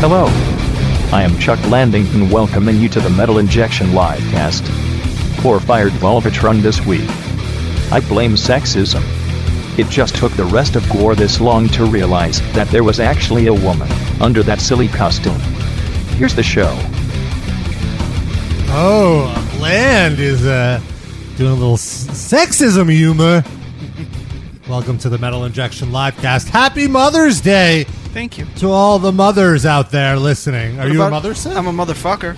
Hello. I am Chuck Landington welcoming you to the Metal Injection Livecast. Poor fired Volvatron this week. I blame sexism. It just took the rest of Gore this long to realize that there was actually a woman under that silly costume. Here's the show. Oh, Land is uh, doing a little s- sexism humor. Welcome to the Metal Injection Livecast. Happy Mother's Day Thank you. to all the mothers out there listening. Are you a mother, Sid? I'm a motherfucker.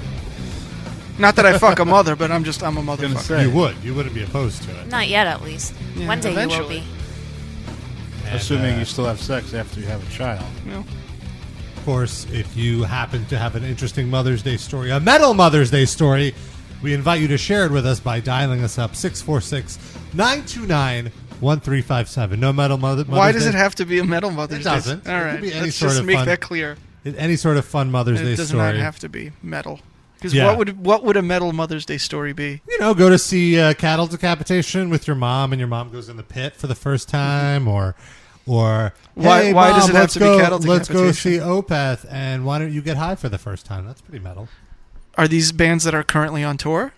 Not that I fuck a mother, but I'm just I'm a motherfucker. You would. You wouldn't be opposed to it. Not yet, at least. Yeah, One day you will eventually. be. Assuming uh, you still have sex after you have a child. No. Of course, if you happen to have an interesting Mother's Day story, a metal Mother's Day story, we invite you to share it with us by dialing us up 646 929 1357. No metal mother. Why does Mother's it Day? have to be a metal Mother's It Day? doesn't. It All could right. be any Let's sort just of make fun that clear. any sort of fun Mother's Day It does story? not have to be metal. Because Yeah. what would what would a metal Mother's Day story be? you know, go to see uh, cattle decapitation with your mom, and your mom goes in the pit for the first time, or or Mm-hmm. Why- hey, why Mom, does it have let's to be go- cattle Let's go see decapitation? Opeth, and why don't you get high for the first time? That's pretty metal. Are these bands that are currently on tour?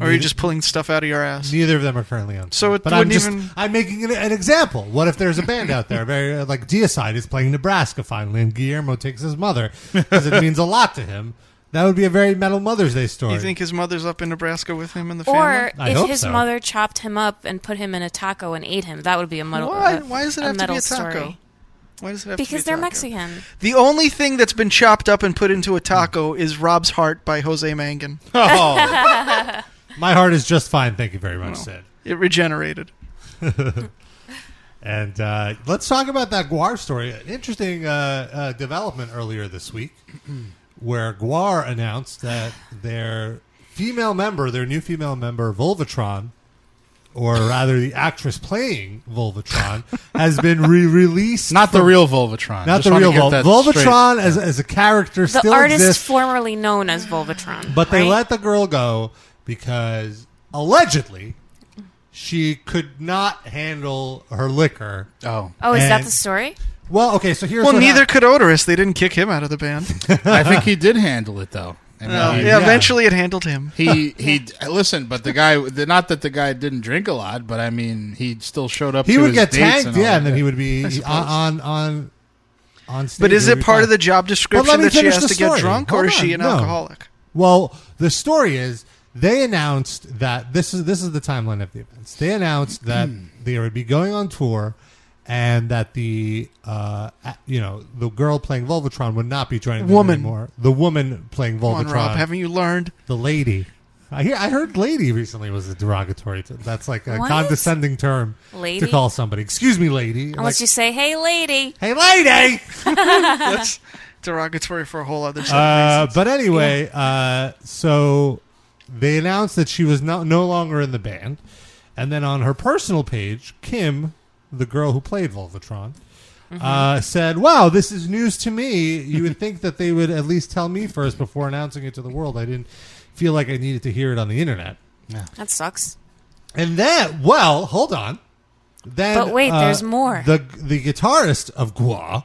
Or are you just pulling stuff out of your ass? Neither of them are currently on. So tour. it but I'm wouldn't just even- I'm making an, an example. What if there's a band out there, very uh, like Deicide is playing Nebraska finally, and Guillermo takes his mother because it means a lot to him. That would be a very metal Mother's Day story. You think his mother's up in Nebraska with him and the Or family? I if hope his so. mother chopped him up and put him in a taco and ate him, that would be a metal. Why? a- Why does it have to be metal a taco? story. Why does it have to be Because a they're taco? Mexican. The only thing that's been chopped up and put into a taco is Rob's Heart by Jose Mangan. Oh. My heart is just fine. Thank you very much, Sid. It regenerated. And uh, let's talk about that Guar story. An interesting uh, uh, development earlier this week where Guar announced that their female member, their new female member, Volvatron, or rather the actress playing Volvatron, has been re released. Not the real Volvatron. Not Just the wanna real get Vol- that Volvatron as, as a character The still artist exists. formerly known as Volvatron. But they right? let the girl go because allegedly she could not handle her liquor. straight. Oh, Oh, is that and- the story? Well, okay, so here's Well, what neither happened. could Odorous. They didn't kick him out of the band. I think he did handle it though. I mean, yeah, he- yeah. eventually it handled him. He he. Listen, but the guy. the- Not that the guy didn't drink a lot, but I mean, he still showed up. he to would his get dates tanked, and all yeah, and that. then he uh, would be suppose. on on on on stage. But is He would it be part of fine. the job description me that she finish has the to story. get drunk, Hold or is she on, an no. alcoholic? Well, the story is they announced that this is this is the timeline of the events. They announced that Hmm. they would be going on tour, and that the uh, a- you know the girl playing Volvatron would not be joining them Woman. anymore. The woman playing Come on, Volvatron, Rob, haven't you learned? the lady. I hear, I heard "lady" recently was a derogatory. Term. That's like a What? condescending term Lady? to call somebody. Excuse me, lady. Unless Like, you say, "Hey, lady." hey, lady. That's derogatory for a whole other set Uh, of reasons. but anyway, uh, so they announced that she was no, no longer in the band. And then on her personal page, Kim, the girl who played Volvatron, uh, said, Wow, this is news to me. You would think that they would at least tell me first before announcing it to the world. I didn't feel like I needed to hear it on the internet. That sucks. And then, well, hold on. Then, But wait, uh, there's more. The the guitarist of Gua,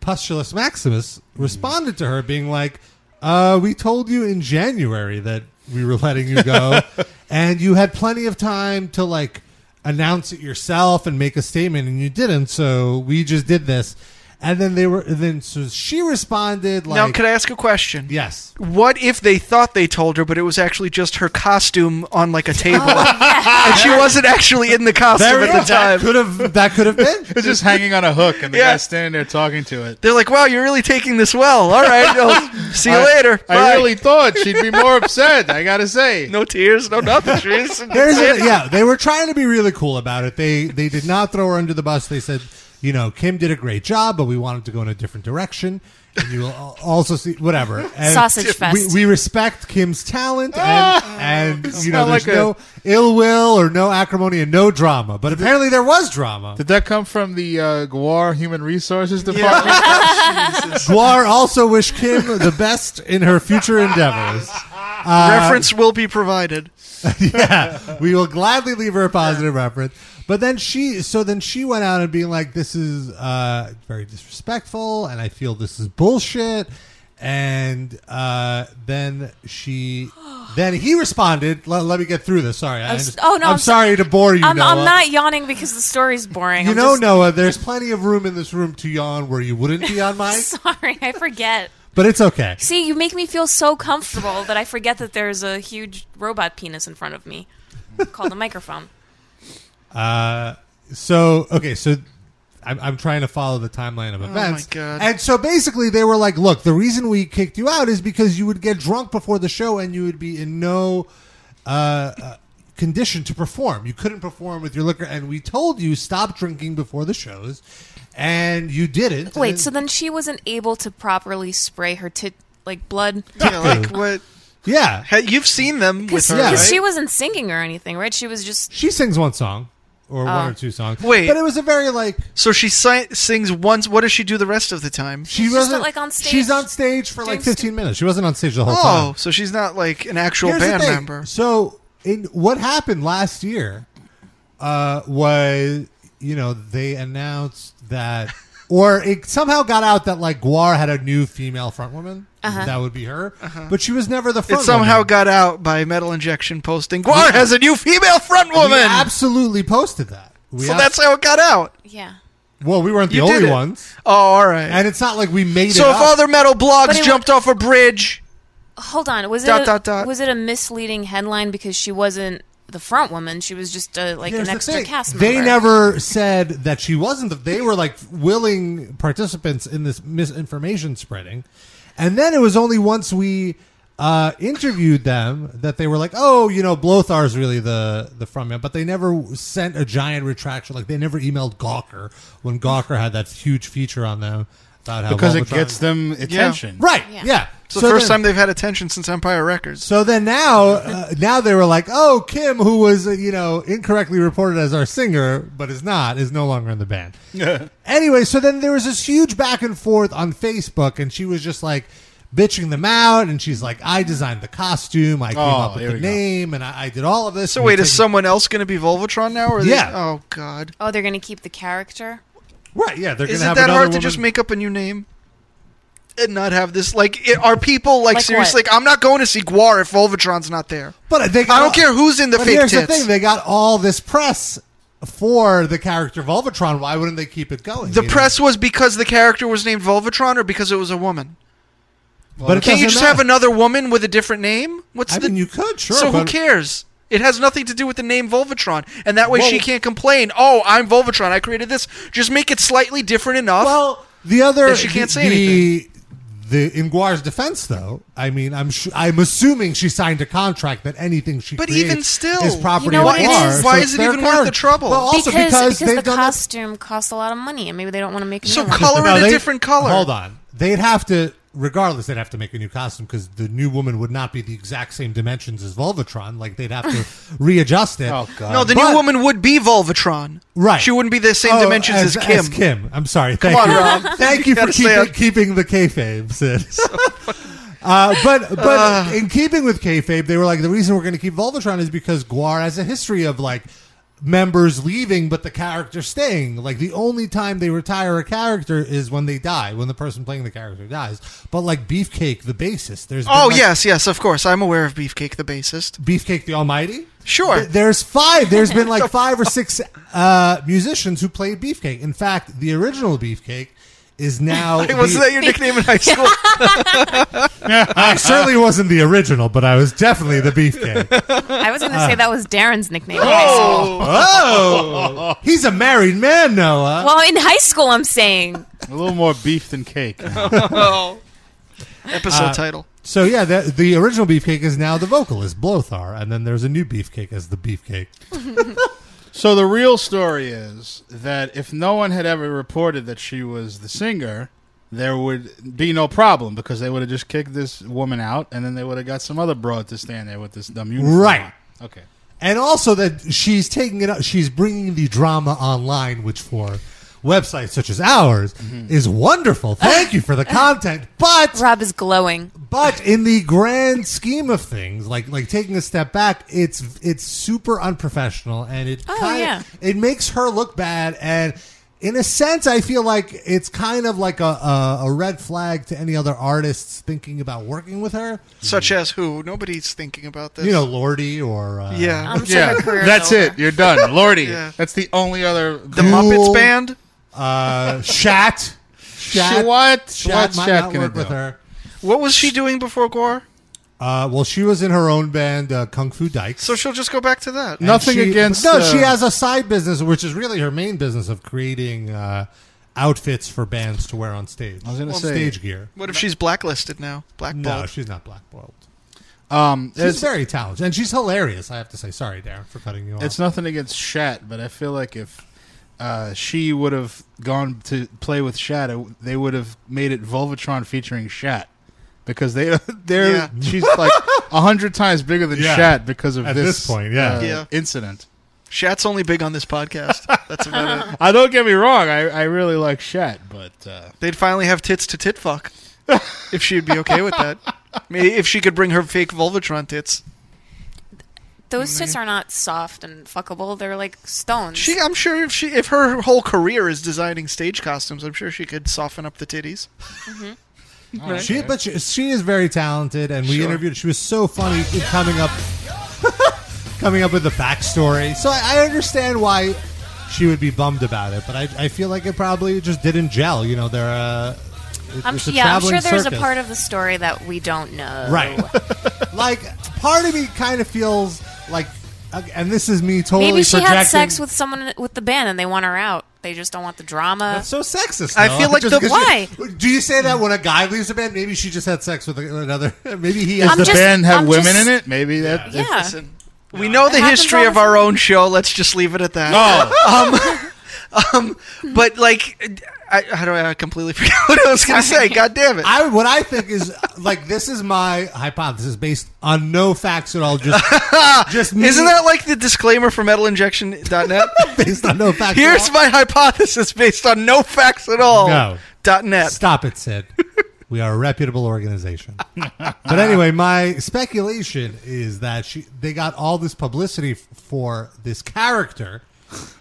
Pustulus Maximus, responded to her being like, uh, "We told you in January that we were letting you go, and you had plenty of time to like announce it yourself and make a statement, and you didn't. So we just did this." And then they were then so she responded like, now, could I ask a question? "Yes, What if they thought they told her, but it was actually just her costume on like Oh, a table, and she wasn't actually in the costume There- at the that time? could have that could have been." It was just hanging on a hook, and the Yeah. guy's standing there talking to it. They're like, "Wow, you're really taking this well. All right, I'll see you later. I Bye." really thought she'd be more upset. I gotta say. no tears, no nothing. She just- There's a, yeah, they were trying to be really cool about it. They they did not throw her under the bus. They said, you know, Kim did a great job, but we wanted to go in a different direction. And you will al- also see whatever And Sausage we- fest. We, respect Kim's talent, and, and you know, not there's Ah! like a- no ill will or no acrimony and no drama. But apparently, there was drama. Did that come from the uh, Guar Human Resources Department? Guar also wished Kim the best in her future endeavors. uh, Reference will be provided. yeah, we will gladly leave her a positive reference. But then she, so then she went out and being like, "This is uh, very disrespectful, and I feel this is bullshit." and uh, then she, then he responded. Let, let me get through this. Sorry, I I'm s- under- oh, no, I'm, I'm so- sorry to bore you. I'm, Noah. I'm not yawning because the story's boring. You I'm know, just- Noah, there's plenty of room in this room to yawn where you wouldn't be on mic, Sorry, I forget. but it's okay. See, you make me feel so comfortable that I forget that there's a huge robot penis in front of me called a microphone. Uh, So okay, so I'm, I'm trying to follow the timeline of events. Oh God. And so basically, they were like, "Look, the reason we kicked you out is because you would get drunk before the show and you would be in no uh, uh, condition to perform. You couldn't perform with your liquor, and we told you stop drinking before the shows, and you didn't. Wait, And- so then she wasn't able to properly spray her tit like blood Yeah, like what? yeah, ha- You've seen them with because her, Yeah. right? she wasn't singing or anything, right? She was just she sings one song or Oh. one or two songs. Wait. but it was a very like so she si- sings once. What does she do the rest of the time? she She's just, wasn't like, on stage She's on stage for doing like 15 minutes. She wasn't on stage the whole time. Oh, so she's not like an actual Here's the band thing. member. So, in what happened last year uh, was, you know, they announced that, or it somehow got out that like Guar had a new female frontwoman. Uh-huh. That would be her, Uh-huh. but she was never the front. It somehow woman. got out by Metal Injection posting. Guar has a new female front We woman. absolutely posted that. We so ab- that's how it got out. yeah. well, we weren't the You did only it. ones, Oh, all right. and it's not like we made so it. if up. other metal But blogs it jumped off a bridge, Hold on, was Dot, it a, dot, dot. was it a misleading headline because she wasn't the front woman? She was just a, like Here's an the extra thing. cast member. They never said that she wasn't. The, they were like willing participants in this misinformation spreading. And then it was only once we uh, interviewed them that they were like, "Oh, you know, Blothar's really the the frontman." But they never sent a giant retraction. Like they never emailed Gawker when Gawker had that huge feature on them about how because it Volvatron- gets them attention. right. Yeah, Yeah. it's the first then- time they've had attention since Empire Records. so then now, uh, now they were like, "Oh, Kim, who was uh, you know incorrectly reported as our singer, but is not, is no longer in the band." anyway, so then there was this huge back and forth on Facebook, and she was just like bitching them out, and she's like, "I designed the costume, I came Oh, up with here the we go. name, and I, I did all of this." So and wait, we is take-" someone else going to be Volvatron now? Or they- Yeah. oh God. Oh, they're gonna keep the character. right? Yeah, they're going to Isn't have that another hard to woman- just make up a new name? And not have this like it, are people like, Like seriously what? like I'm not going to see Guar if Volvatron's not there. But they I don't care who's in the but fake here's the tits. thing: they got all this press for the character Volvatron. Why wouldn't they keep it going? The you know? press was because the character was named Volvatron or because it was a woman. but it Can't you doesn't just matter. have another woman with a different name? What's I the mean, you could sure. So who but- cares? It has nothing to do with the name Volvatron, and that way Well- she can't complain. Oh, I'm Volvatron. I created this. Just make it slightly different enough. Well, the other Then she can't say the, The in Guar's defense, though, I mean, I'm sh- I'm assuming she signed a contract that anything she But creates even still, is property you know of what it Guar, is? so Why it's is it their even worth the character. trouble? Well, also because because, because they've the done that- costume costs a lot of money, and maybe they don't want to make. a So new one. color No, it a they- different color. Hold on, they'd have to. Regardless, they'd have to make a new costume because the new woman would not be the exact same dimensions as Volvatron. Like they'd have to readjust it. Oh, God. No, the But- new woman would be Volvatron. Right. She wouldn't be the same Oh, dimensions as, Kim. Kim. I'm sorry. Thank on, you. Rob. Thank you You for gotta stay keeping, up. keeping the kayfabe, Sid. Uh, but but in keeping with kayfabe, they were like the reason we're going to keep Volvatron is because Guar has a history of like members leaving, but the character staying. Like the only time they retire a character is when they die, when the person playing the character dies. But like Beefcake, the bassist, there's been, Oh like, yes, yes, of course. I'm aware of Beefcake the bassist. Beefcake the Almighty. Sure. Th- There's five. There's been like five or six uh, musicians who played Beefcake. In fact, the original Beefcake is now. Hey, wasn't the- that your nickname in high school? I certainly wasn't the original, but I was definitely the Beefcake. I was gonna say that was Darren's nickname. in high school. Uh. oh, he's a married man, Noah. Well, in high school, I'm saying A little more beef than cake. oh. Episode title. Uh, So yeah, the, the original Beefcake is now the vocalist Blothar, and then there's a new Beefcake as the Beefcake. So the real story is that if no one had ever reported that she was the singer, there would be no problem because they would have just kicked this woman out, and then they would have got some other broad to stand there with this dumb uniform. Right. on. Okay. and also that she's taking it up she's bringing the drama online which for websites such as ours Mm-hmm. is wonderful thank you for the content but Rob is glowing. but in the grand scheme of things like like taking a step back it's it's super unprofessional and it Oh, kinda- yeah. it makes her look bad and in a sense, I feel like it's kind of like a, a, a red flag to any other artists thinking about working with her. Such as who? Nobody's thinking about this. You know, Lordy or uh, yeah. I'm sure Yeah, her career's that's over. it. You're done, Lordy. Yeah. That's the only other. the Cool. Muppets Band. uh, Shat. Shat. what? Shat What's might Shat not gonna work with do? her. What was she doing before Gore? Uh, well, she was in her own band, uh, Kung Fu Dykes. So she'll just go back to that. No. nothing she- against, No, uh, she has a side business, which is really her main business of creating uh, outfits for bands to wear on stage. I was gonna say- stage gear. What if she's blacklisted now? No, Blackballed. she's not blackballed. Um, She's it's, very talented, and she's hilarious. I have to say, sorry, Darren, for cutting you off. it's nothing against Shat, but I feel like if uh, she would have gone to play with Shat, it, they would have made it Volvatron featuring Shat. Because they, they're Yeah. she's like a hundred times bigger than Yeah. Shat because of At this point, yeah. uh, Yeah. incident. Shat's only big on this podcast. That's about it. I Uh, don't get me wrong, I, I really like Shat, but uh, They'd finally have tits to tit fuck if she'd be okay with that. Maybe if she could bring her fake Volvatron tits. Those Mm. tits are not soft and fuckable. They're like stones. She, I'm sure if she, if her whole career is designing stage costumes, I'm sure she could soften up the titties. Mm-hmm. she, but she, she is very talented, and we Sure. interviewed. She was so funny in coming up, coming up with the backstory. So I, I understand why she would be bummed about it, but I, I feel like it probably just didn't gel. You know, they're. Uh, it- I'm, it's a yeah, I'm traveling sure there's a circus. part of the story that we don't know. Right. like, part of me kind of feels like, uh, and this is me totally Maybe she projecting. had sex with someone with the band and they want her out. They just don't want the drama. That's so sexist. I though. feel like Just the- because Why? you- do you say that when a guy leaves a band? Maybe she just had sex with another. Maybe he. I'm the just- band have I'm women just- in it? Maybe that. yeah. Listen, we know the happens history all of the our own show. Let's just leave it at that. Um, Oh, But like, I, I don't. I completely forgot what I was gonna say. God damn it! I what I think is like this is my hypothesis based on no facts at all. Just just me Isn't that like the disclaimer for metalinjection.net? based on no facts? Here's at all? my hypothesis based on no facts at all. No. Oh, Dot net. Stop it, Sid. We are a reputable organization. but anyway, my speculation is that she they got all this publicity f- for this character,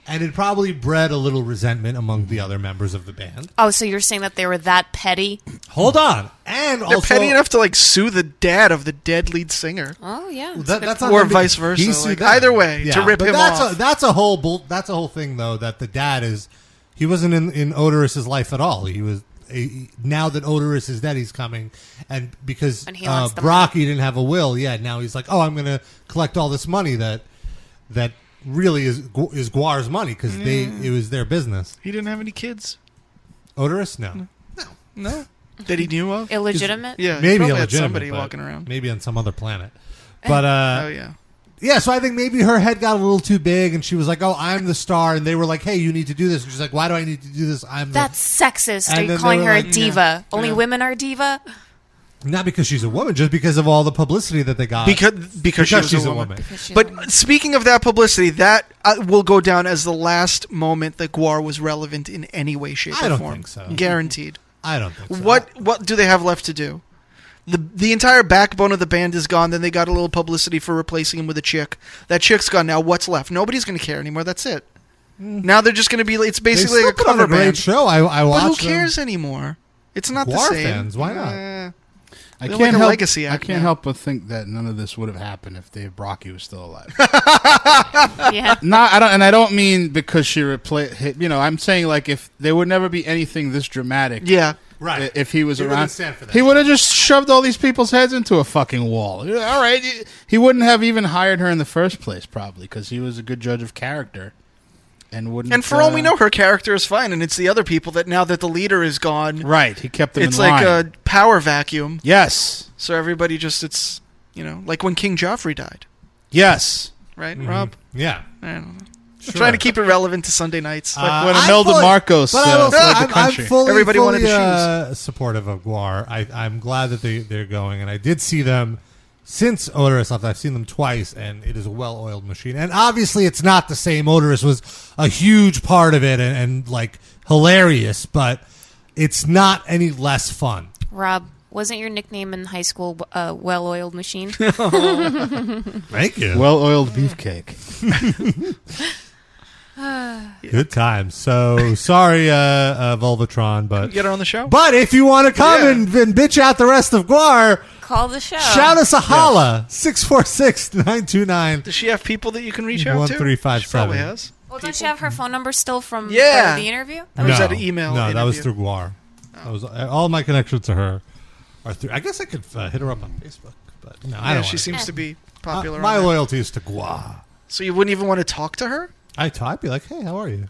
and it probably bred a little resentment among Mm-hmm. the other members of the band. oh, so you're saying that they were that petty? Hold on, and They're also petty enough to like sue the dad of the dead lead singer. Oh, yeah. That, that's not Or gonna be- vice versa, he sued like, them. either way, to rip but him that's off. A, that's a whole bull, that's a whole thing though that the dad is he wasn't in, in Odorous' life at all. He was a, now that Odorous is dead, he's coming and because And he uh, wants the Brocky didn't have a will yet. Now he's like, oh, I'm going to collect all this money that that really is Gu- is Guar's money because they Mm. it was their business. He didn't have any kids. Odorous, no, No. That he knew of? Illegitimate? Yeah. he maybe probably had illegitimate, somebody but walking around. maybe on some other planet. But uh, oh yeah. Yeah, so I think maybe her head got a little too big, and she was like, "Oh, I'm the star," and they were like, "Hey, you need to do this." And she's like, "Why do I need to do this? I'm the-" That's sexist. And Are you then calling they her were a like, diva? Only Yeah. women are diva? not because she's a woman, just because of all the publicity that they got." Because because, she was she's a woman. But speaking of that publicity, that uh, will go down as the last moment that Guar was relevant in any way, shape, I or don't form. think so. Guaranteed. I don't think so. What what do they have left to do? The the entire backbone of the band is gone. Then they got a little publicity for replacing him with a chick. That chick's gone now. What's left? Nobody's going to care anymore. That's it. Now they're just going to be. It's They basically still like a put on cover a great band. show. I, I but watched. who them. cares anymore? It's not Guar the same. fans, why not? Eh. I They're can't like a help. legacy I act can't now. help but think that none of this would have happened if Dave Brocky was still alive. yeah. No, I don't, and I don't mean because she replaced. You know, I'm saying like if there would never be anything this dramatic. yeah. Right. If he was He wouldn't around, stand for that. he would have just shoved all these people's heads into a fucking wall. Yeah, All right, he wouldn't have even hired her in the first place, probably because he was a good judge of character, and wouldn't. And for all uh, we know, her character is fine, and it's the other people that now that the leader is gone, right? He kept them. it's in like line. a power vacuum. yes, So everybody just it's you know like when King Joffrey died, yes. right, Rob? Mm-hmm. Yeah. I don't know. Sure. Uh, Trying to keep it relevant to Sunday nights. Like, when Imelda Marcos, but I uh, will say, fled the I'm, country. I'm fully, Everybody fully, wanted the shoes. uh, supportive of Guar. I, I'm glad that they, they're going, and I did see them since Odorous left. I've seen them twice, and it is a well-oiled machine. And obviously, it's not the same. Odorous was a huge part of it, and, and like hilarious, but it's not any less fun. Rob, wasn't your nickname in high school uh, well oiled machine? Thank you. well-oiled beefcake. Good times. So sorry, uh, uh, Volvatron, but Get her on the show. but if you want to come Yeah. and, and bitch out the rest of Guar, Call the show. shout us a holla 646-929-1357. Does she have people that you can reach out to? She probably has. Well, don't you have her phone number still from Yeah. from the interview? Or was that an email No, that was interview? Oh. through Guar. That was uh, all my connections to her are through. I guess I could uh, hit her up on Facebook, but no, I Yeah, don't. she wanna- Eh. seems to be Uh, popular. my on that. loyalty is to Guar. So you wouldn't even want to talk to her? I t- I'd be like, hey, how are you?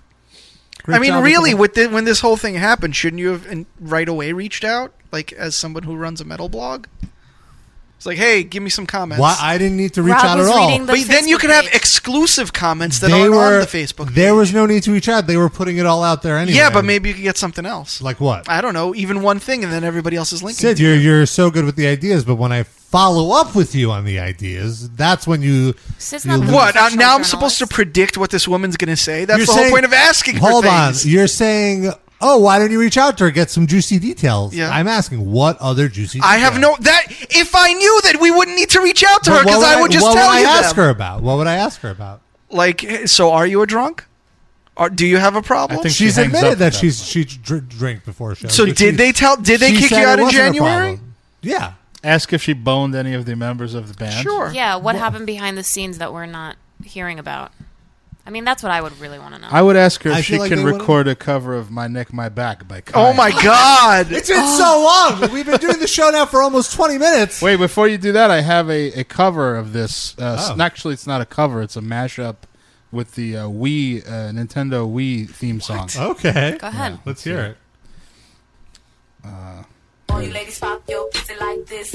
I mean, job really, with with the, when this whole thing happened, shouldn't you have in, right away reached out, like as someone who runs a metal blog? It's like, hey, give me some the- comments. why I didn't need to reach Rob out was at all. reading the but then you Facebook can have page. exclusive comments that they aren't were on the Facebook. page. There was no need to reach out. They were putting it all out there anyway. yeah, but maybe you could get something else. like what? I don't know, even one thing, and then everybody else is linking. Sid, to you're it. you're so good with the ideas, but when I follow up with you on the ideas, that's when you. Sid's you not the lose- one what? Uh, Professional now I'm journalist. supposed to predict what this woman's going to say. That's You're the saying- whole point of asking. for Hold on, things. you're saying, oh, why don't you reach out to her, get some juicy details? Yeah. I'm asking, what other juicy? I have details? no that. If I knew that, we wouldn't need to reach out to But her because what I would just what tell would you I ask them. her about? What would I ask her about? Like, hey, so are you a drunk? Are, do you have a problem? think She's She hangs admitted up that at she's she dr- drank before shows. So but did she- they tell? Did they she kick said you it out in wasn't her January? problem. Yeah. Ask if she boned any of the members of the band. Sure. Yeah, what happened behind the scenes that we're not hearing about? I mean, that's what I would really want to know. I would ask her if I she feel like can they wouldn't- record a cover of "My Neck, My Back" by. Kaya. Oh my God! It's been so long. We've been doing the show now for almost 20 minutes. Wait, before you do that, I have a, a cover of this. Uh, s- Oh. Actually, it's not a cover; it's a mashup with the uh, Wii uh, Nintendo Wii theme song. Okay. Go ahead. Let's hear it. Uh, All you ladies pop your pussy like this.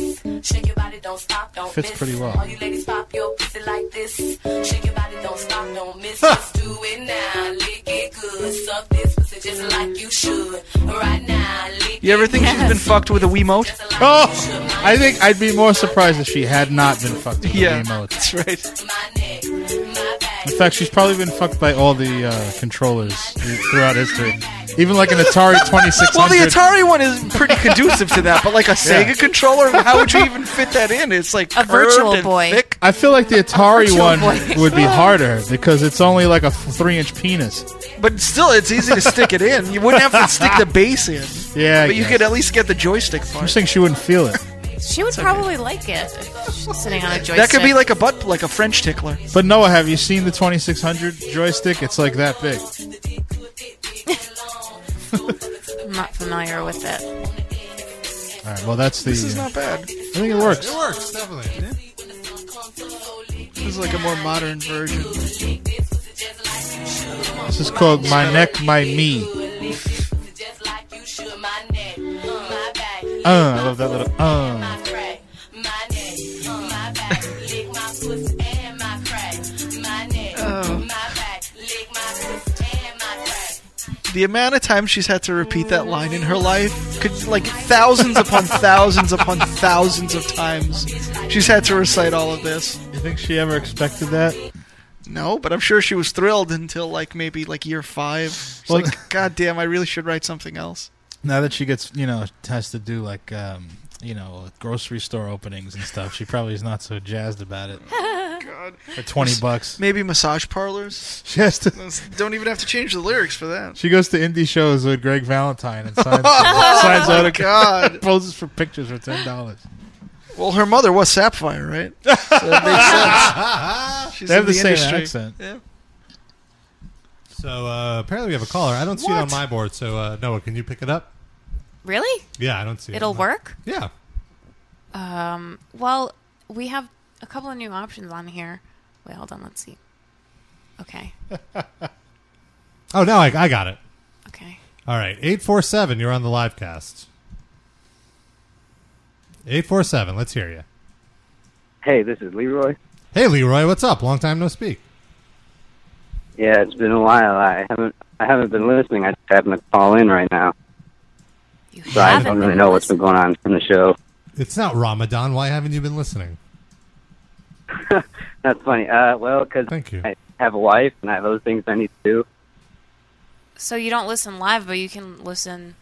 Shake your body, don't stop, don't Fits miss. pretty well. All you ladies pop your pussy like this. Shake your body, don't stop, don't miss. Just do it now, lick it good. Suck this pussy just like you should. Right now, lick You ever it think she's been fucked with a Wiimote? just like Oh, I think I'd be more surprised if she had not been fucked with Yeah, the remote. that's right. my neck, my back. In fact, she's probably been fucked by all the uh, controllers throughout history. Even like an Atari 2600. Well, the Atari one is pretty conducive to that, but like a Sega controller, how would you even fit that in? It's like A virtual curved and boy. thick. I feel like the Atari Virtual one boy. would be harder because it's only like a three-inch penis. But still, it's easy to stick it in. You wouldn't have to stick the base in. Yeah, I but you guess. could at least get the joystick I'm part. just saying she wouldn't feel it. She would probably like it if she's sitting on a joystick. That could be like a butt, like a French tickler. But Noah, have you seen the 2600 joystick? It's like that big. I'm not familiar with it. All right. Well, that's the. This is not bad. I think it works. works, definitely. This is like a more modern version. This is called My Neck, My Me. Just like you should, my neck, my back. Uh, I love that little. Uh. my crack, my neck, my back, lick my pussy and my crack, my neck, Oh. my back, lick my pussy and my crack. The amount of times she's had to repeat that line in her life could like thousands upon thousands upon thousands of times. She's had to recite all of this. You think she ever expected that? No, but I'm sure she was thrilled until like maybe like year five. She's Well- like, God damn, I really should write something else. Now that she gets, you know, has to do like, um, you know, grocery store openings and stuff, she probably is not so jazzed about it. God. For 20 bucks, Maybe massage parlors. she has to. Don't even have to change the lyrics for that. She goes to indie shows with Greg Valentine and signs, signs autographs, Oh, God. poses for pictures for ten dollars. Well, her mother was Sapphire, right? So that makes sense. She's They have in the, same industry. accent. Yeah. So uh, apparently we have a caller. I don't see it on What? my board. So uh, Noah, can you pick it up? Really? Yeah, I don't see it. It'll on my- work? Yeah. Um, well, we have a couple of new options on here. Wait, hold on. Let's see. Okay. Oh, no, I, I got it. Okay. All right. 847, you're on the live cast. 847, let's hear you. Hey, this is Leroy. Hey, Leroy, what's up? Long time no speak. Yeah, it's been a while. I haven't I haven't been listening. I just happened to call in right now, You so I haven't don't really been know what's been listening. going on from the show. It's not Ramadan. Why haven't you been listening? That's funny. Uh, well, because Thank you. I have a wife and I have other things I need to do. So you don't listen live, but you can listen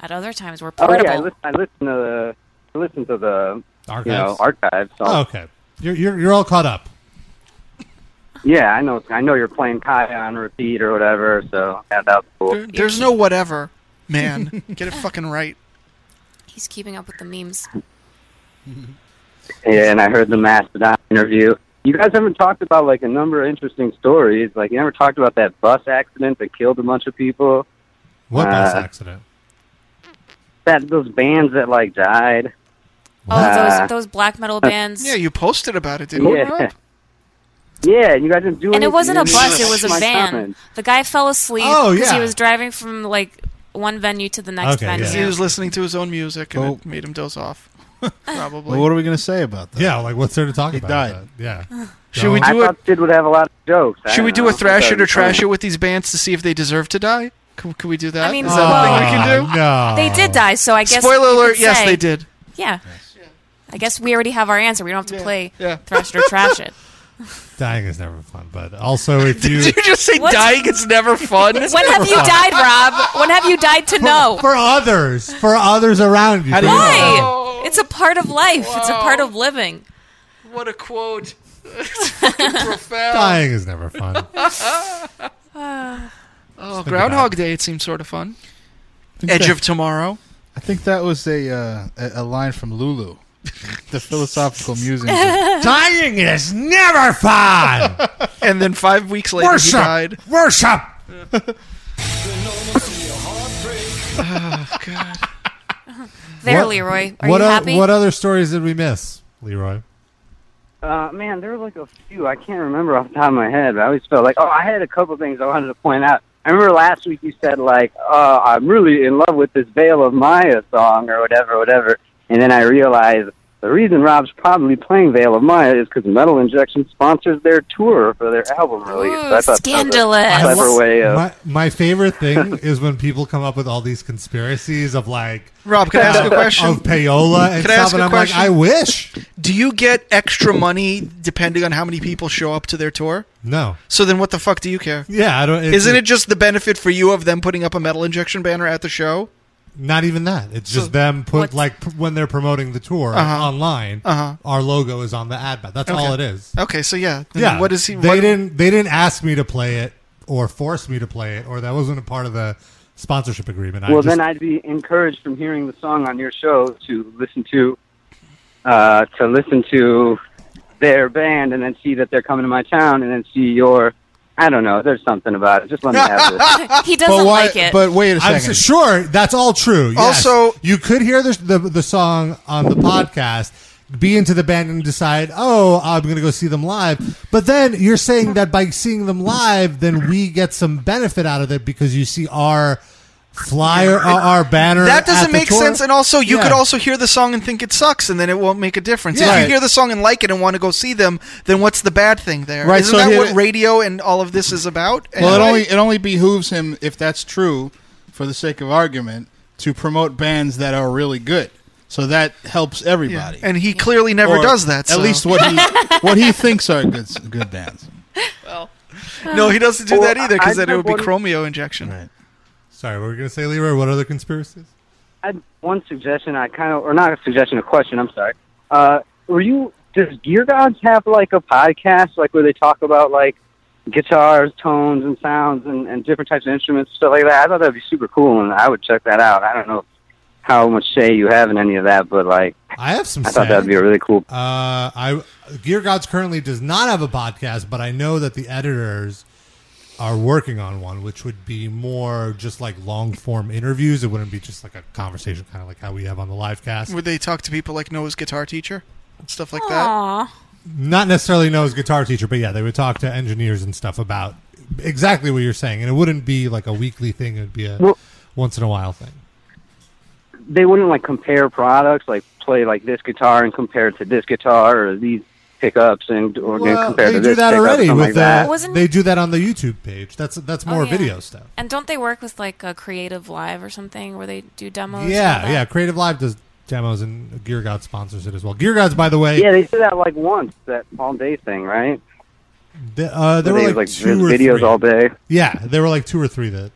at other times. We're Oh portable. yeah, I listen, I listen to the I listen to the you Archives. know archives. So Oh, okay. You're, you're, you're all caught up. Yeah, I know. I know you're playing Kaya on repeat or whatever. So yeah, that was cool. There- Mm-hmm. there's no whatever, man. Get it fucking right. He's keeping up with the memes. Yeah, and I heard the Mastodon interview. You guys haven't talked about like a number of interesting stories. Like you never talked about that bus accident that killed a bunch of people. What bus Uh, accident? That those bands that like died. Oh, Uh, those those black metal bands. Yeah, you posted about it, didn't you? yeah. Yeah, and you guys didn't do and it anything. wasn't a You didn't bus; it was a my van. comments. The guy fell asleep Oh, he yeah. was driving from like one venue to the next Okay, venue. yeah. He was listening to his own music, and Oh. it made him doze off. Probably. Well, what are we going to say about that? Yeah, like what's there to talk He about? died. that? Yeah. Should we Don't- I Do a- thought Sid would have a lot of jokes. I Should we don't know. do a thrash it or That'd be trash funny. it with these bands to see if they deserve to die? Could, could we do that? I mean, Is that a thing we Oh, can do? No. They Oh. did die, so I guess. Spoiler you could alert, yes, say- they did. Yeah. I guess we already have our answer. We don't have to play yeah. thrash it or trash it. Dying is never fun, but also if you Did you just say What? dying is never fun? When have you died, Rob? When have you died to know? for others, for others around you. How do for you yourself. know? Why? It's a part of life. It's a part of living. what a quote. It's fucking profound. Dying is never fun. Oh, Oh, about Groundhog Day, it seems sort of fun. I think Edge that- of Tomorrow. I think that was a uh, a, a line from Lulu, the philosophical music. group. Dying is never fun. And then five weeks later, he died. Worship, worship. There, What- Leroy. Are what you o- happy? What other stories did we miss, Leroy? Uh, man, there were like a few. I can't remember off the top of my head, but I always felt like, oh, I had a couple things I wanted to point out. I remember last week you said like, uh, I'm really in love with this Veil of Maya song or whatever, whatever. And then I realized the reason Rob's probably playing Veil of Maya is because Metal Injection sponsors their tour for their album release. Ooh, So I thought scandalous. That was a clever way of. My, my favorite thing is when people come up with all these conspiracies of like Rob, can I ask a question? of payola and Can I stuff, ask and a I'm question? like, I wish. Do you get extra money depending on how many people show up to their tour? No. So then what the fuck do you care? Yeah, I don't. It's, Isn't it just the benefit for you of them putting up a metal injection banner at the show? Not even that. It's just them put What's- like p- when they're promoting the tour online. Uh-huh. Our logo is on the ad bat. That's all it is. Okay, so yeah. Then Yeah. What is he? They what- didn't. They didn't ask me to play it or force me to play it, or that wasn't a part of the sponsorship agreement. Well, I just, then I'd be encouraged from hearing the song on your show to listen to, uh, to listen to their band, and then see that they're coming to my town, and then see your. I don't know. There's something about it. Just let me have this. he but doesn't why? like it. But wait a I'm second. s- sure that's all true. Yes. Also- you could hear the, the the song on the podcast, be into the band, and decide, oh, I'm going to go see them live. But then you're saying that by seeing them live, then we get some benefit out of it because you see our flyer, our, our banner. that at doesn't the make tour. sense. And also, you Yeah. could also hear the song and think it sucks, and then it won't make a difference. Yeah. If you Right. hear the song and like it and want to go see them, then what's the bad thing there? Right, not so that here- what radio and all of this is about? well, it Anyway, only it only behooves him if that's true, for the sake of argument, to promote bands that are really good. So that helps yeah. everybody. and he clearly never Or does that. At so- least what he what he thinks are good s- good bands. Uh, no, he doesn't do Or that either I- I because then it would be wonder- chromio injection. Sorry, what were we going to say, Leroy? What other conspiracies? I had one suggestion. I kind of, or not a suggestion, a question. I'm sorry. Uh, were you? Does Gear Gods have like a podcast, like where they talk about like guitars, tones, and sounds, and, and different types of instruments, stuff like that? I thought that'd be super cool, and I would check that out. I don't know how much say you have in any of that, but like. I have some. I thought say. that would be a really cool. Uh, I Gear Gods currently does not have a podcast, but I know that the editors are working on one, which would be more just like long form interviews. It wouldn't be just like a conversation, kind of like how we have on the live cast. Would they talk to people like Noah's guitar teacher and stuff like that? Aw. Not necessarily know his guitar teacher, but yeah, they would talk to engineers and stuff about exactly what you're saying, and it wouldn't be like a weekly thing. It would be a Well- once in a while thing. They wouldn't like compare products, like play like this guitar and compare it to this guitar or these pickups and or Well, compare they to do this that pickup, already something with like the, that. Wasn't- Oh, they do that on the YouTube page. That's that's more yeah. video stuff. And don't they work with like a Creative Live or something where they do demos? and all Yeah, that? yeah. Creative Live does demos, and Gear God sponsors it as well. Gear Gods, by the way, Yeah, they did that like once that all day thing, right? th- uh, there Where were they like like two or videos three. all day. Yeah, there were like two or three that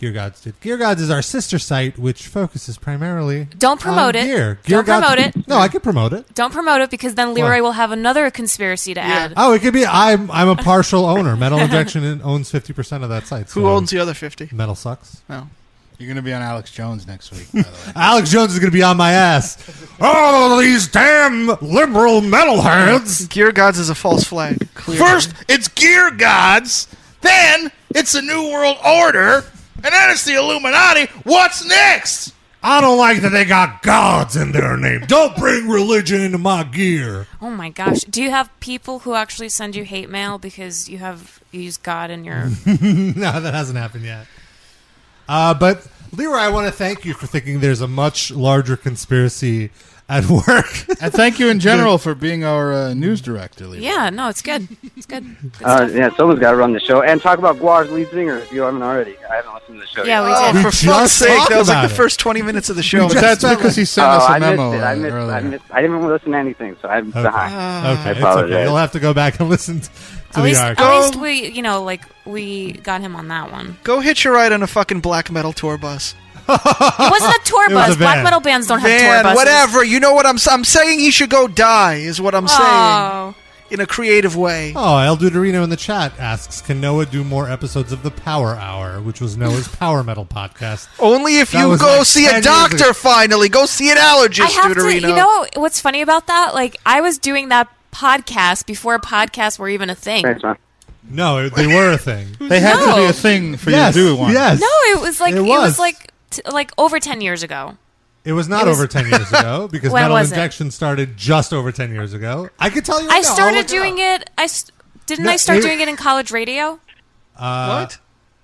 Gear Gods did. Gear Gods is our sister site, which focuses primarily. Don't promote on it. Gear. Don't Gear Gods- promote it. No, I can promote it. Don't promote it because then Leroy will have another conspiracy to add. Oh, it could be. I'm I'm a partial owner. Metal Injection in- owns fifty percent of that site. Who so owns the other Oh. 50? Metal sucks. No. You're gonna be on Alex Jones next week. By the way. Alex Jones is going to be on my ass. Oh, these damn liberal metalheads. Gear Gods is a false flag. Clear. First, it's Gear Gods. Then it's the New World Order, and then it's the Illuminati. What's next? I don't like that they got gods in their name. Don't bring religion into my gear. Oh my gosh! Do you have people who actually send you hate mail because you have you use God in your? No, that hasn't happened yet. Uh, but Leroy, I want to thank you for thinking there's a much larger conspiracy at work. And thank you in general for being our uh, news director, Leroy. yeah, no, it's good. It's good. Good Uh, stuff. yeah, someone's got to run the show and talk about Guar's lead singer if you haven't already. I haven't listened to the show. Yeah, yet. we Oh, did. We for just fuck's sake. talked That was like about the it. first 20 minutes of the show. But that's because he sent oh, us a I memo missed it. I missed, earlier. I missed. I didn't even listen to anything, so I'm behind. okay, it's okay. apologize. You'll have to go back and listen t- to At the least, archive. at least we, you know, like we got him on that one. Go hitch a ride on a fucking black metal tour bus. It wasn't a tour It was a bus. van. Black metal bands don't have tour Man, buses. whatever. You know what I'm s- I'm saying? He should go die, is what I'm Oh, saying. In a creative way. Oh, El Duderino in the chat asks, "Can Noah do more episodes of the Power Hour, which was Noah's power metal podcast?" Oh, Only if That you was go like see 10 a years ago. doctor finally. Go see an allergist, I have to. Duderino. You know what's funny about that? Like I was doing that podcast before podcasts were even a thing. Thanks, man. No, they were a thing. They had to No. be a thing for yes, you to do one. yes. No, it was like It it was, was. like t- like over ten years ago. It was not It was- over 10 years ago because When Metal was it? Injection started just over 10 years ago. I could tell you right I now, I'll started look doing up. it. I st- didn't No, I start it- doing it in college radio? what?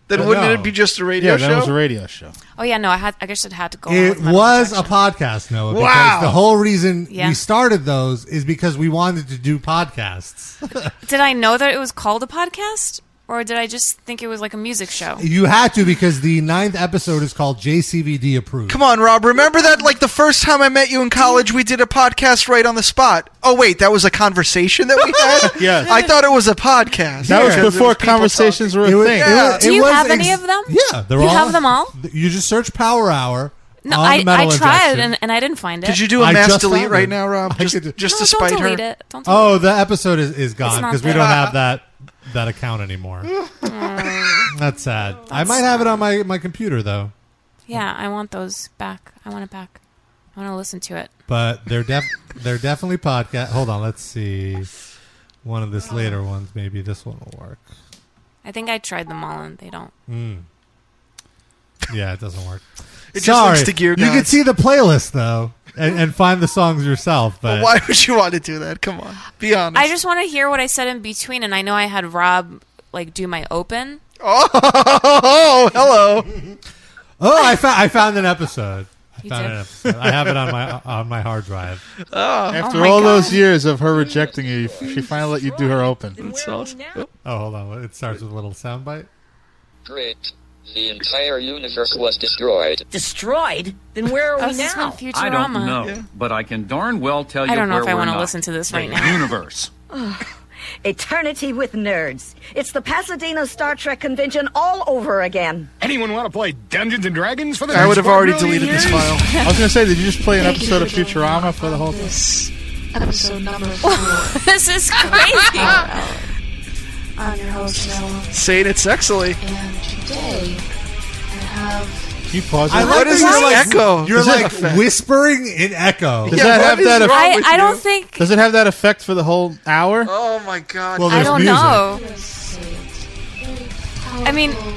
Then no. wouldn't it be just a radio Uh, Yeah, show? that was a radio show. Oh yeah, no, I had. I guess it had to go. It was a podcast, Noah, because Wow. the whole reason Yeah. we started those is because we wanted to do podcasts. Did I know that it was called a podcast, or did I just think it was like a music show? You had to because the ninth episode is called JCVD Approved. Come on, Rob. Remember that, like, the first time I met you in college, we did a podcast right on the spot. Oh, wait, that was a conversation that we had? Yes. I thought it was a podcast. That Yeah. was before people conversations were a wa- thing. wa- Do you was have any of them? Yeah, they're You all- have them all? You just search Power Hour. No, on I, Metal I tried Injection. and, and I didn't find it. Did you do a I mass just delete found right it. now, Rob? I Just, could- just No, to don't spite delete her. it. Don't delete Oh, the episode is, is gone not because we there. don't have that that account anymore. Mm. That's sad. I might have it on my, my computer though, it. Yeah, I want those back. I want it back. I want to listen to it. but they're def they're definitely podcast. Hold on, let's see one of this later ones. Maybe this one will work. Hmm. I think I tried them all and they don't. Yeah, it doesn't work. It just Sorry, links to Gear you can Gods. see the playlist though, and, and find the songs yourself. But Why would you want to do that? Come on. Be honest. I just want to hear what I said in between, and I know I had Rob like do my open. oh, hello. oh, I found I found an episode. I You found did. an episode. I have it on my on my hard Ah. drive. After Oh my all those God. years of her rejecting you, she finally let you do her open. That's awesome. Oh, hold on. It starts with a little soundbite. Great. The entire universe was destroyed. destroyed, then where are Oh, we this is now? from Futurama. I don't know, but I can darn well tell you I don't know where if I we're want to not. listen to this The right now. universe. Eternity with nerds. It's the Pasadena Star Trek convention all over again. Anyone want to play Dungeons and Dragons for the I would have already deleted this file. I was gonna say, did you just play an episode of Futurama for the whole thing? This episode number four. this is crazy. I'm your host, Noah, Saying it sexily. and today I have. Can you pause it? I What like is that this you're like- echo? You're Is that like effect? whispering in echo. Does Yeah, that what have is that? wrong? Effect? I, with I you? don't think. Does it have that effect for the whole hour? Oh, my God. Well, I there's don't music. know. This is very I mean, powerful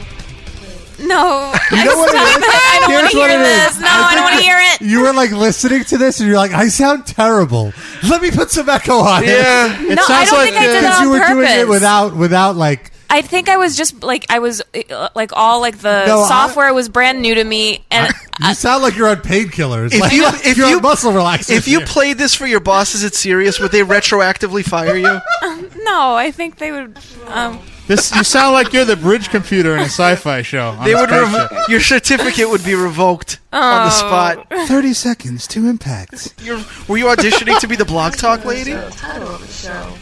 no. You know what it is? I don't want Here's to what hear it is. this. No, I don't want to hear it. You were like listening to this, and you're like, "I sound terrible. Let me put some echo on it." Yeah. It No, I sounds don't like think I did uh, that because you on were doing it purpose. without, without like, I think I was just like I was uh, like all like the No, I- software was brand new to me, and you sound like you're on painkillers. If Like, you- if you're you- on muscle relaxers. If you here. played this for your bosses at Sirius, would they retroactively fire you? no, I think they would. Um, This you sound like you're the bridge computer in a sci-fi show. They would revo- your certificate would be revoked on the spot. Thirty seconds to impact. You're, were you auditioning to be the blog talk lady? title of the show.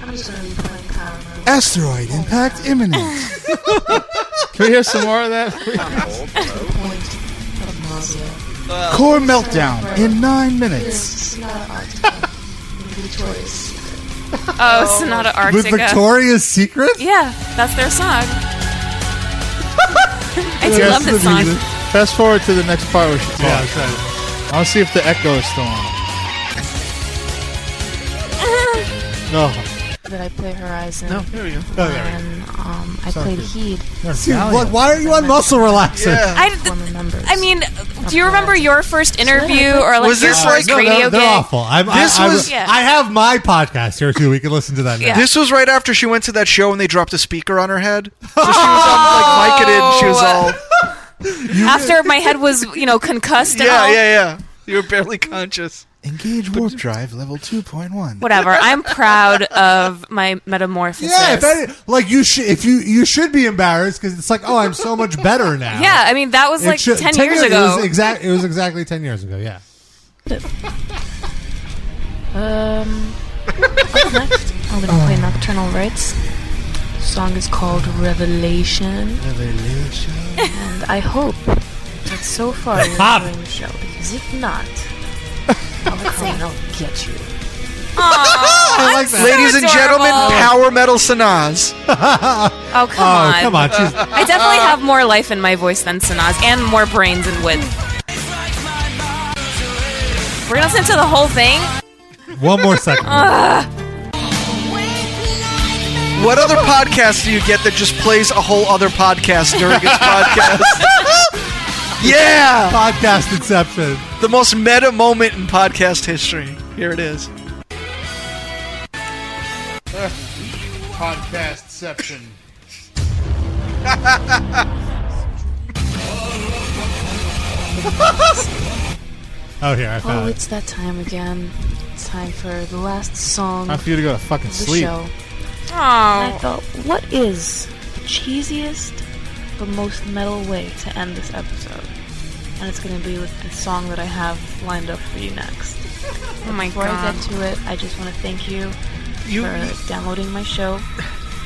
I'm just gonna be playing Power Move. Asteroid impact imminent. Can we hear some more of that? Point of nausea. Core meltdown in nine minutes. This is not Arctica. with Victoria's Secret. Oh, Sonata Arctica. With Victoria's Secret? Yeah, that's their song. I do Yes, love this the song. music. Fast forward to the next part. We should talk. Yeah, I'll see if the echo is still on. No. That I play Horizon. No, there we go. Oh, there we go. And um, I Sounds played good. Heed. See, what, why are you on muscle relaxer? I, I mean, do you remember your first interview or like Was your this like- first No, radio they're, they're gig? awful. I'm, This I, I, was- I, I have my podcast here too. We can listen to that. now. This was right after she went to that show and they dropped a speaker on her head. So she was on Oh. like Vicodin. and She was all After my head was, you know, concussed. and yeah, all. yeah, yeah. You were barely conscious. Engage warp drive level two point one. Whatever. I'm proud of my metamorphosis. Yeah, if any, like you should, if you you should be embarrassed because it's like, oh, I'm so much better now. Yeah, I mean that was like should- ten, years, ago. It was, exact, it was exactly ten years ago. Yeah. Um, up next, I'm Oh. gonna play Nocturnal Rites. Song is called Revelation, Revelation. and I hope that so far you're Pop. enjoying the show. Because if not, I'll come and I'll get you. I like that. Ladies and gentlemen, adorable. power metal Sanaz. oh come oh, on! come on. She's, I definitely have more life in my voice than Sanaz, and more brains and wit. We're gonna listen to the whole thing. one more second. Oh. What other podcast do you get that just plays a whole other podcast during its podcast? Yeah! podcast inception. The most meta moment in podcast history. Here it is. Podcastception. Oh, here I Oh, found it. it's that time again. It's time for the last song Time of for you to go to fucking the sleep. show. I Oh, thought, what is the cheesiest but most metal way to end this episode? And it's going to be with the song that I have lined up for you next. oh my Before I god! get to it, I just want to thank you, You- for downloading my show.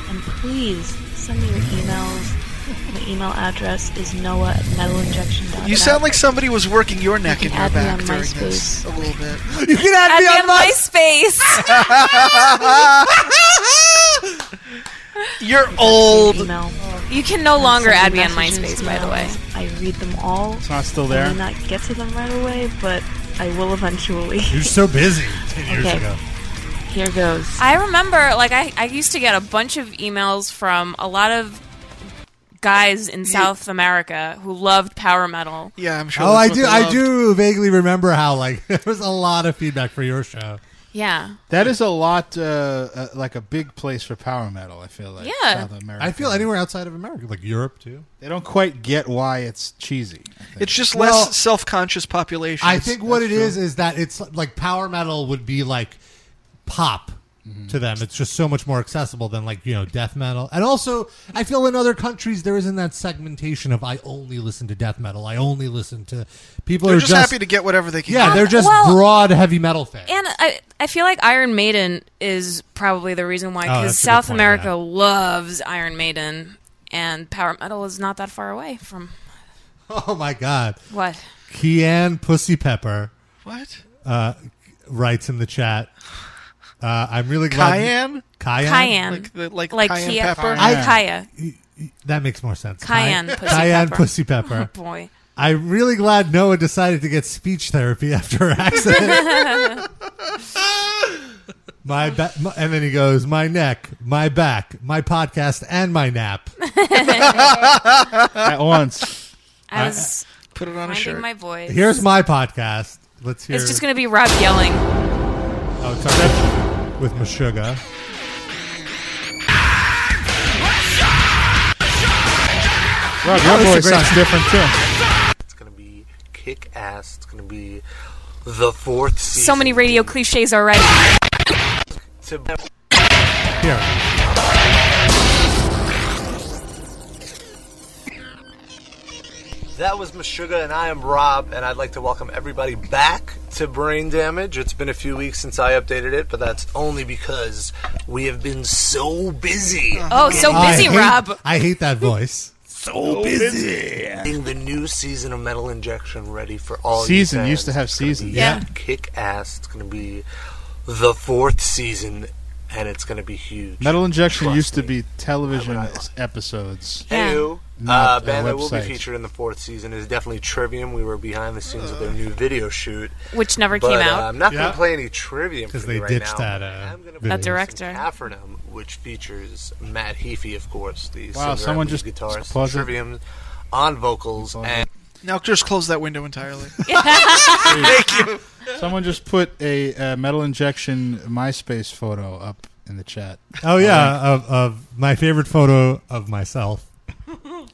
And please send me your emails. My email address is noah at metalinjection.com. You sound like somebody was working your neck You can and your add me back on during this a little bit. You can add, Add me on my. MySpace. You're old. email. you can no longer Send add me on messages, MySpace, by the way. emails. I read them all. It's not still I there. may not get to them right away, but I will eventually. You're so busy. Ten years Okay. ago. Here goes. I remember, like, I, I used to get a bunch of emails from a lot of guys in South America who loved power metal. Yeah, I'm sure. Oh, I that's what do. they I loved. do vaguely remember how like there was a lot of feedback for your show. Yeah. That is a lot, uh, uh, like a big place for power metal. I feel like Yeah. South America. I feel anywhere outside of America, like Europe too. they don't quite get why it's cheesy. I think. It's just Well, less self conscious population. I think what it that's is is that it's like power metal would be like pop Mm-hmm. to them. It's just so much more accessible than like you know death metal. And also, I feel in other countries there isn't that segmentation of I only listen to death metal. I only listen to people They're are just, happy to get whatever they can. yeah, Um, they're just well- broad heavy metal fans. And I, I feel like Iron Maiden is probably the reason why, Oh, because that's a good South point, America yeah. loves Iron Maiden, and power metal is not that far away from oh my god, what? Kian Pussy Pepper What? uh, writes in the chat. Uh, I'm really glad. Cayenne? Cayenne. Cayenne. Like, the, like, Like cayenne Kia- pepper? I, Yeah. Kaya. That makes more sense. Cayenne Cay- Pussy Cayenne Pepper. Oh, Pussy Pepper. Boy. I'm really glad Noah decided to get speech therapy after her accident. my, ba- my and then he goes, my neck, my back, my podcast, and my nap. at once. I was Put it on a finding shirt. my voice. Here's my podcast. Let's hear. it's just going to be Rob yelling. oh, sorry, that's with Meshuggah. Rob, That your was a voice great- sounds different too. It's gonna be kick ass. It's gonna be the fourth season. So many radio cliches already. To- Here, that was Meshuggah, and I am Rob, and I'd like to welcome everybody back to brain damage. It's been a few weeks since I updated it, but that's only because we have been so busy. Oh, so I busy, hate- Rob. I hate that voice. so busy. Getting the new season of Metal Injection ready for all you Season, used fans. to have It's gonna be seasons. Yeah. kick ass. It's gonna be the fourth season, and it's gonna be huge. Metal Injection used to be television episodes. Anywho, uh, not a band that will be website. featured in the fourth season is definitely Trivium. We were behind the scenes of their new video shoot, Which never But, came uh, out. I'm not Yeah. gonna play any Trivium because they right ditched now. that, uh, I'm gonna A play some director. Caffernum, which features Matt Heafy, of course, the Wow, singer someone and just lead guitarist, paused it. Trivium on vocals, and Now just close that window entirely. Thank you. Someone just put a uh, Metal Injection MySpace photo up in the chat. Oh yeah, of, of my favorite photo of myself,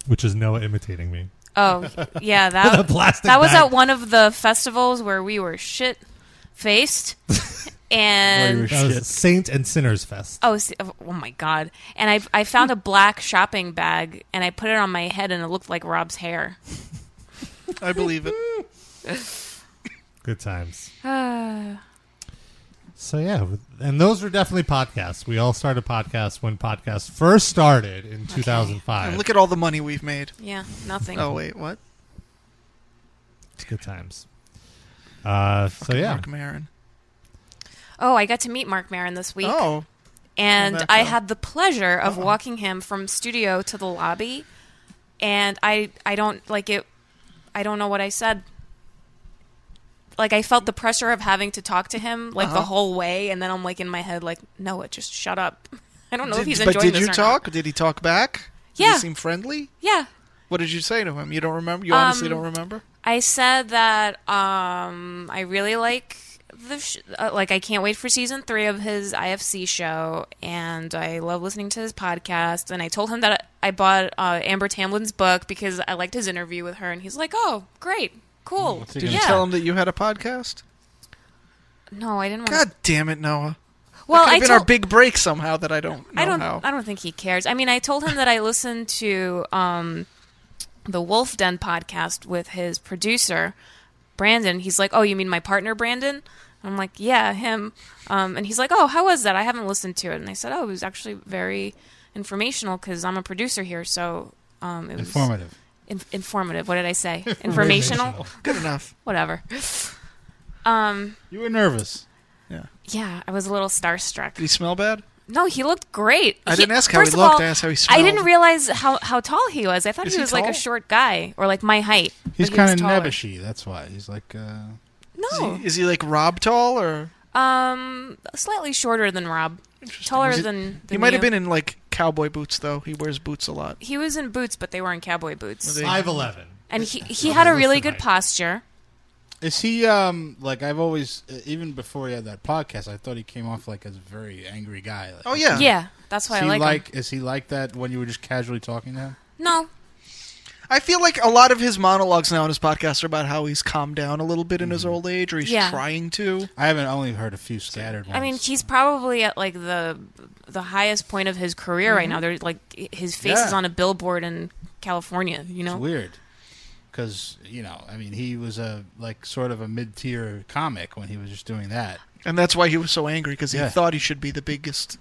which is Noah imitating me. Oh, yeah, With a that plastic that was bag. at one of the festivals where we were shit faced, and that was Saint and Sinners Fest. oh, see- oh, oh my god! And I I found a black shopping bag and I put it on my head and it looked like Rob's hair. I believe it. Good times. Uh, So yeah, with- and those were definitely podcasts. We all started podcasts when podcasts first started in 2005. And look at all the money we've made. yeah, nothing. Oh wait, what? It's good times. Uh, so yeah, Mark Maron. Oh, I got to meet Mark Maron this week. Oh. And How'd that I go? had the pleasure of Uh-oh. walking him from studio to the lobby. And I I don't like it I don't know what I said. Like I felt the pressure of having to talk to him like Uh-huh. the whole way and then I'm like in my head like Noah, just shut up. I don't know if Did- he's but enjoying did this you or not. talk? Did he talk back? Did Yeah. He seem friendly. Yeah. What did you say to him? You don't remember. You honestly Um, don't remember. I said that um, I really like the sh- uh, like I can't wait for season three of his IFC show, and I love listening to his podcast. And I told him that I bought uh, Amber Tamlin's book because I liked his interview with her, and he's like, "Oh, great, cool." Did yeah. you tell him that you had a podcast? No, I didn't. God Want damn it, Noah. Well, that could I have been our told- big break somehow that I don't. Know I don't. How. I don't think he cares. I mean, I told him that I listened to um, the Wolf Den podcast with his producer Brandon. He's like, "Oh, you mean my partner Brandon?" I'm like, "Yeah, him." Um, and he's like, "Oh, how was that? I haven't listened to it." And I said, "Oh, it was actually very informational because I'm a producer here, so um, it was Informative. In- informative. What did I say? informational. Good enough. Whatever. Um, You were nervous. Yeah. yeah, I was a little starstruck. Did he smell bad? No, he looked great. I He- didn't ask how he first of looked, all, I asked how he I smelled. didn't realize how, how tall he was. I thought Is he he was like a tall? short guy or like my height. He's but he was kind of taller. nebbishy. That's why he's like. Uh, No, Is he, is he like Rob tall or um, slightly shorter than Rob, taller Was he- than, than. He might have you. been in like cowboy boots though. He wears boots a lot. He was in boots, but they weren't cowboy boots. Were they- 5'11". and he he had a really good posture. is he um like I've always uh, even before he had that podcast I thought he came off like as a very angry guy. Like, Oh, yeah. Yeah, that's why is I he like him. Is he like that when you were just casually talking to him? No, I feel like a lot of his monologues now on his podcast are about how he's calmed down a little bit in his old age, or he's Yeah. trying to. Mm-hmm. I haven't only heard a few scattered ones. I mean he's probably at like the the highest point of his career right Mm-hmm. Mhm. now. There's like his face Yeah. is on a billboard in California. You know, It's weird because you know I mean he was a like sort of a mid tier comic when he was just doing that. And that's why he was so angry because he Yeah. thought he should be the biggest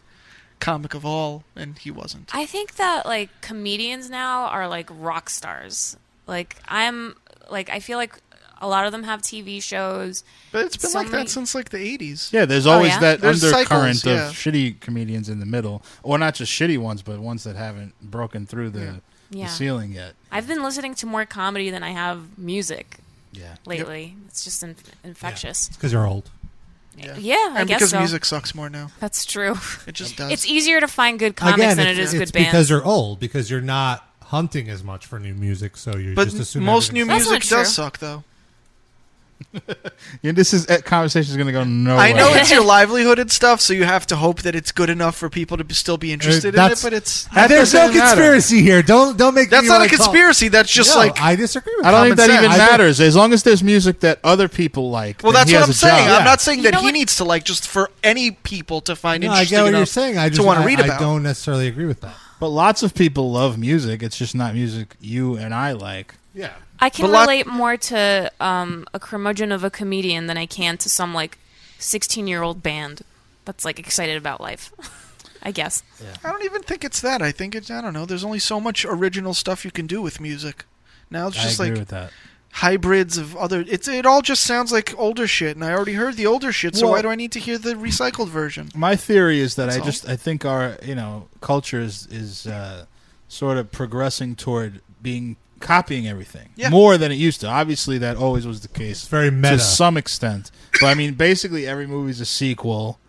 comic of all, and he wasn't. I think that like comedians now are like rock stars. Like I'm like I feel like a lot of them have TV shows. But it's been So like many- that since like the '80s. Yeah, Oh, there's always that There's undercurrent cycles, of yeah. shitty comedians in the middle, or not just shitty ones, but ones that haven't broken through the, the Yeah. ceiling yet. I've been listening to more comedy than I have music. Yeah. Lately, it's just in- infectious. because you're old. Yeah, and I guess because so. music sucks more now. That's true. It just does. It's easier to find good comics Again, than it's, it is it's good bands. because you're old because you're not hunting as much for new music, so you But just assume most new everything's- That's music not does true. suck though. Yeah, this is uh, conversation is going to go nowhere. I know it's your livelihood and stuff, so you have to hope that it's good enough for people to be, still be interested in it. that's- But it's Uh, there's no conspiracy here. Don't don't make That's me not a like all- conspiracy, that's just No, like- I disagree. With I don't common think that sense. even I think- matters. As long as there's music that other people like, Well, then that's he what has I'm a job. saying. I'm not saying You that know he what- needs to like just for any people to find No, I interesting get what enough you're saying. I just to want I- to read I about. don't necessarily agree with that. But lots of people love music. It's just not music you and I like. Yeah. I can The lot- relate more to um, a curmudgeon of a comedian than I can to some like 16 year old band that's like excited about life. I guess. I don't even think it's that. I think it's I don't know. There's only so much original stuff you can do with music. Now it's I just agree like with that. hybrids of other. It's it all just sounds like older shit, and I already heard the older shit. So Well- why do I need to hear the recycled version? My theory is that That's I all. just I think our you know culture is is uh, sort of progressing toward being copying everything Yeah. more than it used to. Obviously, that always was the case. very meta. to some extent, but I mean, basically every movie's a sequel,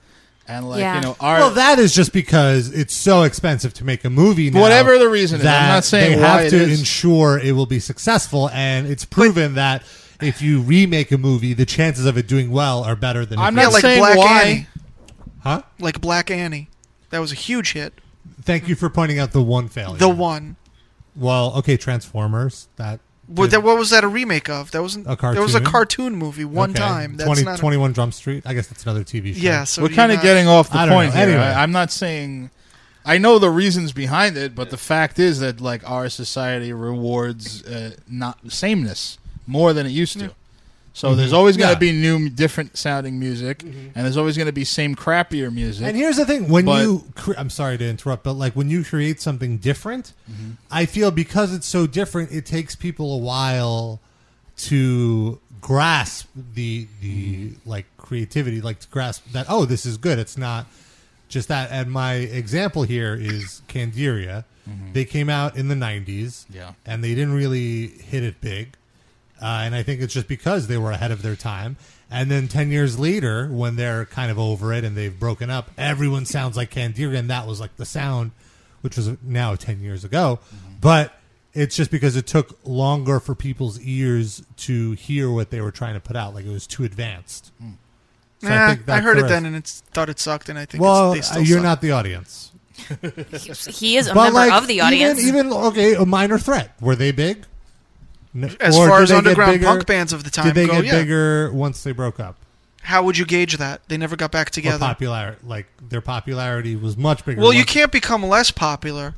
and like you know, our well, that is just because it's so expensive to make a movie. Now Whatever the reason is, I'm that not saying they why have it to is. ensure it will be successful, and it's proven that if you remake a movie, the chances of it doing well are better than. I'm if you- not like Black Annie. Huh? Like Black Annie. That was a huge hit. Thank you for pointing out the one failure. The one. well, okay, Transformers. That What, that, what was that a remake of? That wasn't. a cartoon. There was a cartoon movie one Okay. time. That's 20 not. a- 21 Drum Street. I guess that's another TV show. Yeah, so we're kind of getting off the I don't point know. here. Anyway, I, I'm not saying I know the reasons behind it, but the fact is that like our society rewards uh, not sameness more than it used to. So Mhm. there's always going to Yeah. be new, different sounding music, Mm-hmm. and there's always going to be same crappier music. And here's the thing: when But- you, cre- I'm sorry to interrupt, but like when you create something different, Mm-hmm. I feel because it's so different, it takes people a while to grasp the the Mm-hmm. like creativity, like to grasp that oh, this is good. It's not just that. And my example here is Candiria. They came out in the '90s, Mm-hmm. Yeah. and they didn't really hit it big. Uh, and I think it's just because they were ahead of their time. And then 10 years later, when they're kind of over it and they've broken up, everyone sounds like Candiria. And that was like the sound, which was now 10 years ago. Mm-hmm. But it's just because it took longer for people's ears to hear what they were trying to put out. Like it was too advanced. So Nah, Mm. Eh, I, think that's heard the it rest. then and it's thought it sucked, and I think Well, it's, they uh, still you're suck. not the audience. He is a But, member like, of the even- audience. Even, okay, a minor threat. Were they big? No- As or far did as they get underground bigger- punk bands of the time did they go, get yeah. bigger once they broke up? How would you gauge that? They never got back Or together. popularity, like their popularity was much bigger. Well, you once- can't become less popular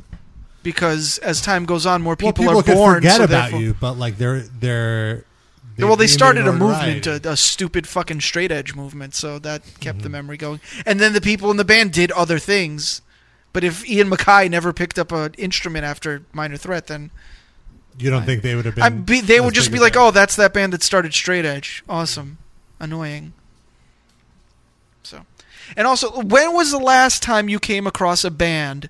because as time goes on, more people, people are can born. forget so about therefore- you, but like they're they're. well, they gain their started a notoriety. movement, a, a stupid fucking straight edge movement, so that kept Mm-hmm. the memory going. And then the people in the band did other things. But if Ian Mackay never picked up an instrument after Minor Threat, then You don't think they would have been? I be, they as would just big be as like, they "Oh, that's that band that started straight edge. Awesome, annoying." So, and also, when was the last time you came across a band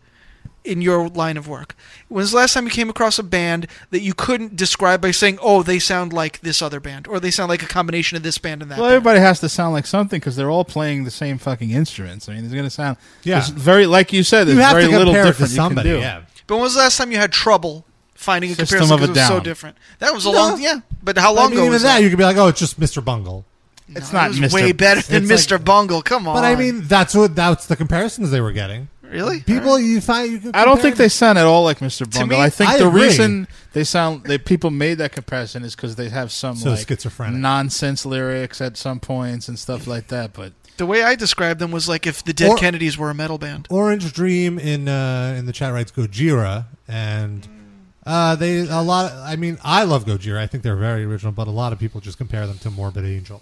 in your line of work? When was the last time you came across a band that you couldn't describe by saying, "Oh, they sound like this other band," or "They sound like a combination of this band and that"? Well, everybody has to sound like something because they're all playing the same fucking instruments. I mean, it's going to sound Yeah. there's very like you said. You There's have very to little compare it to different somebody, you can do. yeah. But when was the last time you had trouble finding a System comparison of a 'cause it was so Down. different? That was a No. long, yeah. But how were. long I mean, ago even was that, that? you could be like, "Oh, it's just Mr. Bungle." It's It not was Mr. way better than It's Mr. Bungle. Come on. But I mean, that's what that's the comparisons they were getting. Really? People, you find you. Can I don't compare think they sound at all like Mr. Bungle. me, I think I the agree. reason they sound that people made that comparison is because they have some So like schizophrenic. nonsense lyrics at some points and stuff like that. But The way I described them was like if the Dead Or- Kennedys were a metal band. Orange Dream in uh, in the chat writes Gojira, and uh, they a lot. I mean, I love Gojira. I think they're very original, but a lot of people just compare them to Morbid Angel.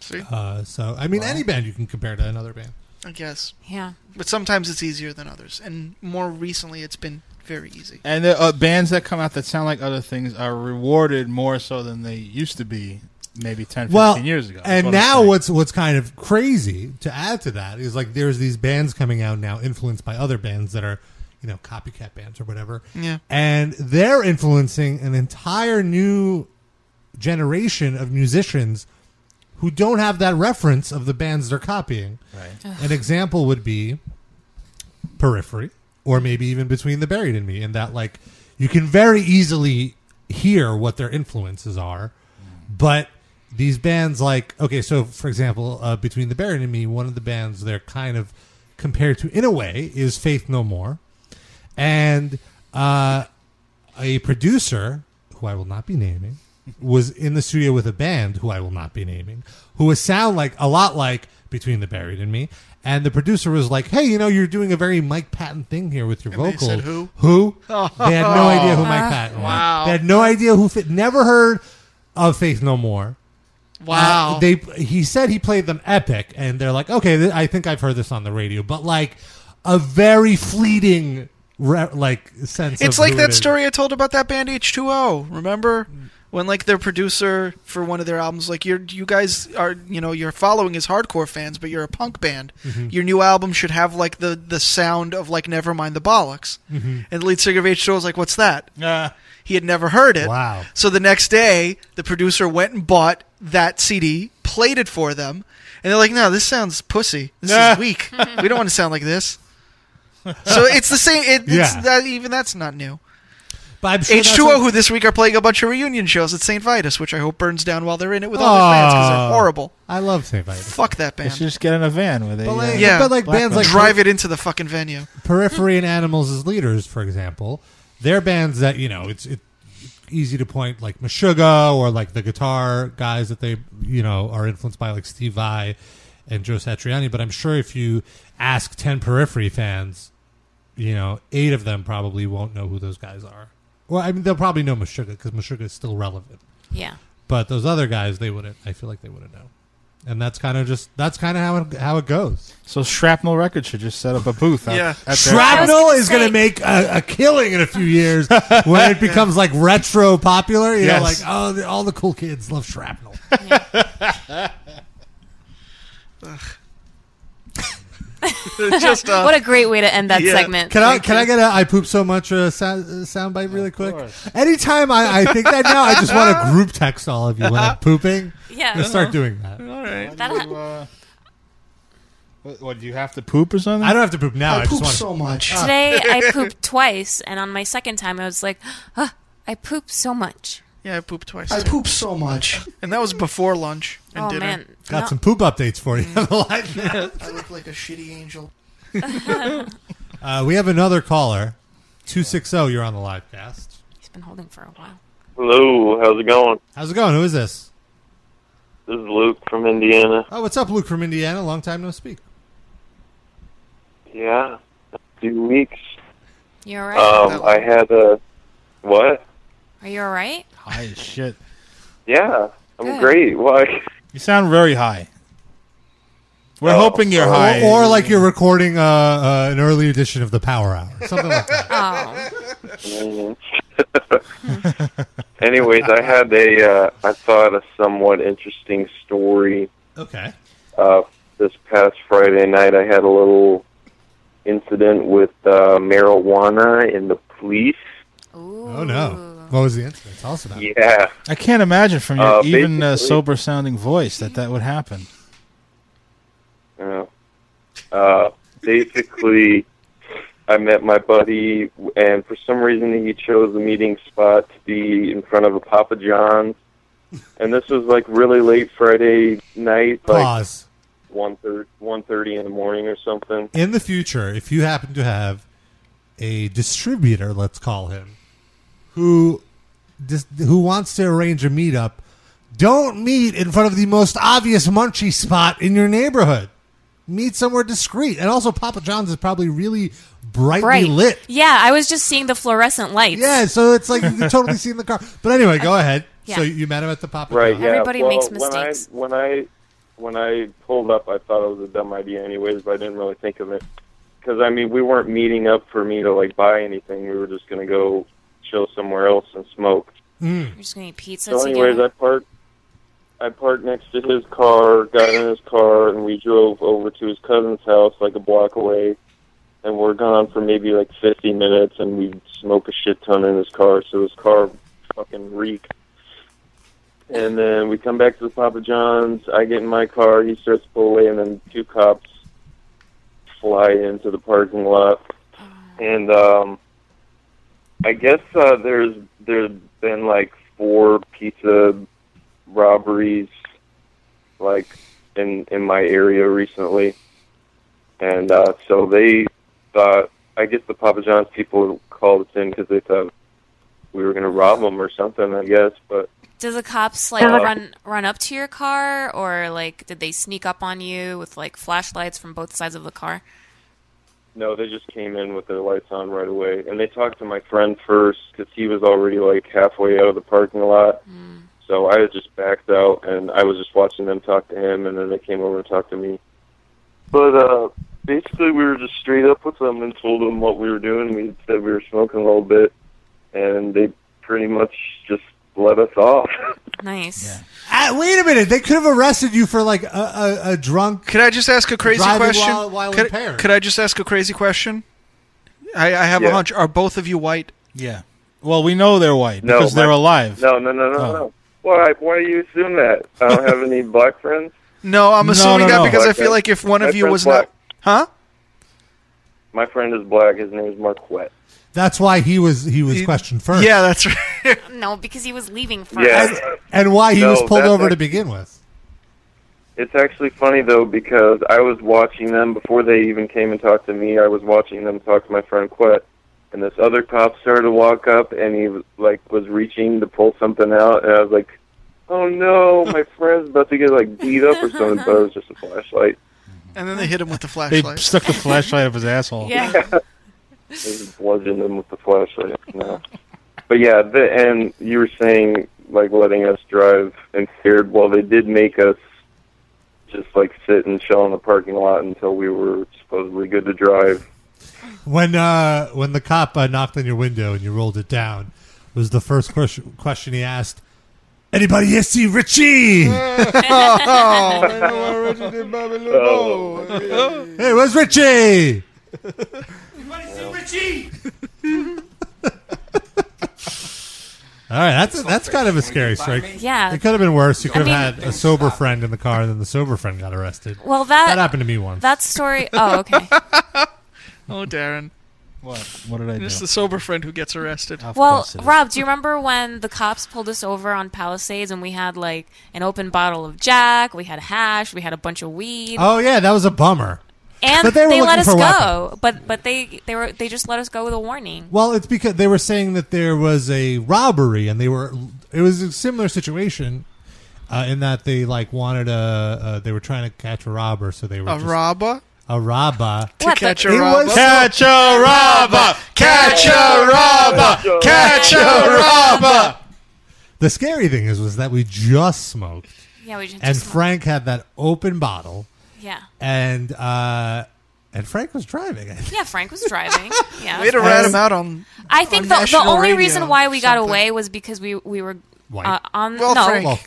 See? Uh, so, I mean, Wow. any band you can compare to another band. I guess. Yeah. But sometimes it's easier than others, and more recently it's been very easy. and the uh, bands that come out that sound like other things are rewarded more so than they used to be maybe 10, 15 well, years ago. That's And what I'm now, saying. what's what's kind of crazy to add to that is like there's these bands coming out now, influenced by other bands that are, you know, copycat bands or whatever. Yeah. and they're influencing an entire new generation of musicians who don't have that reference of the bands they're copying. Right. An example would be Periphery, or maybe even Between the Buried and Me, in that like you can very easily hear what their influences are, but these bands like okay, so for example, uh, Between the Buried and Me, one of the bands they're kind of compared to in a way is Faith No More, and uh, a producer who I will not be naming was in the studio with a band who I will not be naming, who was sound like a lot like between the buried and me, and the producer was like, "Hey, you know, you're doing a very Mike Patton thing here with your And they vocal." said who? Who? They had no idea who Ah. Mike Patton was. Wow. They had no idea who. Fit, never heard of Faith No More. Wow. Uh, they he said he played them epic, and they're like, okay, th- I think I've heard this on the radio, but like a very fleeting re- like sense. It's of like who it that is. story I told about that band H2O. Remember when like their producer for one of their albums like you are you guys are you know your following is hardcore fans but you're a punk band. Mhm. Your new album should have like the the sound of like Nevermind the Bollocks. Mhm. And the lead singer of H2O was like, "What's that?" He had never heard it. Wow. So the next day, the producer went and bought that CD, played it for them, and they're like, "No, this sounds pussy. This is weak. we don't want to sound like this." So it's the same. It, it's Yeah. that even that's not new. But I'm sure that's H2O, what- who this week are playing a bunch of reunion shows at St. Vitus, which I hope burns down while they're in it with all their fans because Aw. they're horrible. I love St. Vitus. Fuck that They should band. just get in a van with a. But like- uh, Yeah, but like black bands man. like drive it into the fucking venue. Periphery and Animals as leaders, for example, they're bands that you know it's it, easy to point like Meshuggah or like the guitar guys that they you know are influenced by like Steve Vai and Joe Satriani. But I'm sure if you ask ten Periphery fans, you know eight of them probably won't know who those guys are. Well, I mean they'll probably know Meshuggah because Meshuggah is still relevant. Yeah. But those other guys, they wouldn't. I feel like they wouldn't know. And that's kind of just that's kind of how it, how it goes. So Shrapnel Records should just set up a booth. out- Yeah. at their- Shrapnel is going to make a, a killing in a few years when it becomes like retro popular. You know, like uh, Yes. oh, the, all the cool kids love shrapnel. Just, uh, what a great way to end that Yeah. segment. Can I Thank can you. I get a I poop so much uh, sound, uh, sound bite really quick? Anytime I, I think that now, I just want to group text all of you when I'm pooping. Yeah. I'm gonna start doing that. All right. That'll- uh, What, what, do you have to poop or something? I don't have to poop now. I I just poop wanna- so much. Today I pooped twice, and on my second time I was like, "Ah, I poop so much. Yeah, I pooped twice. I poop so much, and that was before lunch and Oh, dinner. man. Got some poop updates for you. Mm. I look like a shitty angel. uh, we have another caller, two six zero. You're on the live cast. He's been holding for a while. Hello, how's it going? How's it going? Who is this? This is Luke from Indiana. Oh, what's up, Luke from Indiana? Long time no speak. Yeah, two weeks. You all right? Um, I had a what? Are you all right? High as shit. Yeah, I'm Good. great. Why? You sound very high. Oh. We're hoping you're high. Or, or like you're recording uh, uh, an early edition of the Power Hour. Something like that. Mm. Anyways, I had a uh, I thought a somewhat interesting story. Okay. Uh, this past Friday night, I had a little incident with uh, marijuana in the police. Oh no! What was the incident? Tell us about it. Yeah. I can't imagine from your Uh, even uh, basically- sober sounding voice that that would happen. Yeah. Uh, basically, I met my buddy, and for some reason, he chose the meeting spot to be in front of a Papa John's. And this was like really late Friday night, like Pause. one thirty, one thirty in the morning or something. In the future, if you happen to have a distributor, let's call him, who dis- who wants to arrange a meetup, don't meet in front of the most obvious munchie spot in your neighborhood. Meet somewhere discreet, and also Papa John's is probably really brightly Bright. lit. Yeah, I was just seeing the fluorescent lights. Yeah, so it's like you can totally see in the car. But anyway, go ahead. Yeah. So you met him at the Papa Right. John's. Yeah. well, When I, when I when I pulled up, I thought it was a dumb idea, anyways. But I didn't really think of it because I mean, we weren't meeting up for me to like buy anything. We were just gonna go chill somewhere else and smoke. We're just gonna eat pizza So, anyways, together. I parked. I parked next to his car, got in his car, and we drove over to his cousin's house, like a block away. And we're gone for maybe like 50 minutes, and we smoke a shit ton in his car, so his car fucking reeked. And then we come back to the Papa John's. I get in my car, he starts to pull away, and then two cops fly into the parking lot. Ah. And um, I guess uh, there's there's been like four pizza robberies like in in my area recently, and uh, so they thought I guess the Papa John's people called us in because they thought we were going to rob them or something, I guess. But Does the cops like Uh, run run up to your car, or like did they sneak up on you with like flashlights from both sides of the car? no, they just came in with their lights on right away, and they talked to my friend first because he was already like halfway out of the parking lot. So I had just backed out, and I was just watching them talk to him, and then they came over and talked to me. But uh, basically, we were just straight up with them and told them what we were doing. We said we were smoking a little bit, and they pretty much just let us off. Nice. Ah, wait a minute. They could have arrested you for like a, a, a drunk. Could I just ask a crazy driving question? While, while could, impaired. could I just ask a crazy question? I, I have a Yeah. hunch. Are both of you white? Yeah. Well, we know they're white No, because they're my- alive. No, no, no, no, Oh. no. Why? Why do you assume that? I don't have any black friends. No, I'm No, no, assuming that no. because I Black feel guy. like if one of Black you friend's was not, huh? My friend is black. His name is Marquette. That's why he was he was questioned first. Yeah, that's right. no, because he was leaving first. Yeah. And why he No, was pulled that's over to act- begin with. It's actually funny though because I was watching them before they even came and talked to me. I was watching them talk to my friend Quet, and this other cop started to walk up, and he was like was reaching to pull something out, and I was like, "Oh no, my friend's about to get like beat up or something." But it was just a flashlight. And then they hit him with the They flashlight. stuck the flashlight up his asshole. Yeah. They just bludgeoned him with the flashlight. No. But yeah, the, and you were saying like letting us drive impaired. Well, they did make us just like sit and chill in the parking lot until we were supposedly good to drive. When uh, when the cop uh, knocked on your window and you rolled it down, was the first question, question he asked. Anybody here see Richie? Oh. hey, where's Richie? All right, that's that's kind of a scary story. Yeah. it could have been worse. You I could mean- have had a sober friend in the car, and then the sober friend got arrested. Well, that that happened to me once. That story. Oh, okay. oh, Darren. What? What did I It's do? the sober friend who gets arrested. well, Rob, do you remember when the cops pulled us over on Palisades and we had like an open bottle of Jack, we had hash, we had a bunch of weed. Oh yeah, that was a bummer. And But they were looking let us for go, weapons. but but they they were they just let us go with a warning. Well, it's because they were saying that there was a robbery, and they were. It was a similar situation, uh, in that they like wanted a. Uh, they were trying to catch a robber, so they were A just- robber? A robber. To What, catch It a robber? was- Catch a robber! Catch a robber! Catch a robber! The scary thing is, was that we just smoked. Yeah, we just- And just smoked. Frank had that open bottle, Yeah. and uh, and Frank was driving. I Yeah, Frank was driving. Yeah. Way to rat him out on. I think on the, the national only radio reason why we got something. away was because we we were White. uh, on Well, no. Frank. Well-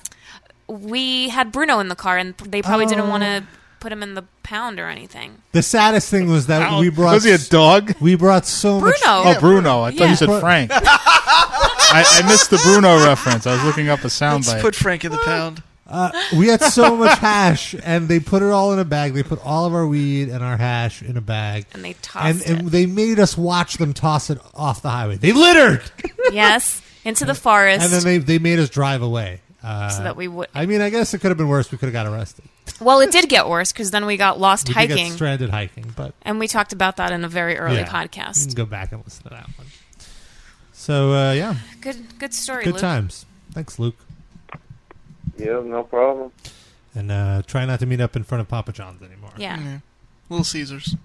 We had Bruno in the car, and they probably didn't Oh. want to put him in the pound or anything. The saddest thing was that Ow. we brought. Was he a dog? We brought so Bruno. much. Oh, Bruno. I thought Yeah. you said Bru- Frank. I, I missed the Bruno reference. I was looking up a Let's soundbite. put Frank in the pound. Uh, we had so much hash, and they put it all in a bag. They put all of our weed and our hash in a bag, and they tossed and, and they made us watch them toss it off the highway. They littered, yes, into the forest. and then they they made us drive away. Uh, So that we would- I mean, I guess it could have been worse. We could have got arrested. well, it did get worse because then we got lost We did get hiking, stranded hiking, but and we talked about that in a very early yeah. You podcast. can go back and listen to that one. So uh, yeah, Good, good story. good Luke. times. Thanks, Luke. Yeah, no problem. And uh, try not to meet up in front of Papa John's anymore. Yeah. Little Caesars.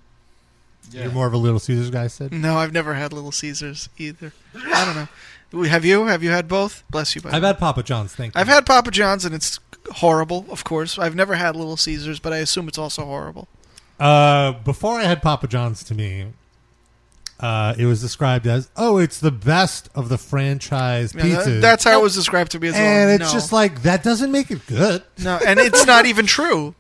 You're more of a Little Caesars guy, Sid. No, I've never had Little Caesars either. I don't know. We- Have you? Have you had both? Bless you. By the I've way. had Papa John's. Thank you. I've had Papa John's and it's horrible. Of course, I've never had Little Caesars, but I assume it's also horrible. Uh, before I had Papa John's, to me, uh, it was described as, "Oh, it's the best of the franchise Yeah, that- pizzas." that's how it was described to me as well. and it's No. just like that doesn't make it good. No, and it's not even true.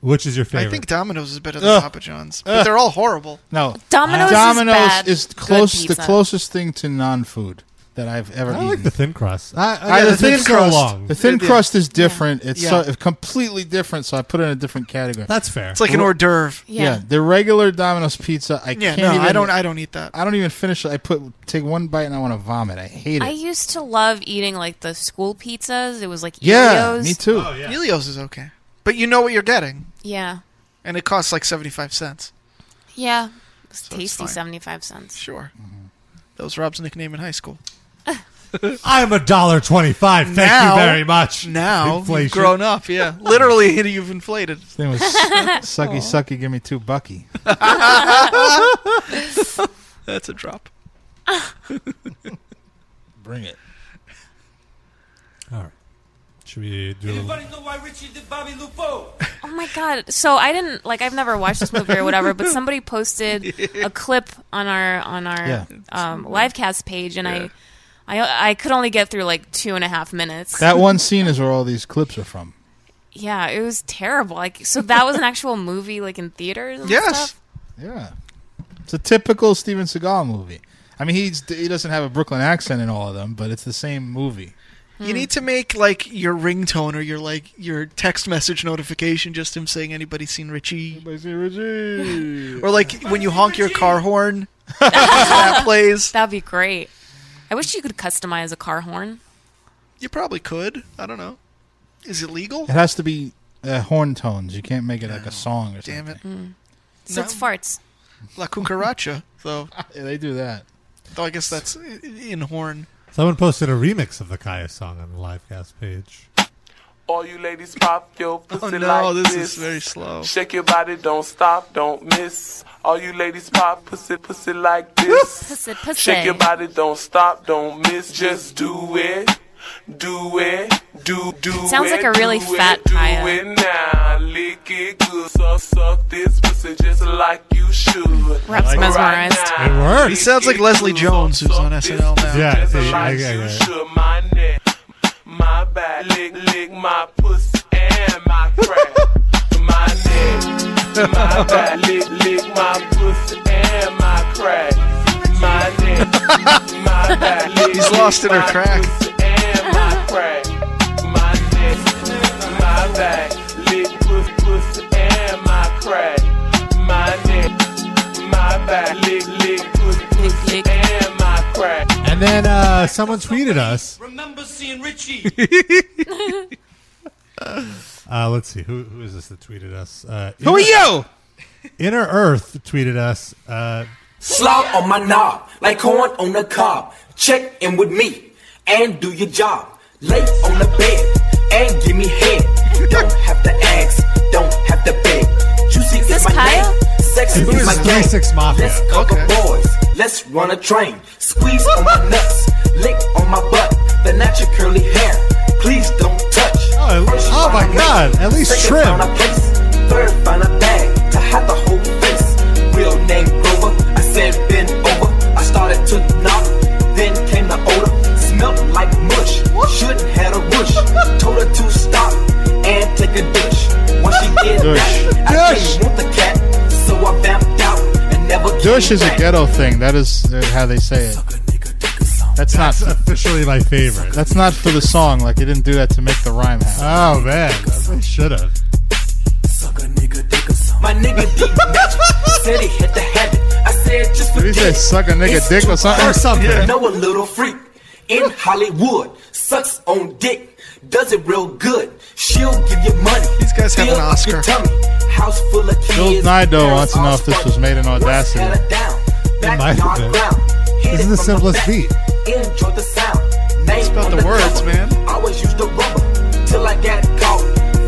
Which is your favorite? I think Domino's is better than Ugh. Papa John's, Ugh. but they're all horrible. No, Domino's is Domino's bad. is Good close the pizza. closest thing to non-food that I've ever I eaten. like the thin crust. I, I, I- yeah, the it's been thin so crust. long. The thin Yeah. crust is different. It's Yeah. so, completely different, so I put it in a different category. That's fair. It's like an hors d'oeuvre. Yeah. Yeah. the regular Domino's pizza, I Yeah, can't. no, even, I don't. I don't eat that. I don't even finish it. I put take one bite and I want to vomit. I hate it. I used to love eating like the school pizzas. It was like yeah, Elio's. me too. Oh, Elio's is okay, but you know what you're getting, Yeah, and it costs like seventy-five cents. yeah. It was it's tasty, fine. seventy-five cents. Sure. That was Rob's nickname in high school. I'm a dollar twenty-five. Thank now, you very much. Now you've Inflation. grown up. Yeah, literally, you've inflated. His name was Sucky Oh. Sucky. Give me two Bucky. That's a drop. Bring it. All right. Should we do a little? know why Richie did Bobby Lupo? Oh my god! So I didn't like. I've never watched this movie or whatever, but somebody posted a clip on our on our Yeah. um, livecast page, and I, I I could only get through like two and a half minutes. That one scene is where all these clips are from. Yeah, it was terrible. Like, so that was an actual movie, like in theaters. And Yes. Stuff? Yeah. It's a typical Steven Seagal movie. I mean, he's he doesn't have a Brooklyn accent in all of them, but it's the same movie. You need to make like your ringtone or your like your text message notification just him saying anybody seen Richie? Anybody seen Richie? or like when you honk your car horn. that plays. That'd be great. I wish you could customize a car horn. You probably could. I don't know. Is it legal? It has to be uh, horn tones. You can't make it like a song or something. Damn it. So it's farts. La cucaracha, though. yeah, they do that. Though I guess that's i- in horn. Someone posted a remix of the Kaya song on the livecast page. All you ladies pop your pussy Oh, no, like this this. is very slow. Shake your body, don't stop, don't miss. All you ladies pop pussy, pussy like this. pussy, pussy. Shake your body, don't stop, don't miss. Just do it, do it, do do it. Sounds like a really do fat it, do Kaya. it now, lick it good, suck, suck this pussy just like you should. Perhaps mesmerized. It works. He sounds like Leslie Jones, who's on SNL now. Yeah, see, Just I- like I- you I- should, my neck, my back, lick, lick my pussy and my crack. my neck, my back, lick, lick my pussy and my crack. My neck, my back, lick, He's lost lick in her my crack. pussy and my crack. My neck, my back, lick pussy, pussy and my crack. My neck, my back, lick, lick pussy, pussy and my crack. And then uh, someone tweeted us. Remember seeing Richie. Uh, let's see who who is this that tweeted us. Uh, Who are you? Inner Earth tweeted us. Uh, Slop on my knob, like corn on the cob. Check in with me and do your job. Lay on the bed and give me head. Don't have to ask, don't have to beg. Juicy is, this my Kyle? name. Sexy This is my is game. 36 Mafia. Let's cover boys. Let's run a train. Squeeze on my nuts, lick on my butt. The natural curly hair. Please don't touch. Oh, First oh my find a God, mate. at least Second trim. find a place. Third find a bag to hide the whole face. Real name Grover. I said bend over. I started to knock. Then came the odor. Smelt like mush. Should had a whoosh. Told her to stop and take a dish. Once she did that, I didn't want the cat. So I vamped out and never Dush came is a back. ghetto thing. That is uh, how they say it. That's not. that's officially my favorite. That's not for the song. Like, they didn't do that to make the rhyme happen. Oh man, they should have. My nigga D Magic said he hit the habit. I said just for Did he say suck a nigga dick or something? Or something. Know a little freak in Hollywood sucks on dick, does it real good. She'll give you money. These guys have an Oscar. Tummy, house full of Bill kids. Nido wants to know if this was made in Audacity. It might have been. This is the simplest beat. Enjoy the sound. Name about on the words, man. I always used the rubber till I got caught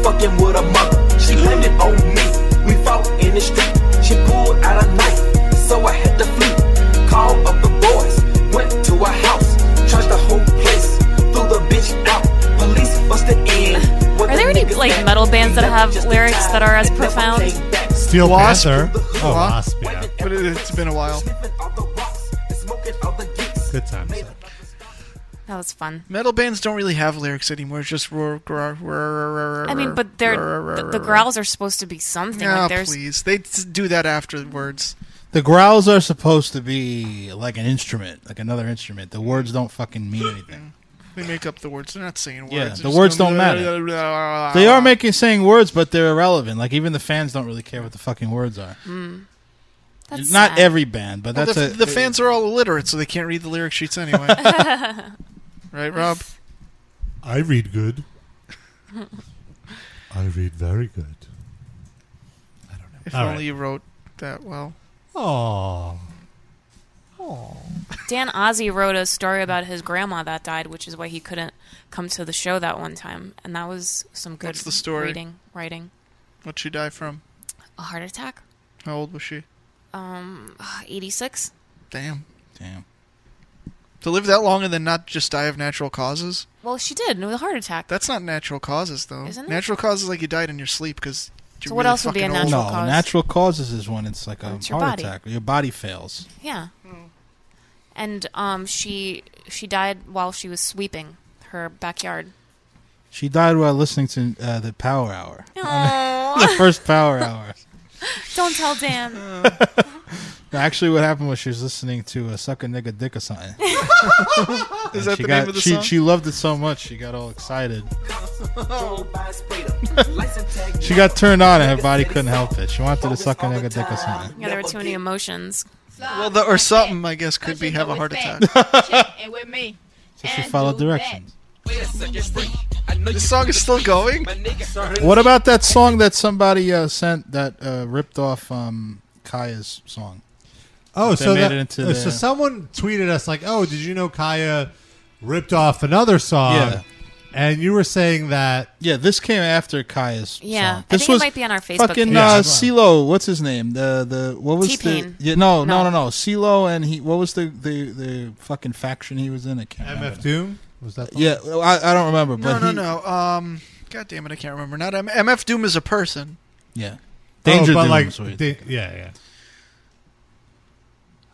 fucking with a mother. She blamed it on me. We fought in the street. She pulled out a knife, so I had to flee. Called up the boys, went to her house, trashed the whole place, threw the bitch out. Police busted in. Are there any like metal bands that have lyrics that are as profound? Steel Wasp. Panther. Oh, Wasp. Yeah. But it, it's been a while. Good times. That was fun. Metal bands don't really have lyrics anymore. It's just roar, growl, roar, I mean, but they're the, the growls are supposed to be something. No, like there's Oh, please. They t- do that afterwards. The growls are supposed to be like an instrument, like another instrument. The words don't fucking mean anything. They make up the words. They're not saying words. Yeah, the They're just words going, don't matter. They are making saying words, but they're irrelevant. Like even the fans don't really care what the fucking words are. Mm. That's Not sad. every band, but Well, that's the, the a fans are all illiterate, so they can't read the lyric sheets anyway. right, Rob? I read good. I read very good. If All only right. you wrote that well. Oh. Dan Ozzie wrote a story about his grandma that died, which is why he couldn't come to the show that one time, and that was some good What's the story? reading, writing. What'd she die from? A heart attack. How old was she? Um, eighty six. Damn. Damn. To live that long and then not just die of natural causes? Well, she did with a heart attack. That's not natural causes, though. Isn't it? Natural causes like you died in your sleep because. So what else would be a natural no, cause? natural causes is when it's like a It's your heart body. attack. Your body fails. Yeah. Hmm. And um, she she died while she was sweeping her backyard. She died while listening to uh, the Power Hour. Aw. the first Power Hour. Don't tell Dan. No, Actually, what happened was she was listening to a "Suck a Nigga Dick" or something. Is And that she the got- name of the she, song? She loved it so much she got all excited. She She got turned on and her body couldn't help it. She wanted to suck a nigga dick or something. yeah, there were too many emotions. Well, the, or something, I guess, could be have a heart attack. and with me. So she followed directions. This song is still going. What about that song that somebody uh, sent that uh, ripped off um, Kaya's song? Oh, They so made that, it into uh, the- so someone tweeted us like, "Oh, did you know Kaya ripped off another song?" Yeah. And you were saying that yeah, this came after Kaya's. Yeah, song. I This think it was might be on our Facebook Fucking page. uh, Yeah. CeeLo, what's his name? The the what was T-Pain. the yeah no no no no CeeLo and he what was the the the fucking faction he was in? I can't remember. MF Doom was that? the Yeah, well, I, I don't remember. No, But no, he- no. Um, God damn it, I can't remember. Not M- MF Doom is a person. Yeah, Danger oh, but Doom like, was what he da- yeah, yeah.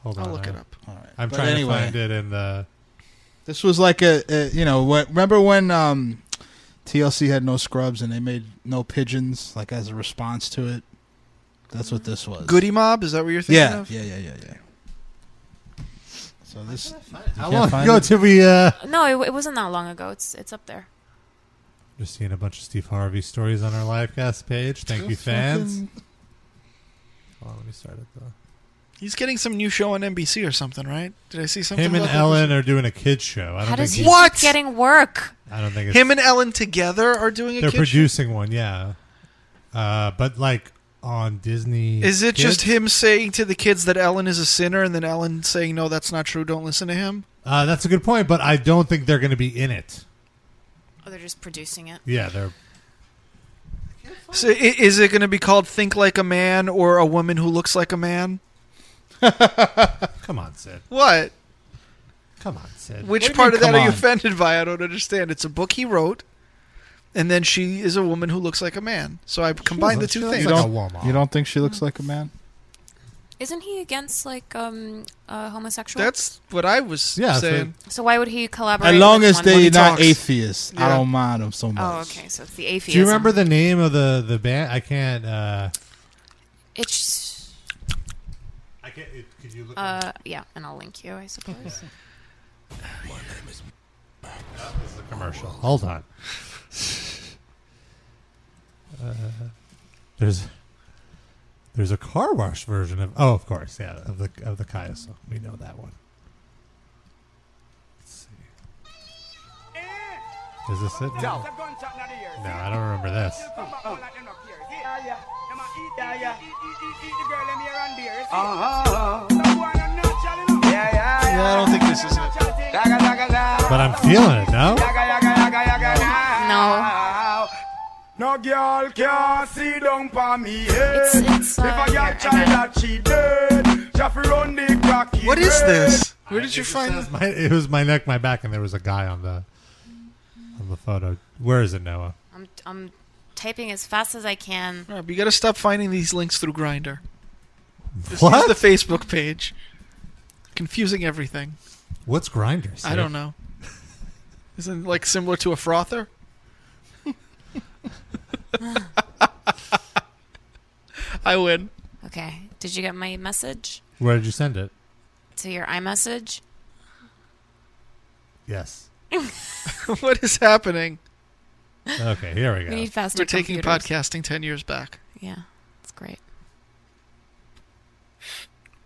Hold on, I'll look I- it up. All right. I'm But trying anyway. to find it in the. This was like a, a you know what? Remember when um, TLC had no scrubs and they made no pigeons like as a response to it? That's what this was. Goody Mob? Is that what you're thinking Yeah, of? yeah, yeah, yeah, yeah. So this. How can't long find ago it? did we? Uh, No, it, it wasn't that long ago. It's it's up there. just seeing a bunch of Steve Harvey stories on our livecast page. Thank you, fans. Hold on, let me start it though. He's getting some new show on NBC or something, right? Did I see something? Him and about that? Ellen are doing a kids show. I don't How think does he he's- keep getting work? I don't think it's Him and Ellen together are doing a They're kid show? producing one, yeah. Uh, but like on Disney. Is it just Kids? him saying to the kids that Ellen is a sinner and then Ellen saying, no, that's not true, don't listen to him? Uh, that's a good point, but I don't think they're going to be in it. Oh, they're just producing it. Yeah, they're. So i- is it going to be called Think Like a Man or A Woman Who Looks Like a Man? Come on, Sid. What? Come on, Sid. Which What do you part mean, of that come are you on? offended by? I don't understand. It's a book he wrote, and then she is a woman who looks like a man. So I combine the She two looks things. like a woman. You don't think she looks like a man? Isn't he against like um uh, homosexual? That's what I was Yeah, so- saying. so. Why would he collaborate? As long with as one they're woman? not atheists, I don't mind them so Oh, much. okay. So it's the atheism. Do you remember the name of the, the band? I can't. Uh, It's. I can't. It, could you look? Uh, yeah, and I'll link you, I suppose. the commercial. Hold on. Uh, there's there's a car wash version of oh of course yeah of the of the Kaya song we know that one. Let's see. Is this it? No, No, I don't remember this. Uh-huh. Yeah, I don't think this is it. But I'm feeling it now. No. No girl can see down for me head. It's- it's, uh, if a girl try that she dead, Jeffrey run the cocky What is red. this? Where did you find this? My, it was my neck, my back, and there was a guy on the on the photo. Where is it, Noah? I'm I'm typing as fast as I can. Rob, you got to stop finding these links through Grinder. What? the Facebook page. Confusing everything. What's grinders? I don't know. Isn't it, like similar to a frother? I win. Okay. Did you get my message Where did you send it? to your iMessage? Yes. what is happening? Okay, here we go. We need faster We're taking computers. podcasting 10 years back. Yeah, it's great.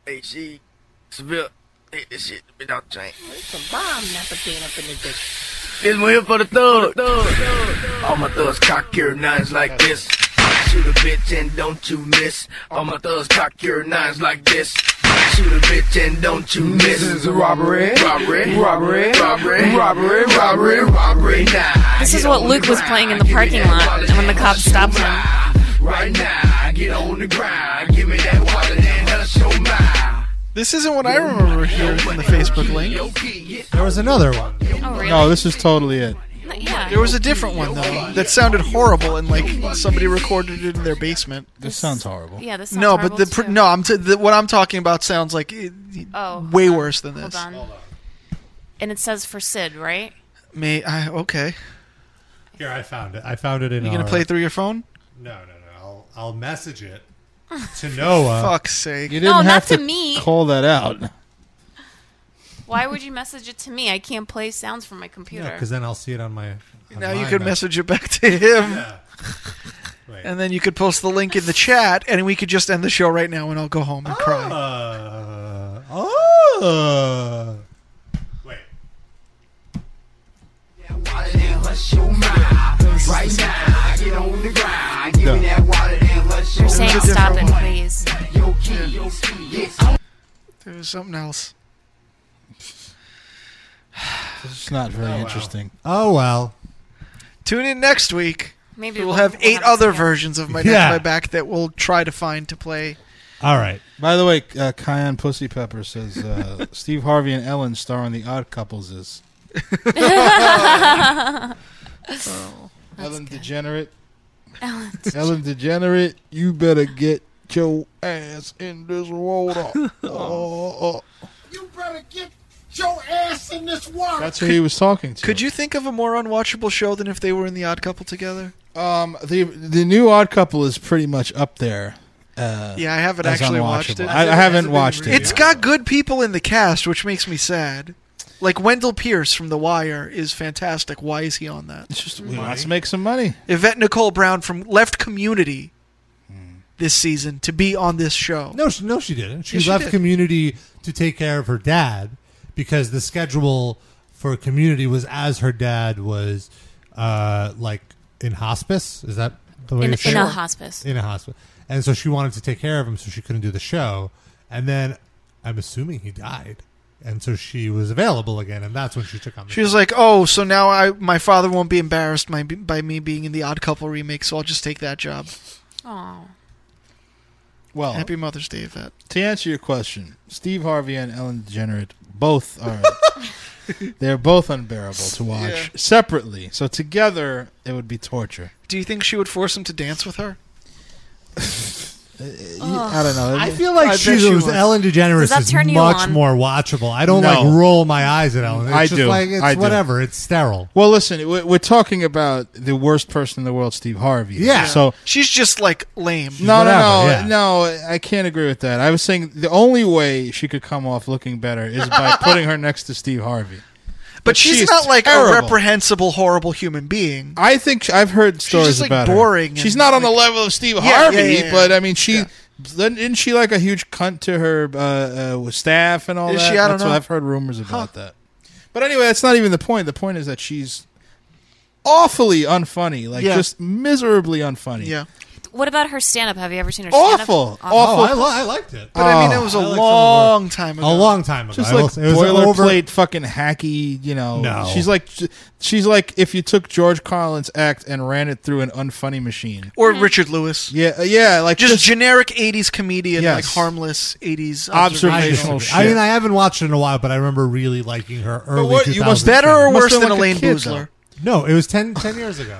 Hey, G, Seville, take this shit to be done, Jane. Oh, It's a bomb thing up in the dick. This one here for the thug. All my thugs cock your nines like this. Shoot a bitch and don't you miss. All my thugs cock your nines like this. shoot a bitch and don't you miss. This is a robbery, robbery, robbery, robbery, robbery, robbery, robbery. Now, This is what Luke was playing in the parking lot when the cops stopped him. right now, get on the grind. Give me that wallet and hush your mouth. This isn't what I remember here from the Facebook link. There was another one. Oh, really? No, this is totally it. Yeah. There was a different one though that sounded horrible and like somebody recorded it in their basement. This sounds horrible. Yeah, this sounds No, but horrible the pr- no, I'm t- the, what I'm talking about sounds like it, Oh, way hold on, worse than this. Hold on. And it says for Sid, right? May I? Okay, Here, I found it. I found it in. you gonna our- play through your phone? No, no, no. I'll, I'll message it to Noah. Fuck's sake! You No, didn't not have to to, me. call that out. Why would you message it to me? I can't play sounds from my computer. Because then I'll see it on my. on Now my you could message. message it back to him. And then you could post the link in the chat, and we could just end the show right now, and I'll go home and cry. Uh, oh. Wallet and hush your mouth. Right now, get on the grind. Give me that wallet and hush your You're saying mouth. stop it, please. Yo, key, yo, key, yes. There was something else. It's not very interesting. Oh well. Tune in next week. Maybe we will we'll- have we'll eight have it other together. versions of my Yeah. neck, my back that we'll try to find to play. All right. By the way, uh, Cayenne Pussy Pepper says uh, Steve Harvey and Ellen star in The Odd Couples is Ellen Degenerate. Ellen Ellen Degenerate, you better get your ass in this water. oh, oh. You better get your ass in this water. That's who he was talking to. Could you think of a more unwatchable show than if they were in The Odd Couple together? Um, the the new Odd Couple is pretty much up there. Uh, Yeah, I haven't as actually watched unwatchable. it. I, I haven't watched it. It's got good people in the cast, which makes me sad. Like Wendell Pierce from The Wire is fantastic. Why is he on that? It's just we wants to make some money. Yvette Nicole Brown from Left Community Hmm. this season to be on this show. No, she, no, she didn't. She Yes, she left did. community to take care of her dad because the schedule for community was as her dad was, uh, like in hospice. Is that the way In- you say in it? a hospice. In a hospice, and so she wanted to take care of him, so she couldn't do the show. And then, I'm assuming he died, and so she was available again, and that's when she took on the She was like, "Oh, so now I my father won't be embarrassed by, by me being in the Odd Couple remake, so I'll just take that job." Oh, Well, Happy Mother's Day, Yvette. to answer your question, Steve Harvey and Ellen DeGeneres both are. they're both unbearable to watch Yeah. separately. So together, it would be torture. Do you think she would force him to dance with her? Oh. I don't know. I feel like I bet she's she was was. Ellen DeGeneres Does that is turn you much on? more watchable. I don't No. like roll my eyes at Ellen. It's I just do. like it's I do. whatever. It's sterile. Well, listen, we- we're talking about the worst person in the world, Steve Harvey. Yeah. So She's just like lame. no, whatever, no, no, yeah. no. I can't agree with that. I was saying the only way she could come off looking better is by putting her next to Steve Harvey. but, she's, she's not like terrible. a reprehensible, horrible human being. I think sh- I've heard stories just, like, about her. boring She's and, not on like- the level of Steve yeah, Harvey, yeah, yeah. but uh, I mean, she then- isn't she like a huge cunt to her uh, uh, staff and all Is that. she? I don't That's what know. I've heard rumors about that. But anyway, that's not even the point. The point is that she's awfully unfunny, like Yeah. just miserably unfunny. Yeah, what about her stand-up? Have you ever seen her stand-up? Awful, Oh, awful. I, li- I liked it. but I mean, it was a Ah. long time ago. a long time ago. just I will like say. it was over. boilerplate, fucking hacky. You know, No. she's like she's like if you took George Carlin's act and ran it through an unfunny machine. Or Richard Lewis. Yeah, uh, yeah, like Just, generic 80s comedian, like Yes. harmless 80s Observation. I, observational. Occasional disagree. I mean, shit. I haven't watched it in a while, but I remember really liking her early. what, you must- 2000s. Better or Must've worse been than like a Elaine kid, Boozler? No, it was 10, 10 years ago.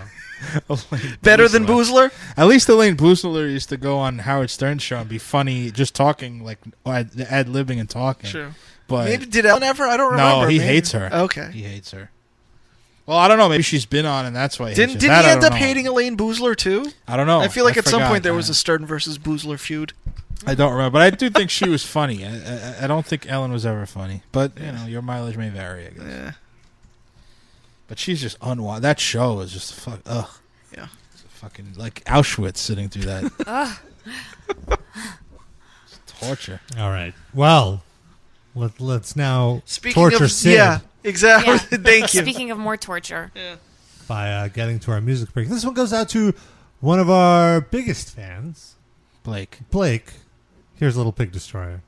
Better than Boozler? At least Elaine Boozler used to go on Howard Stern's show and be funny, just talking like ad libbing and talking. True. but Maybe did Ellen ever? I don't remember. no, Oh, he man. hates her. Okay. he hates her. Well, I don't know. Maybe she's been on, and that's why. He Didn't hates her. didn't That he I end don't up know. hating Elaine Boozler too? I don't know. I feel like at some forgot. point there was a Stern versus Boozler feud. I don't remember, but I do think she was funny. I, I, I don't think Ellen was ever funny, but you know, your mileage may vary. I guess. Yeah. But she's just unwise. That show was just fuck. Ugh. Yeah. It's Fucking like Auschwitz sitting through that. It's Torture. All right. Well, let, let's now Speaking torture of Sid yeah, exactly. Yeah. Thank you. Speaking of more torture, by uh, getting to our music break. This one goes out to one of our biggest fans, Blake. Blake. Here's Little Pig Destroyer.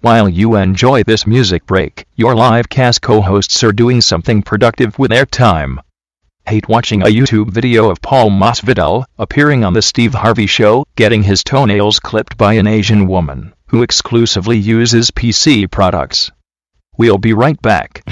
While you enjoy this music break, your live cast co hosts are doing something productive with their time. Hate watching a YouTube video of Paul Masvidal appearing on The Steve Harvey Show, getting his toenails clipped by an Asian woman who exclusively uses PC products. We'll be right back.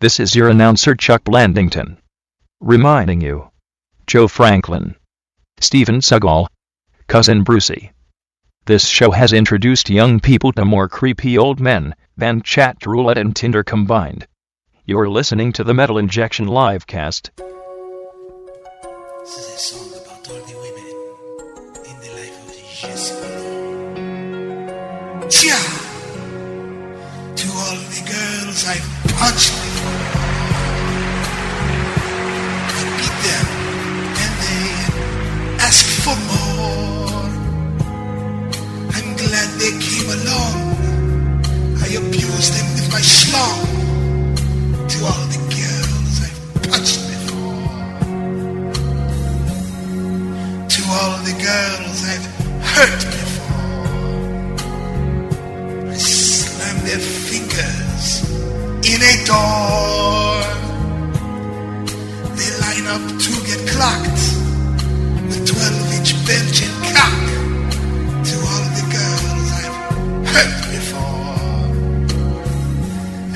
This is your announcer Chuck Blandington. Reminding you Joe Franklin, Stephen Seagal, Cousin Brucey. This show has introduced young people to more creepy old men than chat roulette and Tinder combined. You're listening to the Metal Injection Livecast. This is a song about all the women in the life of Jezebel. Chia! To all the girls I've punched before. I beat them and they ask for more. I'm glad they came along. I abused them with my schlong. To all the girls I've punched before. To all the girls I've hurt before. I slam their fingers in a door. They line up to get clocked with 12 inch Belgian cock. To all the girls I've hurt before.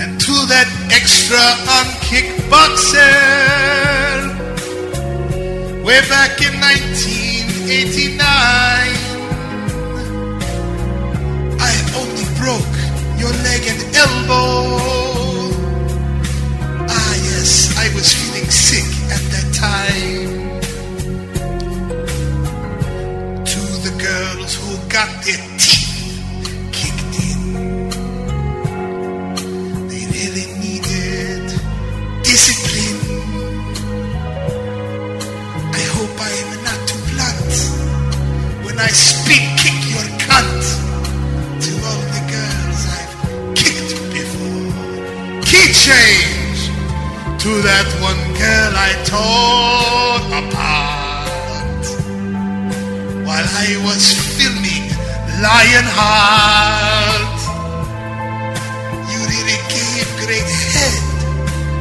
And to that extra on kickboxer. Way back in 1989. I only broke your leg and elbow. Ah, yes, I was feeling sick at that time. To the girls who got their teeth kicked in, they really needed discipline. I hope I am not too blunt when I speak. to that one girl I tore apart while I was filming Lionheart. You really gave great head.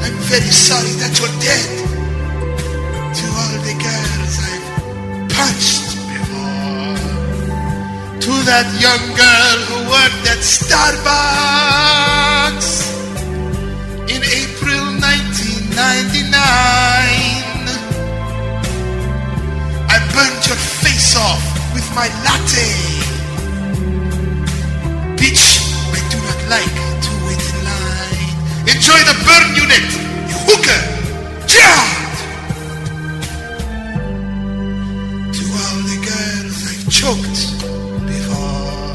I'm very sorry that you're dead. To all the girls I've punched before. To that young girl who worked at Starbucks in April 1999. I burned your face off with my latte. Bitch, I do not like to wait in line. Enjoy the burn unit, you hooker! Yeah! To all the girls I've choked before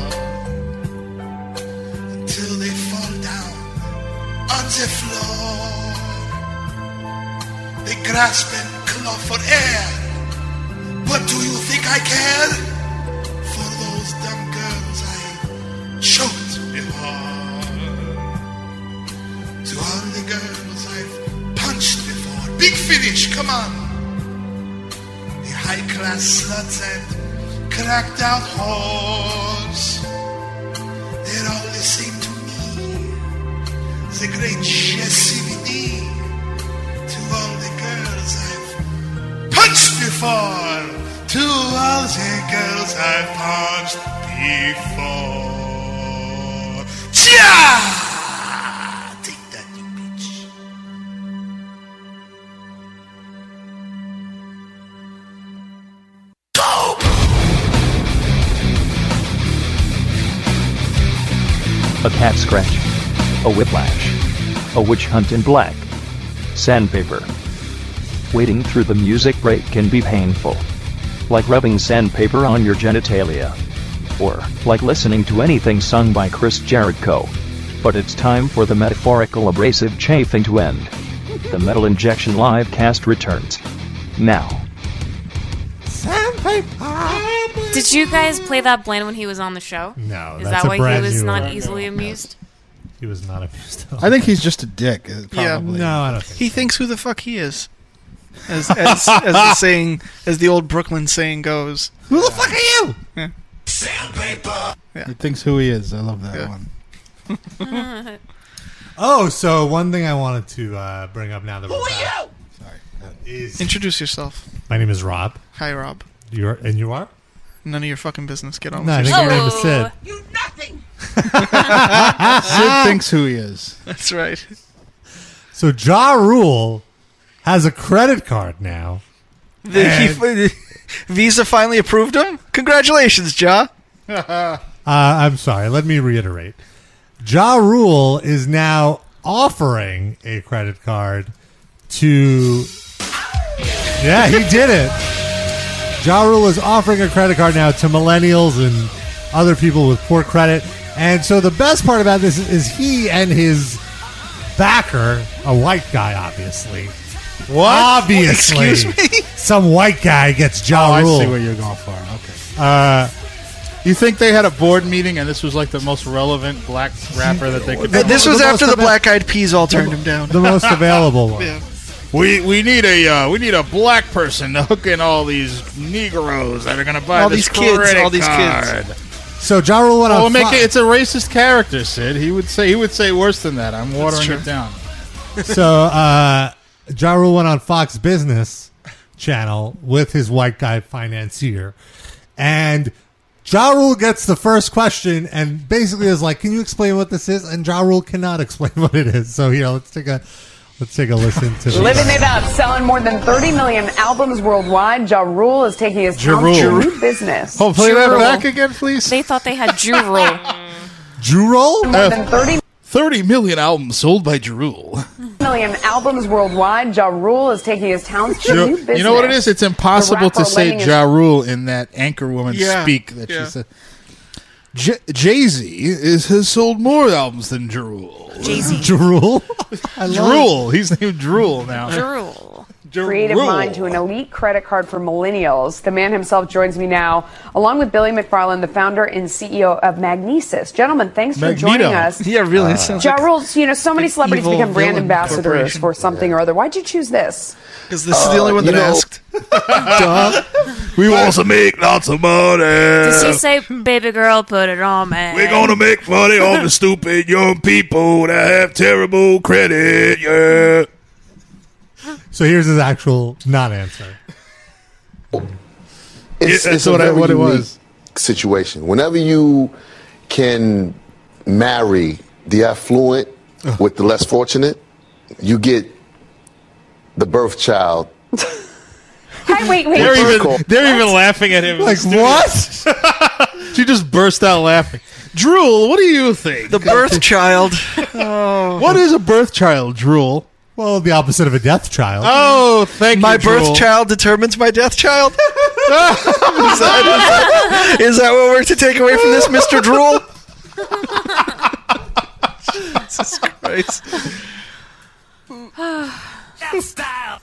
until they fall down on the floor. They grasp and claw for air. But do you think I care for those dumb girls I choked before? To all the girls I've punched before. Big finish, come on. The high class sluts and cracked out whores. They're all the same to the great CVD to all the girls I've punched before, to all the girls I've punched before. Tja! Take that, you bitch. A cat scratch. A whiplash. A witch hunt in black. Sandpaper. Waiting through the music break can be painful. Like rubbing sandpaper on your genitalia. Or, like listening to anything sung by Chris Jericho. But it's time for the metaphorical abrasive chafing to end. The Metal Injection live cast returns. Now. Did you guys play that Bland when he was on the show? No, Is that's that a why he brand was new not one. easily amused? He was not amused at all. I think he's just a dick. uh, Probably. Yeah. No, I don't think He thinks who the fuck he is. As, as, as the saying, as the old Brooklyn saying goes. Who the fuck are you? Yeah. Sandpaper! He thinks who he is. I love that one. Oh, so one thing I wanted to uh, bring up now that we're back. Introduce yourself. My name is Rob. Hi, Rob. You're and you are. None of your fucking business. Get on No, I with think your name is Sid. You Sid nothing! thinks who he is. That's right. So Ja Rule has a credit card now. The, he, Visa finally approved him? Congratulations, Ja. Uh, I'm sorry. Let me reiterate. Ja Rule is now offering a credit card to. Yeah, he did it. Ja Rule is offering a credit card now to millennials and other people with poor credit. And so the best part about this is he and his backer, a white guy, obviously. What? Obviously. Excuse me? Some white guy gets Ja oh, I Rule. see what you're going for. Okay. Uh, you think they had a board meeting and this was like the most relevant black rapper that they could? Th- this come up was with? after the Black Eyed Peas all turned him down. the most available one. Yeah. We we need a uh, we need a black person to hook in all these Negroes that are going to buy All these this kids, credit all these card. kids. So Ja Rule went Oh, on make Fox- it, it's a racist character, Sid. He would say he would say worse than that. I'm watering true. it down. so uh, Ja Rule went on Fox Business Channel with his white guy financier, and Ja Rule gets the first question and basically is like, "Can you explain what this is?" And Ja Rule cannot explain what it is. So here, let's take a let's take a listen to this. Living it up, selling more than 30 million albums worldwide. Ja Rule is taking his Ja top Rule. Giroux business. Oh, play that back again, please. They thought they had Jew Rule. Jew roll? More than 30 30 Uh, million albums sold by Jerul. million albums worldwide. Ja Rule is taking his town's You know, new business. you know what it is? It's The impossible rapper to say letting his- Ja Rule in that anchor woman Yeah, speak that yeah. she said. J- Jay Z is has sold more albums than Jerul. Jay Z. Jerul? love Jerul. He's named Jerul now. Drool. creative Rule. mind to an elite credit card for millennials. The man himself joins me now, along with Billy McFarland, the founder and CEO of Magnesis. Gentlemen, thanks for joining us. Yeah, really. Uh, it sounds ja Rule's, you know, so many celebrities evil become brand villain ambassadors corporation. for something or other. Why'd you choose this? Because this is the Uh, only one Uh, that asked. We want to make lots of money. Uh, Does she say, baby girl, put it on, man? We're gonna make money off the stupid young people that have terrible credit. Yeah. So here's his actual not answer. It's, Yeah, it's so a that- very what it unique was. situation. Whenever you can marry the affluent with the less fortunate, you get the birth child. Hey, wait, wait. They're even, they're even laughing at him. Like, what? she just burst out laughing. Drool, what do you think? The birth child. What is a birth child, Drool? Well, the opposite of a death child. Oh, thank my you, birth Drool. child determines my death child. is, that, is that what we're to take away from this, Mister Drool? Jesus Christ! style.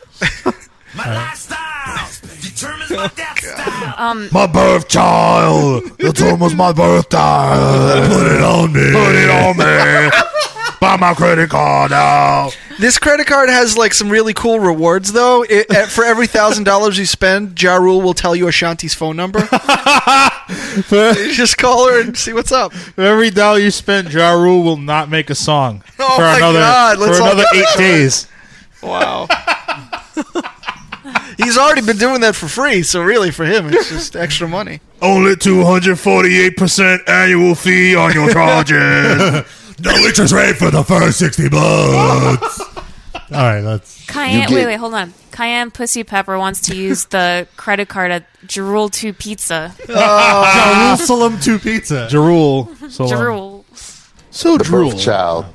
My lifestyle determines my death style. Um, My birth child. That's almost my birth child. Put it on me. Put it on me. Buy my credit card now. This credit card has like some really cool rewards, though. It, at, for every thousand dollars you spend, Ja Rule will tell you Ashanti's phone number. Just call her and see what's up. For every dollar you spend, Ja Rule will not make a song Oh for my another God, for let's all another get that. eight days. Wow. He's already been doing that for free, so really for him, it's just extra money. Only 248% annual fee on your charges. no interest rate for the first 60 months. All right, let's. Cayenne, You get- wait, wait, hold on. Cayenne Pussy Pepper wants to use the credit card at Jerule 2 Pizza. Jerusalem to pizza. Jerul. Jerule. So the drool. birth child,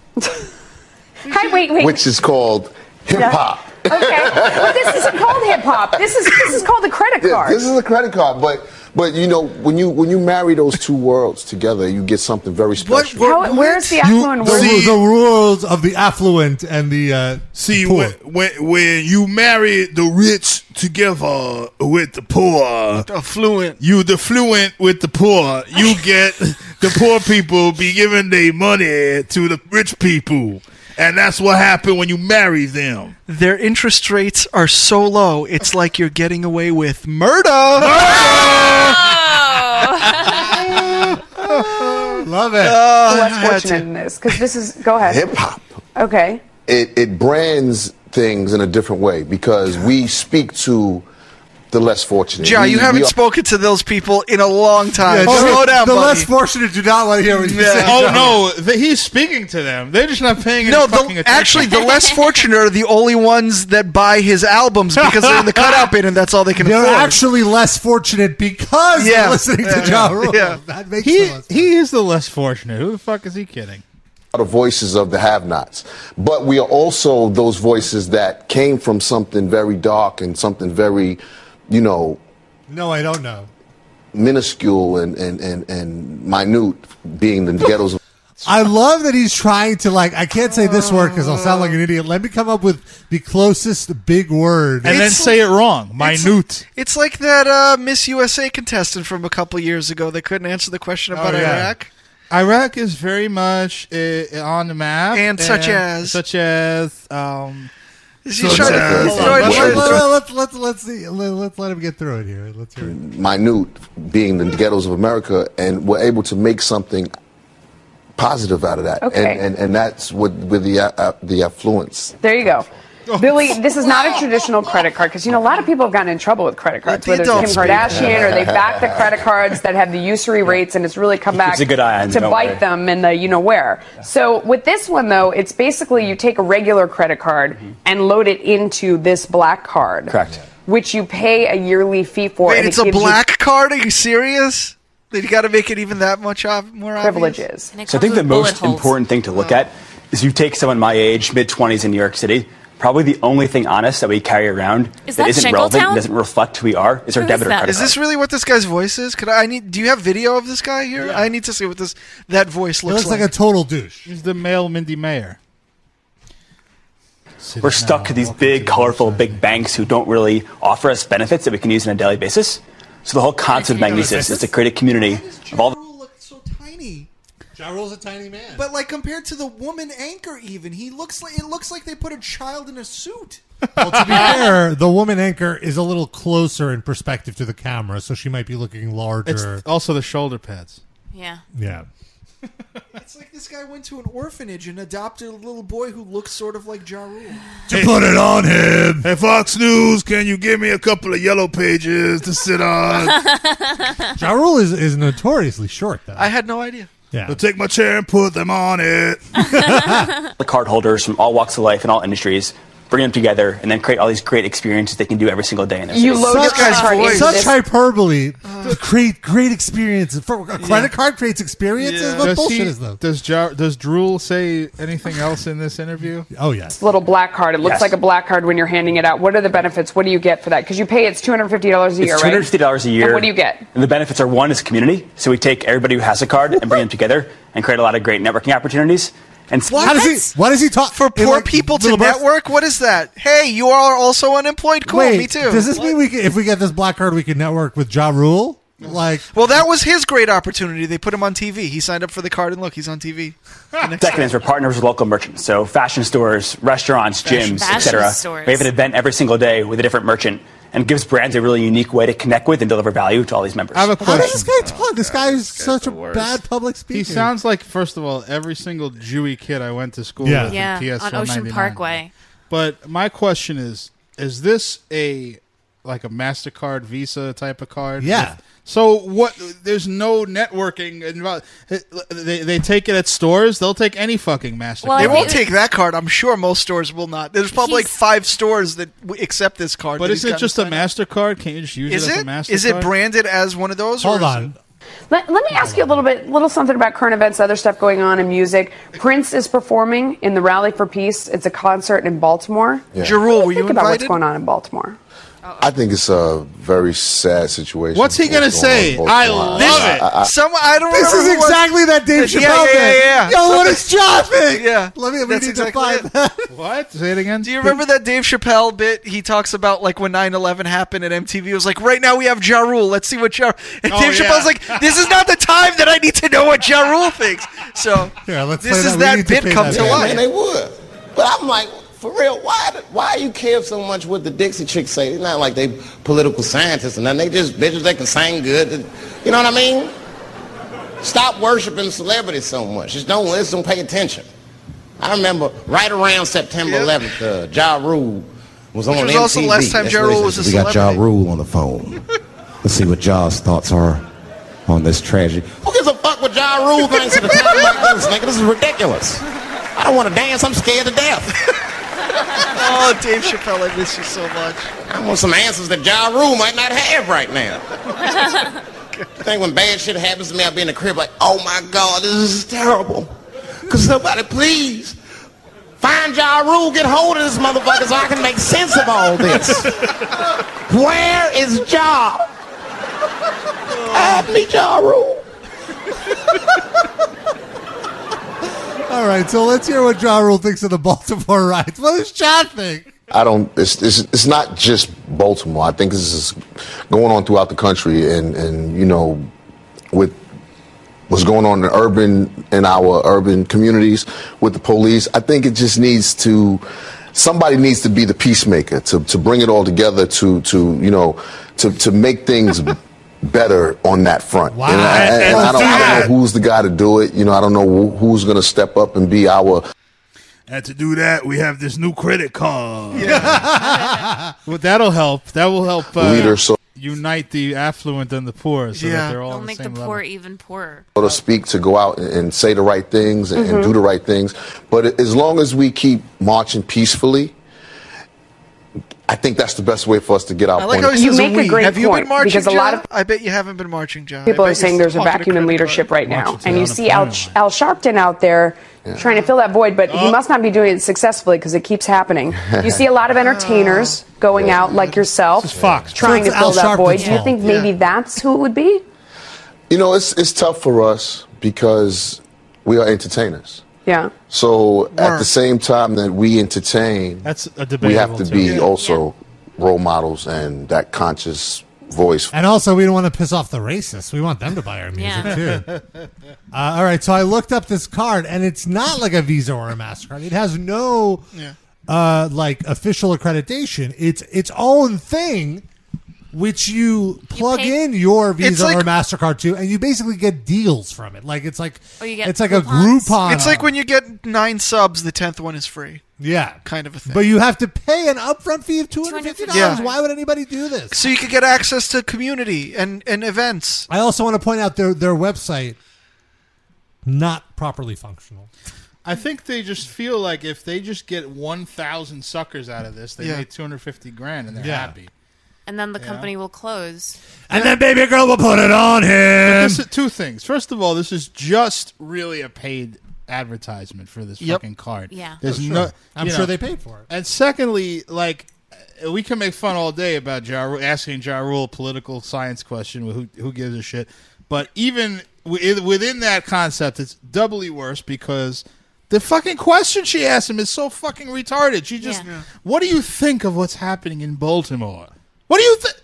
Hey, wait, wait. which is called hip hop. Okay. Well, this isn't called hip hop. This is this is called the credit Yeah, card. This is a credit card, but but you know when you when you marry those two worlds together, you get something very special. How, where's the You- affluent the, word? ru- the rules of the affluent and the uh, See, poor. when, when, when you marry the rich together with the poor, affluent, you the fluent with the poor, you get the poor people be giving their money to the rich people. And that's what happened when you marry them. Their interest rates are so low, it's like you're getting away with murder. Love it. Oh, The less fortunate in this, because this is. Go ahead. Hip hop. Okay. it, it brands things in a different way because we speak to the less fortunate. Ja, We- you we haven't are- spoken to those people in a long time. Yeah, Slow the- down, the buddy. less fortunate do not want to hear what you say. Oh no, th- he's speaking to them. They're just not paying. No, any fucking the, attention. actually, the less fortunate are the only ones that buy his albums because they're in the cutout bin and that's all they can They're afford. actually less fortunate because Yeah. they're listening to Yeah. Ja Rule. Yeah. That makes he sense. he is the less fortunate. Who the fuck is he kidding? are the voices of the have-nots, but we are also those voices that came from something very dark and something very, you know, No, I don't know. minuscule and and and, and minute, being the ghettos. I love that he's trying to like. I can't say this word because I'll sound like an idiot. Let me come up with the closest big word And then say it wrong. Minute. It's like that uh, Miss USA contestant from a couple years ago that couldn't answer the question about Oh, yeah. Iraq. Iraq is very much uh, on the map, And such as- such as um, Is he trying to- as- he's trying Let's, to- let's, let's, let's, let's see. Let, let's let him get through it here. Let's hear it. minute being the ghettos of America, and we're able to make something positive out of that. Okay. And, and, and that's what with the, uh, uh, the affluence. There you go. Oh. Billy, this is not a traditional credit card because you know a lot of people have gotten in trouble with credit cards, Let whether the it's Kim adults speak. Kardashian or they back the credit cards that have the usury rates, and it's really come back keeps a good eye on to them, don't bite worry. them in the you know where. So with this one though, it's basically you take a regular credit card Mm-hmm. and load it into this black card, correct? Which you pay a yearly fee for. Wait, and it it's a gives you black card? Are you serious? They got to make it even that much ob- more Privileges. obvious? So I think the most important thing to look at is you take someone my age, mid 20s in New York City, probably the only thing honest that we carry around Is that that isn't relevant, Shingletown? and doesn't reflect who we are, is our debit or credit Is this card. really what this guy's voice is? Could I, I need? Do you have video of this guy here? I need to see what this that voice He looks, looks like a total douche. He's the male Mindy Mayer. We're stuck to these big, colorful, big banks who don't really offer us benefits that we can use on a daily basis. So the whole concept of Magnesis is to create a community of all the Tiny. Ja Rule's a tiny man. But like compared to the woman anchor, even he looks like it looks like they put a child in a suit. To be fair, the woman anchor is a little closer in perspective to the camera, so she might be looking larger. It's also the shoulder pads. Yeah. Yeah. It's like this guy went to an orphanage and adopted a little boy who looks sort of like Ja Rule. To put it on him. Hey, Fox News, can you give me a couple of yellow pages to sit on? Ja Rule is, is notoriously short, though. I had no idea. Yeah. So take my chair and put them on it. cardholders from all walks of life and all industries, bring them together, and then create all these great experiences they can do every single day. In their city. such, such hyperbole. Uh-huh. Create great experience. For, a credit card creates experiences. What Does bullshit he- is that? Does Jar, does Drool say anything else in this interview? Oh yes. It's a little black card. It looks Yes. like a black card when you're handing it out. What are the benefits? What do you get for that? Because you pay it's two hundred fifty dollars a year, It's two right? hundred fifty dollars a year. And what do you get? And the benefits are one is community. So we take everybody who has a card and bring them together and create a lot of great networking opportunities. And How does he? Why does he talk for Poor people to network. What is that? Hey, you all are also unemployed. Cool, Wait, me too. Does this mean we can, if we get this black card, we can network with Ja Rule? Like, Well, that was his great opportunity. They put him on TV. He signed up for the card, and look, he's on TV. The next Second is we're partners with local merchants, so fashion stores, restaurants, Fashion- gyms, Fashion etc. stores. We have an event every single day with a different merchant, and gives brands a really unique way to connect with and deliver value to all these members. I have a how does question. this guy talk? This guy is such a worst. bad public speaker. He sounds like, first of all, every single Jewy kid I went to school Yeah. with. in Yeah, TS on Ocean 199. Parkway. But my question is: Is this a like a Mastercard, Visa type of card? Yeah. So what? There's no networking involved. They, they take it at stores. They'll take any fucking Mastercard. they won't take that card. I'm sure most stores will not. There's probably like He's- five stores that w- accept this card. But that he's isn't it gotten just a signed up. Mastercard? Can't you just use Is it as it? a Mastercard? Is it branded as one of those? Hold or is on. it- Let, let me ask you a little bit, little something about current events, other stuff going on in music. Prince is performing in the Rally for Peace. It's a concert in Baltimore. Yeah. Jerul, What do you were you think about what's invited? going on in Baltimore? I think it's a very sad situation. What's he going gonna on say? both I sides. love it. I- I- Some I don't. This remember is who it was. exactly that Dave Yeah, Chappelle yeah, yeah, yeah, thing. Yo, what is chopping? Yeah, Let me. We That's need exactly to find it. that. What? Say it again. Do you remember that Dave Chappelle bit? He talks about like when 9-11 happened and MTV was like, right now we have Ja Rule. Let's see what Ja. And Oh, Dave yeah. Chappelle's like, this is not the time that I need to know what Ja Rule thinks. So Yeah, let's this play is that. We that need to bit play come that to bit. life. Man, they would. But I'm like, for real, why why you care so much what the Dixie chicks say? They're not like they political scientists and nothing. They just bitches that can sing good. You know what I mean? Stop worshiping celebrities so much. Just don't listen, pay attention. I remember right around September 11th, uh, Ja Rule was on Which was MTV. also the last time That's Ja what it Rule is. was a We got Ja celebrity. Rule on the phone. Let's see what Ja's thoughts are on this tragedy. Who gives a fuck what Ja Rule thinks at a time like this, nigga? This is ridiculous. I don't want to dance. I'm scared to death. oh, Dave Chappelle, I miss you so much. I want some answers that Ja Rule might not have right now. I think when bad shit happens to me, I'll be in the crib like, oh my God, this is terrible. Could somebody please find Ja Rule, get hold of this motherfucker so I can make sense of all this. Where is Ja? Help me, Ja Rule. All right, so let's hear what Ja Rule thinks of the Baltimore riots. What is Chad think? I don't. It's, it's it's not just Baltimore. I think this is going on throughout the country, and and you know, with what's going on in urban in our urban communities with the police. I think it just needs to somebody needs to be the peacemaker to, to bring it all together to to you know to to make things better on that front. And I, and I don't, I don't know who's the guy to do it. You know, I don't know who- who's going to step up and be our And to do that, we have this new credit card. Well, that'll help. That will help uh, Leader, so- unite the affluent and the poor, so Yeah. that they're all They'll on the make the same level. poor even poorer. so to speak, to go out and, and say the right things and, and do Mhm. the right things. But a- as long as we keep marching peacefully, I think that's the best way for us to get out. I like how he Oh, You says make a we. great Have you point, been marching, because a lot Ja? of- I bet you haven't been marching, Uh, John. People are saying there's a vacuum in leadership right now, and you see Al, Al Sharpton out there trying to fill that void, but Oh. he must not be doing it successfully because it keeps happening. You see a lot Ah. of entertainers going out like yourself, trying So to it's fill Al that void. Sharpton's Do you fault. think maybe that's who it would be? You know, it's it's tough for us because we are entertainers. Yeah. So at Word. the same time that we entertain, That's a we have debatable to too. be Yeah. also role models and that conscious voice. And also, we don't want to piss off the racists. We want them to buy our music too. Uh, all right, so I looked up this card, and it's not like a Visa or a Mastercard. It has no Yeah. uh, like official accreditation. It's its own thing, which you plug in your Visa like- or Mastercard to, and you basically get deals from it. Like it's like Oh, you get it's like a Groupon. It's like when you get nine subs, the tenth one is free. yeah, kind of a thing. but you have to pay an upfront fee of two hundred fifty dollars. Yeah. Why would anybody do this? so you could get access to community and and events. I also want to point out their their website not properly functional. I think they just feel like if they just get one thousand suckers out of this, they Yeah. made two hundred fifty grand and they're Yeah. happy. And then the Yeah. company will close. And then baby girl will put it on But him. This is two things. First of all, this is just really a paid advertisement for this Yep. fucking card. Yeah. There's Oh, sure. no I'm you sure they paid for it. And secondly, like uh, we can make fun all day about ja Rule, asking Ja Rule a political science question who who gives a shit. But even wi- within that concept, it's doubly worse because the fucking question she asked him is so fucking retarded. She just, Yeah. Yeah. what do you think of what's happening in Baltimore? What do you think?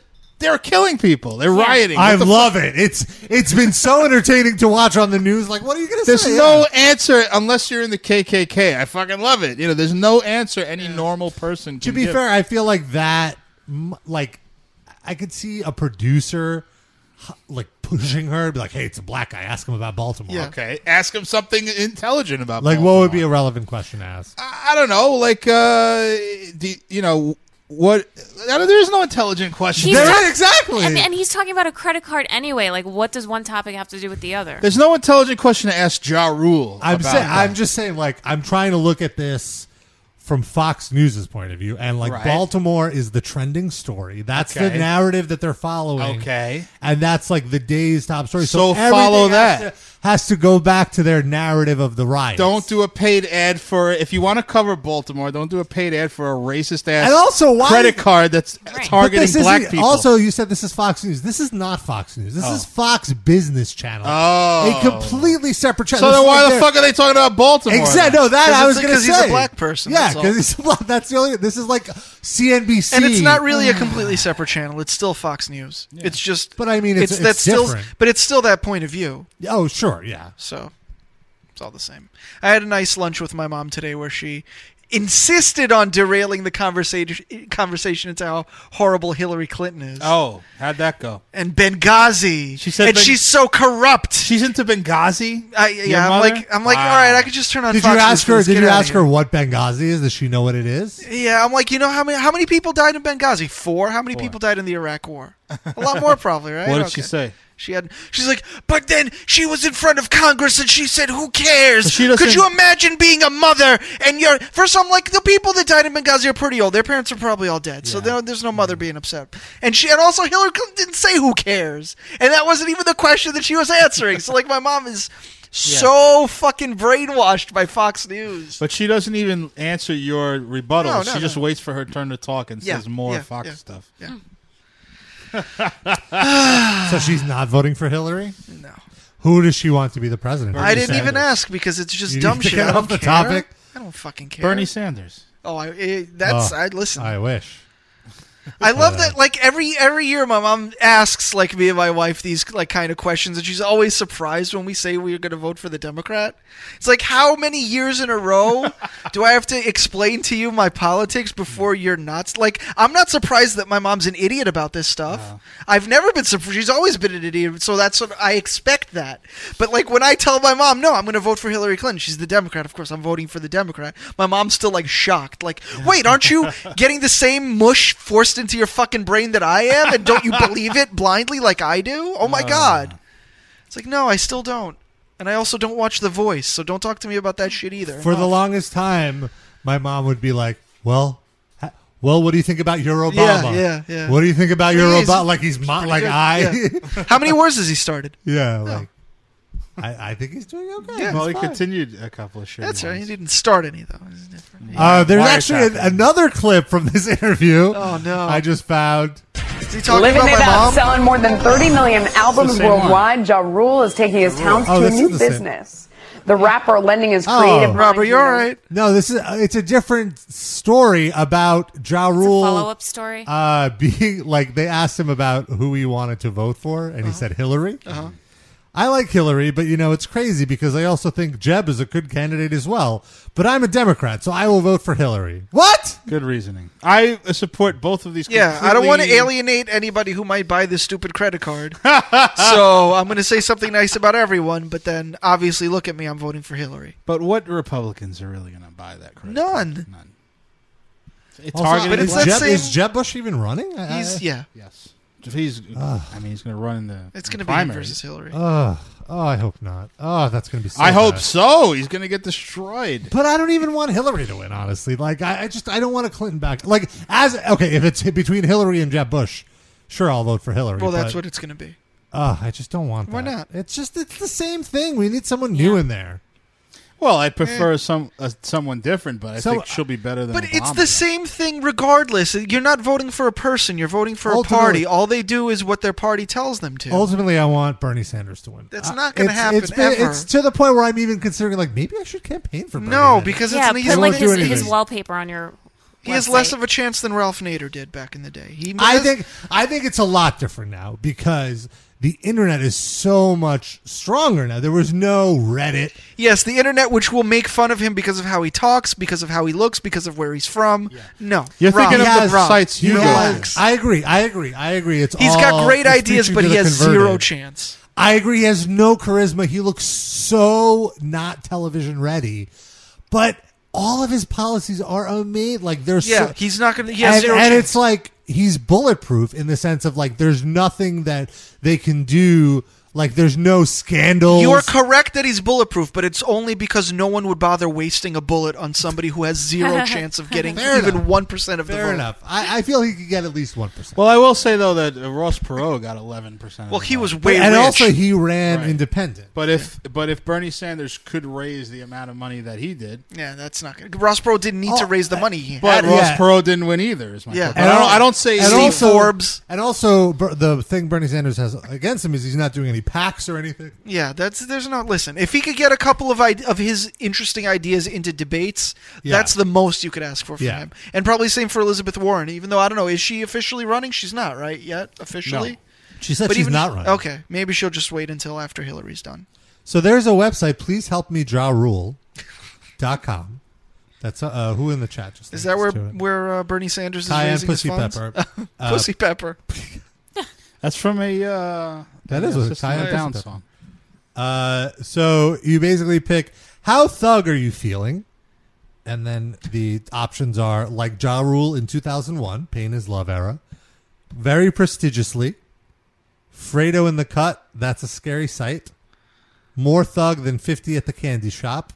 They're killing people. They're rioting. I What the love fuck? it. It's it's been so entertaining to watch on the news. Like, what are you gonna There's say? no answer unless you're in the KKK. I fucking love it. You know, there's no answer any normal person can to be give. fair, I feel like that. m- Like, I could see a producer h- like pushing her, be like, "Hey, it's a black guy. Ask him about Baltimore." Yeah. Okay. Ask him something intelligent about Like, Baltimore. what would be a relevant question to ask? I don't know, like uh do, you know what I don't- there's no intelligent question. He's There ta- is- And, and he's talking about a credit card anyway. Like, what does one topic have to do with the other? there's no intelligent question to ask Ja Rule. I'm about saying, that. I'm just saying, like, I'm trying to look at this from Fox News's point of view, and like, Right. Baltimore is the trending story. That's Okay. the narrative that they're following. Okay. and that's like the day's top story. So So, follow everything has that. to- has to go back to their narrative of the riot. Don't do a paid ad for if you want to cover Baltimore. Don't do a paid ad for a racist ass And also, why- credit card that's But targeting this black isn't- people. Also, you said this is Fox News. This is not Fox News. This Oh. is Fox Business Channel. Oh. a completely separate channel. so This then is why like the their- fuck are they talking about Baltimore? Exactly. then? No, that 'Cause I it's was a- going to 'cause say he's a black person, Yeah, that's all. because he's a black. That's the only. This is like CNBC, And it's not really a completely separate channel. It's still Fox News. It's just. But I mean, it's- it's that's still. different. But it's still that point of view. Oh, sure, yeah. So it's all the same. I had a nice lunch with my mom today where she insisted on derailing the conversation conversation into how horrible Hillary Clinton is. Oh, how'd that go? And Benghazi. She said and Beng- she's so corrupt. She's into Benghazi? I, Your yeah, I'm mother? like I'm like, Wow. all right, I could just turn on Did you Fox News ask for her? this. Did Get you outta ask her what Benghazi is? Does she know what it is? Yeah, I'm like, you know how many how many people died in Benghazi? Four. How many people died in the Iraq War? A lot more, probably, right? What did she Okay. say? She had. She's like, but then she was in front of Congress and she said, "Who cares?" But she doesn't- Could you imagine being a mother and you're first? I'm like, the people that died in Benghazi are pretty old. Their parents are probably all dead, so there, there's no mother being upset. And she and also Hillary Clinton didn't say who cares, and that wasn't even the question that she was answering. so like, my mom is so fucking brainwashed by Fox News. But she doesn't even answer your rebuttal. No, no, she no. just waits for her turn to talk and Yeah, says more yeah, Fox yeah. stuff. Yeah. so she's not voting for Hillary. No. Who does she want to be the president? I didn't even ask because it's just You dumb need to shit. get I don't off the care. topic. I don't fucking care. Bernie Sanders. Oh, I, eh, that's Oh, I listen. I wish. Uh, I love that. Like every every year, my mom asks like me and my wife these like kind of questions, and she's always surprised when we say we are going to vote for the Democrat. It's like how many years in a row do I have to explain to you my politics before you're not like I'm not surprised that my mom's an idiot about this stuff. I've never been surprised. She's always been an idiot, so that's what I expect that. But like when I tell my mom, no, I'm going to vote for Hillary Clinton. She's the Democrat, of course. I'm voting for the Democrat. My mom's still like shocked. Like, wait, aren't you getting the same mush forced into your fucking brain that I am? And don't you believe it blindly like I do? Oh my Uh. Ah. god! It's like no, I still don't. And I also don't watch The Voice, so don't talk to me about that shit either. For the longest time, my mom would be like, "Well, ha- well, what do you think about your Yeah, Obama? yeah, yeah. What do you think about your Yeah, he's- Obama? Like he's mo- pretty like good, I, yeah. How many wars has he started? Yeah, like I, I think he's doing okay. Yeah, well, he it's fine. continued a couple of shit. That's right. He didn't start any though. Uh, there's Wiretapping. actually an, another clip from this interview. Oh, no. I just found. Is he talking Living about it my up, mom? selling more than 30 million albums same one. worldwide. Ja Rule is taking his talents Oh, to a this new is the same. Oh. business. the rapper lending his creative. mind, you know. No, this is uh, it's a different story about Ja Rule. follow-up story? Uh, being like they asked him about who he wanted to vote for, and he said Hillary. Uh-huh. I like Hillary, but you know it's crazy because I also think Jeb is a good candidate as well. But I'm a Democrat, so I will vote for Hillary. What? Good reasoning. I support both of these. Yeah, I don't want to completely- alienate anybody who might buy this stupid credit card. so I'm going to say something nice about everyone, but then obviously look at me, I'm voting for Hillary. But what Republicans are really going to buy that? Credit None. None. It's Also, targeted. is, black- Jeb, is Jeb Bush even running? I- I- He's yeah. Yes. If he's, I mean, he's going to run in the. It's going to gonna be be him versus Hillary. Ugh. oh, I hope not. Oh, that's going to be. So I hope bad. so. He's going to get destroyed. But I don't even want Hillary to win, honestly. Like, I, I just I don't want a Clinton back. Like, as okay, if it's between Hillary and Jeb Bush, sure, I'll vote for Hillary. Well, that's but, what it's going to be. Ugh, I just don't want. Why that. not? It's just it's the same thing. We need someone new in there. Well, I'd prefer some uh, someone different, but I So- think she'll be better than. Eh. But it's Obama. the same thing regardless. You're not voting for a person, you're voting for a Ultimately- party. All they do is what their party tells them to. Ultimately, I want Bernie Sanders to win. That's Uh, not gonna it's- happen It's, been- ever. it's to the point where I'm even considering like maybe I should campaign for Bernie. No, then. because yeah, it's put an like Won't do his, his anything. wallpaper on your. He has website. less of a chance than Ralph Nader did back in the day. He I has- think I think it's a lot different now because the internet is so much stronger now. There was no Reddit. yes, the internet, which will make fun of him because of how he talks, because of how he looks, because of where he's from. No, Rob. He has- Rob. he has- I agree. I agree. I agree. It's He's all, got great it's ideas, preaching but to he the has converted. zero chance. I agree. He has no charisma. He looks so not television ready, but all of his policies are amazing. Like there's Yeah, so, he's not gonna- he has and, zero and chance. it's like he's bulletproof in the sense of like there's nothing that they can do. Like there's no scandal. You are correct that he's bulletproof, but it's only because no one would bother wasting a bullet on somebody who has zero chance of getting Fair even enough. one percent of the Fair vote. enough. I, I feel he could get at least one percent. Well, I will say though that uh, Ross Perot got eleven percent. Well, he was way and rich. also he ran independent. But if but if Bernie Sanders could raise the amount of money that he did, yeah, that's not good. Ross Perot didn't need to raise the money. He had. but Ross Perot didn't win either. Is my Yeah. point. But I don't, I don't say and he- also- And also, Ber- the thing Bernie Sanders has against him is he's not doing any PACs or anything. Yeah, that's there's not. Listen, if he could get a couple of ide- of his interesting ideas into debates, Yeah. that's the most you could ask for from Yeah. him. And probably same for Elizabeth Warren. Even though I don't know, is she officially running? She's not right yet officially. She said she's even- not running. Okay, maybe she'll just wait until after Hillary's done. So there's a website. Please help me draw rule.com. That's uh, who in the chat just Is linked that us where to it. where uh, Bernie Sanders is Cayenne raising Pussy his funds? Pepper. Uh, pussy Pepper. that's from a uh, That is a a Cayenne Pussy down Pepper. song. Uh, so you basically pick how thug are you feeling, and then the options are like Ja Rule in 2001, Pain is Love era, very prestigiously, Fredo in the cut. That's a scary sight. More thug than 50 at the candy shop,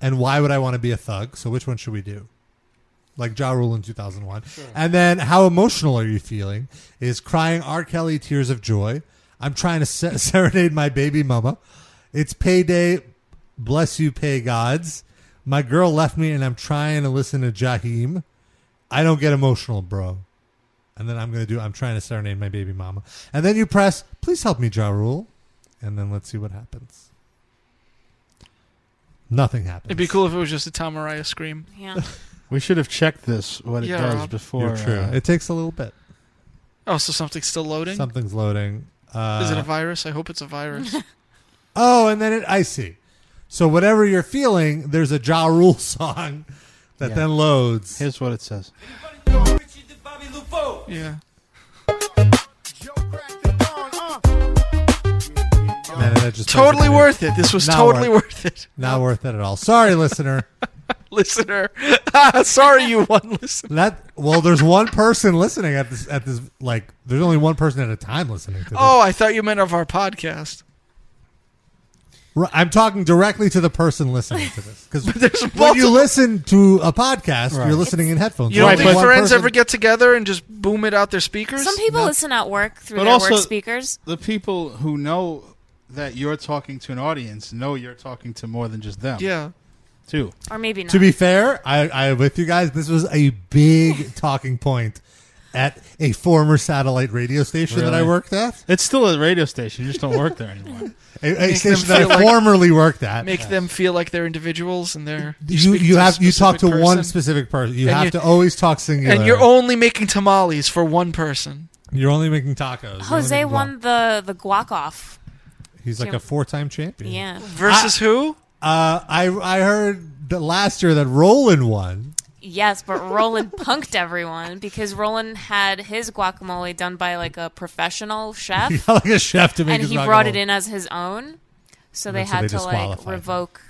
and why would I want to be a thug? So which one should we do? Like Ja Rule in 2001. And then, how emotional are you feeling? Is crying R. Kelly tears of joy? I'm trying to se- serenade my baby mama. It's payday. Bless you, pay gods. My girl left me and I'm trying to listen to Jaheim. I don't get emotional, bro. And then I'm going to do, I'm trying to serenade my baby mama. And then you press, please help me, Ja Rule. And then let's see what happens. Nothing happens. It'd be cool if it was just a Tom Mariah scream. Yeah. We should have checked this what it Yeah, does Rob. before. You're true. uh, it takes a little bit. Oh, so something's still loading. Something's loading. Uh, is it a virus? I hope it's a virus. Oh, and then it I see. So whatever you're feeling, there's a Ja Rule song that Yeah. then loads. Here's what it says. yeah. And then it just plays Totally the music. worth it. This was Not totally worth it. Not worth it at all. Sorry, listener. listener. Sorry, you one listener. That well, there's one person listening at this at this like there's only one person at a time listening to this. Oh, I thought you meant of our podcast. Ri- I'm talking directly to the person listening to this because when you multiple- listen to a podcast, Right. you're listening in headphones. You don't There's think only one friends person- ever get together and just boom it out their speakers? Some people listen at work through But their also- work speakers. The people who know that you're talking to an audience know you're talking to more than just them. Yeah. Too. Or maybe not. To be fair, I I am with you guys. This was a big talking point at a former satellite radio station that I Really? worked at. It's still a radio station. You just don't work there anymore. A, Make a them station that I feel like- formerly worked at. Make them feel like they're individuals and they're You speak you a have you talk to specific one person. specific person. You And have to always talk singular. And you're only making tamales for one person. You're only making tacos. Jose won the the guac off. He's like Jim- a four-time champion. Yeah. Versus who? Uh, I I heard that last year that Roland won. Yes, but Roland punked everyone because Roland had his guacamole done by like a professional chef. He got, like a chef to make and his he brought guacamole. it in as his own. So And they then so had they to like disqualified him. revoke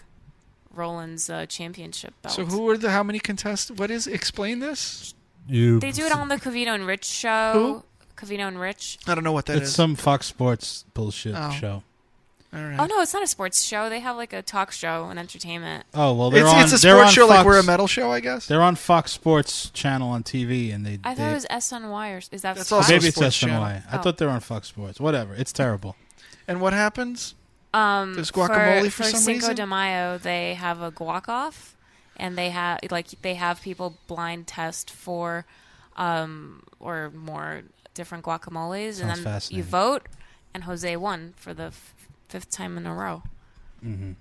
Roland's uh, championship belt. So who were the how many contestants? What is explain this? You They do it on the Cavino and Rich show. Cavino and Rich. I don't know what that is. it's some Fox Sports bullshit Oh. show. All right. Oh no, it's not a sports show. They have like a talk show and entertainment. Oh well, they're It's- on. it's a they're sports on show like Fox- we're a metal show, I guess? They're on Fox Sports Channel on TV, and they. I thought they- it was SNY or is that? That's Fox? also maybe it's Sports SNY. Channel. I Oh. thought they were on Fox Sports. Whatever. It's terrible. And what happens? Um, There's guacamole for for some Cinco reason? de Mayo. They have a guac off, and they have like they have people blind test for, um, or more different guacamoles, Sounds and then you fascinating. vote. And Jose won for the f- fifth time in a row. hmm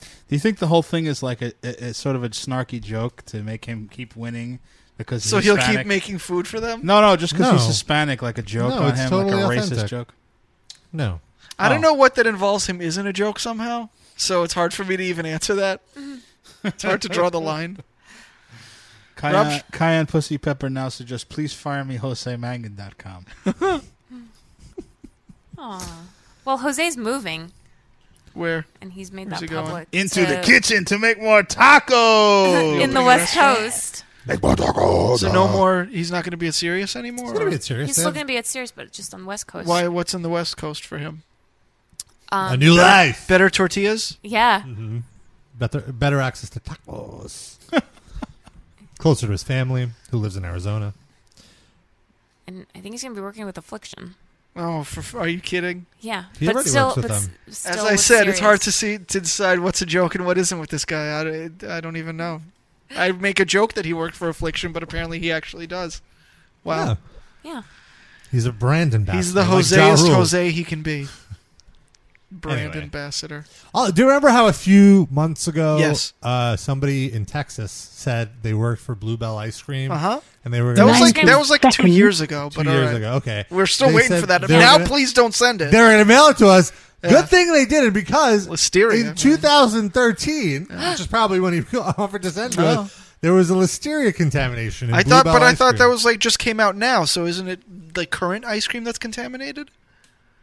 Do you think the whole thing is like a, a, a sort of a snarky joke to make him keep winning? Because So he's he'll Hispanic? keep making food for them? No, no, just because No. he's Hispanic, like a joke No, on it's him, totally like a racist authentic. joke. No. I Oh. don't know what that involves him isn't a joke somehow. So it's hard for me to even answer that. Mm-hmm. it's hard to draw the line. Cayenne, Cayenne Pussy Pepper now suggests please fire me josemangan.com. Aw. Well, Jose's moving, Where? and he's made Where's that he going? public. Into the to- kitchen to make more tacos. in the West Coast. Make more tacos. uh. So no more. He's not going to be at Sirius anymore. He's going to be at He's still going to be at Sirius, but just on West Coast. Why? What's in the West Coast for him? Um, Better- life. Better tortillas. Yeah. Mhm. Better better access to tacos. Closer to his family, who lives in Arizona. And I think he's going to be working with Affliction. Oh, for, for- are you kidding? Yeah. He but already still, works with but s- them. still As I with said, it's hard Sirius. to see to decide what's a joke and what isn't with this guy. I, don't- I don't even know. I make a joke that he worked for Affliction, but apparently he actually does. Wow. Yeah. He's a brand ambassador. He's the like Ja Joseest Rule. Jose he can be. Brand Anyway. ambassador. Oh, do you remember how a few months ago, Yes. uh, somebody in Texas said they worked for Bluebell Ice Cream, Uh-huh. and they were That was gonna- like that was like two years ago. Two But all years right. ago, okay. We're still They waiting said for that. they were Now, gonna- please don't send it. They're going to mail it to us. Yeah. Good thing they did it because Listeria, in 2013, which is probably when he offered to send to Oh. us, there was a listeria contamination. In I thought, Bluebell but I ice thought cream. that was like just came out now. So isn't it the current ice cream that's contaminated?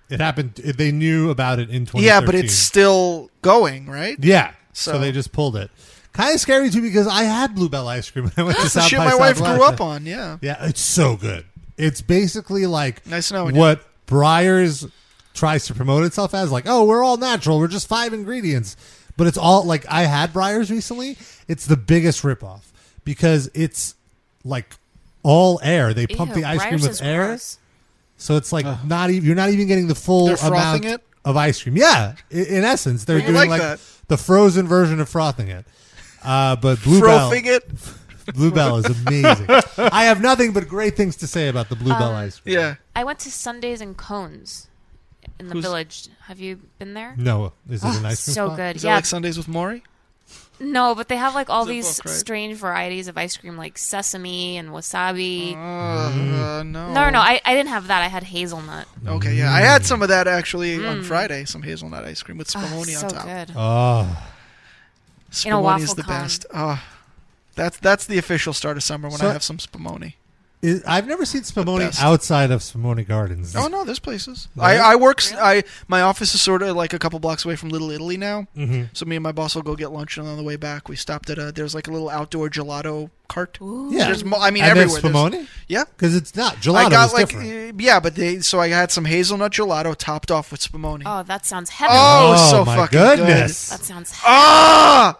it happened. They knew about it in 2013. Yeah, but it's still going, right? yeah. So, So, they just pulled it. Kind of scary too because I had Bluebell ice cream when I went to that's the South shit by my wife Southwest. grew up on. Yeah. Yeah, it's so good. It's basically like Nice knowing you. what Briars tries to promote itself as like, oh, we're all natural. We're just five ingredients. But it's all like I had Briars recently. It's the biggest ripoff because it's like all air. They pump Ew, the ice cream Breyers with is air. gross. So it's like not even you're not even getting the full They're frothing amount it? of ice cream. Yeah, i- in, essence, they're I doing like like, that. the frozen version of frothing it. Uh, but bluebell, Frothing it. bluebell is amazing. I have nothing but great things to say about the bluebell Uh, Um, ice cream. Yeah. I went to Sundays and Cones in the Who's- village. Have you been there? No, is it an ice cream? So spot? good. Ah, Is that yeah. like Sundays with Maury? no, but they have like all It's a these book, right? strange varieties of ice cream, like sesame and wasabi. Uh, no. No, no, I, I didn't have that. I had hazelnut. Okay, yeah, I Mm. had some of that actually on Mm. Friday. Some hazelnut ice cream with spumoni Ah, on so top. good. Oh, In a Spumoni is waffle the cone. best. Ah, that's that's the official start of summer when So- I have some spumoni. Is- I've never seen spumoni best. outside of Spumoni Gardens. Oh no, there's places. Really? I I work. s I my office is sort of like a couple blocks away from Little Italy now. Mhm. So me and my boss will go get lunch, and on the way back, we stopped at a. There's like a little outdoor gelato cart. Yeah. There's mo- I mean And there's everywhere. Spumoni? yeah. because it's not gelato. I got is like different. uh, yeah, but they so I had some hazelnut gelato topped off with spumoni. Oh, that sounds heavenly. Oh, it was so Oh, my fucking good. goodness. That sounds Ah!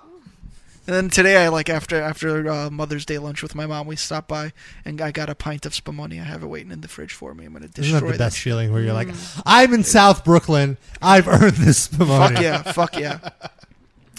And then today, I like after after uh, Mother's Day lunch with my mom, we stopped by and I got a pint of spumoni. I have it waiting in the fridge for me. I'm gonna destroy Isn't that the this. best feeling where you're like, Mm. I'm in South Brooklyn. I've earned this spumoni. Fuck yeah, fuck yeah.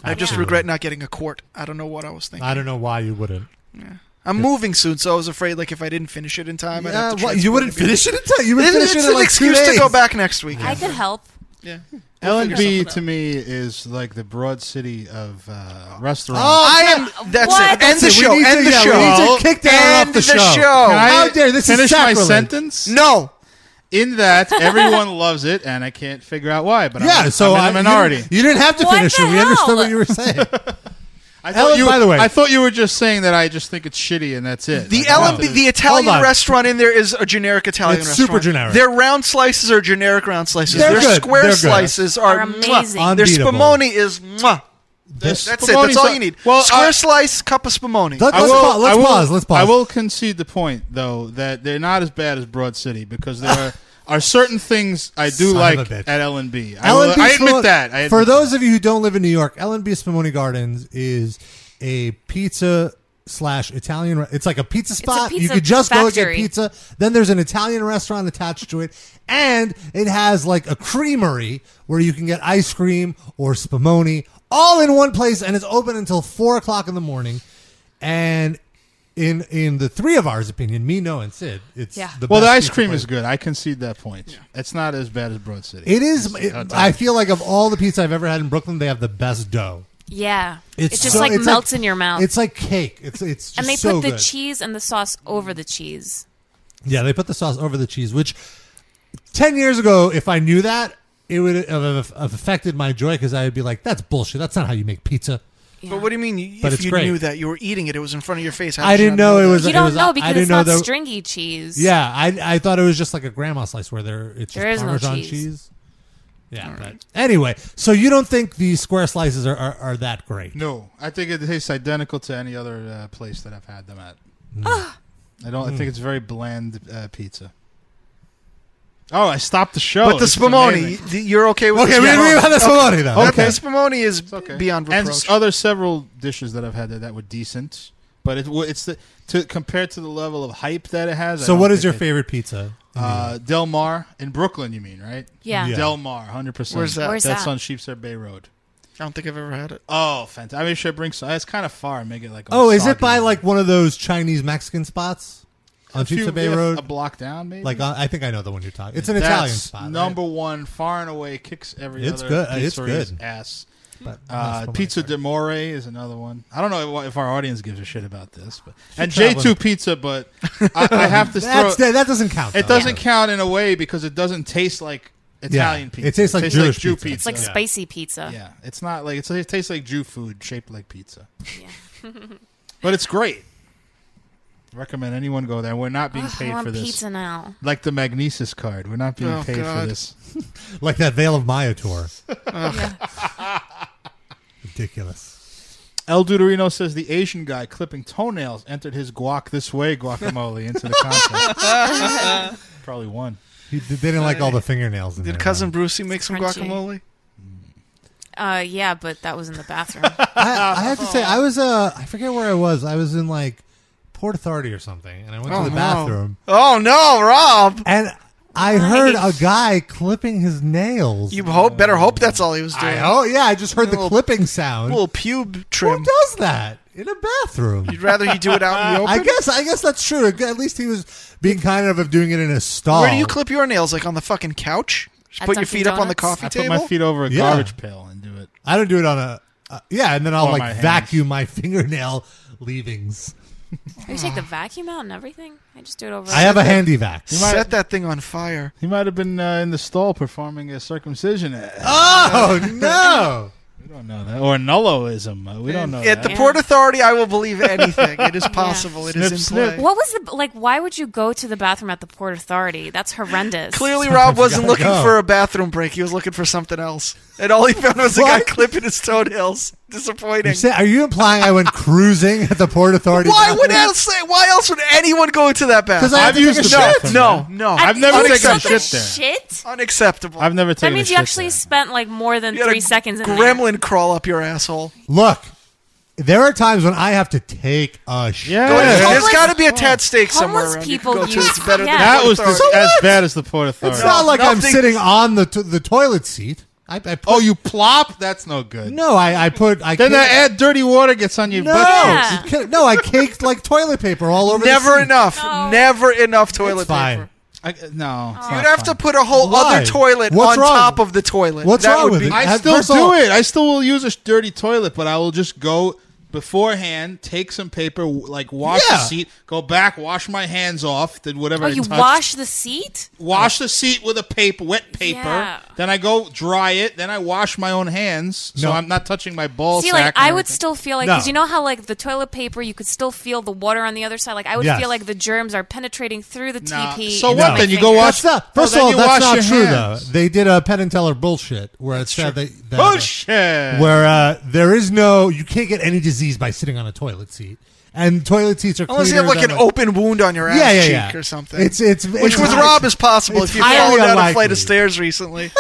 I just Absolutely. regret not getting a quart. I don't know what I was thinking. I don't know why you wouldn't. Yeah. I'm moving soon, so I was afraid like if I didn't finish it in time, I'd Yeah, have to. what, transport you wouldn't finish it in time? You would It's- finish it's it an in like two excuse to go days. back next week. I could help. Yeah. LNB to me is like the broad city of uh, restaurants. Oh, I am- that's What? it. End the We show. need to- End the yeah, show. We need to Well, kick that end off the the show. show. Can I How dare- this is finish my sacrilege. sentence? No. In that everyone loves it, and I can't figure out why. But Yeah, I'm, so I'm in I- a you- minority. you didn't have to What finish the it. We understood hell? what you were saying. I thought Ellen, you. by the way- I thought you were just saying that I just think it's shitty and that's it. The Like, I don't LMB, know. the Italian restaurant in there is a generic Italian It's restaurant. super generic. Their round slices are generic round slices. They're Their good. square They're good. slices are, Are mwah. amazing. Their Unbeatable. spumoni is mwah. That's it. That's Spumoni's all a- you need. well, square I- slice, cup of spumoni. I will- I will- I will concede the point, though, that they're not as bad as Broad City because there are, are certain things I Son do of like a bitch. at LNB. I, Ellen will, B. I admit Spumoni- that. I for admit those of you who don't live in New York, Ellen B. Spumoni Gardens is a pizza slash Italian. re- It's like a pizza a spot. you pizza could just go factory. and get pizza. Then there's an Italian restaurant attached to it, and it has like a creamery where you can get ice cream or spumoni all in one place, and it's open until four o'clock in the morning. And in in the three of ours opinion, me, no, and Sid, it's Yeah. the Well, the best ice pizza cream place. is good. I concede that point. It's not as bad as Broad City. It is. It's- it- uh, I feel like of all the pizza I've ever had in Brooklyn, they have the best dough. Yeah. It's it just so- like it's melts in your mouth. It's like cake. It's it's just and they so put the good. cheese and the sauce over the cheese. yeah, they put the sauce over the cheese, which ten years ago, if I knew that, it would have, have affected my joy because I would be like, "That's bullshit. That's not how you make pizza." But what do you mean? But if it's you great. knew that you were eating it, it was in front of your face. How I did you didn't not know it that? was. You it don't was- know because I didn't it's know not there- stringy cheese. Yeah, I I thought it was just like a grandma slice where there it's just There is no parmesan cheese. Yeah, but anyway, so you don't think the square slices are, are, are that great? No, I think it tastes identical to any other uh, place that I've had them at. Ah. I don't. I Mm. think it's very bland uh, pizza. Oh, I stopped the show. But the It's spumoni, amazing. y- you're okay with? Okay, the we spumoni? agree about the spumoni, though. That- Okay. that spumoni is beyond and reproach. s- other several dishes that I've had that, that were decent, but it, wa- it's the to compared to the level of hype that it has. I So don't what is think your it- favorite pizza? Mm-hmm. Uh, Del Mar in Brooklyn, you mean, right? Yeah. Yeah. Del Mar, hundred percent. Where's that? Where's That's that? on Sheepshead Bay Road. I don't think I've ever had it. Oh, fantastic! I mean, should I bring some? It's kind of far. Make it like Oh, all is it soggy. by like one of those Chinese Mexican spots on A few- Chicha Bay yeah, Road? a block down, maybe? Like uh, I think I know the one you're talking. It's an That's Italian spot. Number one, far and away, kicks every It's other good. Uh, it's pizzeria's good. ass. But- uh, that's what Pizza de More is another one. I don't know if our audience gives a shit about this, but Should and try J one. two Pizza, but I, I have to. That's- throw- that doesn't count, It though. doesn't count in a way because it doesn't taste like Italian Yeah, pizza. it tastes like Jewish Jew pizza. pizza. It's like spicy pizza. Yeah, it's not like it's, it tastes like Jew food shaped like pizza. But it's great. Recommend anyone go there. We're not being Ugh, I paid want for this. pizza now. Like the Magnesis card. We're not being Oh, paid for God. this. like that Vale of Maya tour. Yeah. Ridiculous. El Duderino says the Asian guy clipping toenails entered his guac this way guacamole into the contest. Probably won. He, they didn't like all the fingernails in Did there. cousin Brucey make some crunchy. guacamole? Uh, yeah, but that was in the bathroom. Uh, I, I have to say, I was uh, I forget where I was. I was in like Port Authority or something, and I went Oh, to no. the bathroom. Oh no, Rob! And I heard a guy clipping his nails. You hope better hope that's all he was doing. I hope, yeah, I just heard the clipping sound. Little pube trim. Who does that in a bathroom? You'd rather he do it out in the open. I guess I guess that's true. At least he was being kind enough of doing it in a stall. Where do you clip your nails? Like on the fucking couch? Just At put your Dunkin' feet up on the Donuts? coffee I put table. my feet over a Yeah. garbage pail and do it. I don't do it on a uh, yeah, and then I'll Or my like hands. vacuum my fingernail leavings. you take the vacuum out and everything. I just do it over. Ah. I have a handy vac. You might- Ah, Set that thing on fire. He might have been uh, in the stall performing a circumcision. Oh, no. We don't know that. Or nulloism. Uh, We don't know At that. the Port Authority, I will believe anything. It is possible. It is Snip, in snip. play. What was the like? Why would you go to the bathroom at the Port Authority? That's horrendous. Clearly, Rob wasn't looking for for a bathroom break. He was looking for something else. And all he found was a guy clipping his toenails. Disappointing. You say, are you implying I went cruising at the Port Authority? Why would else say? Why else would anyone go into that bathroom? 'Cause I have I've to used take a the shit. bathroom, No, man. no. I've never you taken a took shit there. Shit. Unacceptable. I've never That means you actually spent like more than You had a three seconds in there. gremlin crawl up your asshole. Look, there are times when I have to take a shit. Go ahead. There's got to be a tat steak somewhere. homeless around you can people go to. use- It's better yeah. than That was Port the, Authority. as bad as the Port Authority. It's not like I'm Nothing- sitting on the to the toilet seat. I, I oh, you plop? That's Oh, no good. No, I, I put. I then ca- that add dirty water gets on your No, butt. you ca- no, I caked like toilet paper all over. the Never seat. enough. Never enough toilet It's fine. paper. I, no, You'd have to put a whole Why? other toilet What's on wrong? top of the toilet. What's that wrong would with be, it? I Has- still first do of all- it. I still will use a dirty toilet, but I will just go beforehand, take some paper, w- like wash the Yeah. seat, go back, wash my hands off, then whatever. Oh, I you touched. wash the seat? Wash the seat with a paper, wet paper. Yeah. Then I go dry it. Then I wash my own hands, so No. I'm not touching my balls. See, like I would still feel like because No. you know how like the toilet paper, you could still feel the water on the other side. Like I would Yes. feel like the germs are penetrating through the TP. So into what? my Then you finger. go wash. That's not, Oh, first well, of then all, that's you wash not your true hands. though. They did a Penn and Teller bullshit where it said they, that uh, Bullshit. where uh, there is no you can't get any disease by sitting on a toilet seat, and toilet seats are Unless you have cleaner like an than a- open wound on your ass Yeah, yeah, yeah. cheek or something. It's- it's- which it's with high- Rob is possible it's if you fell highly down a flight unlikely. of stairs recently.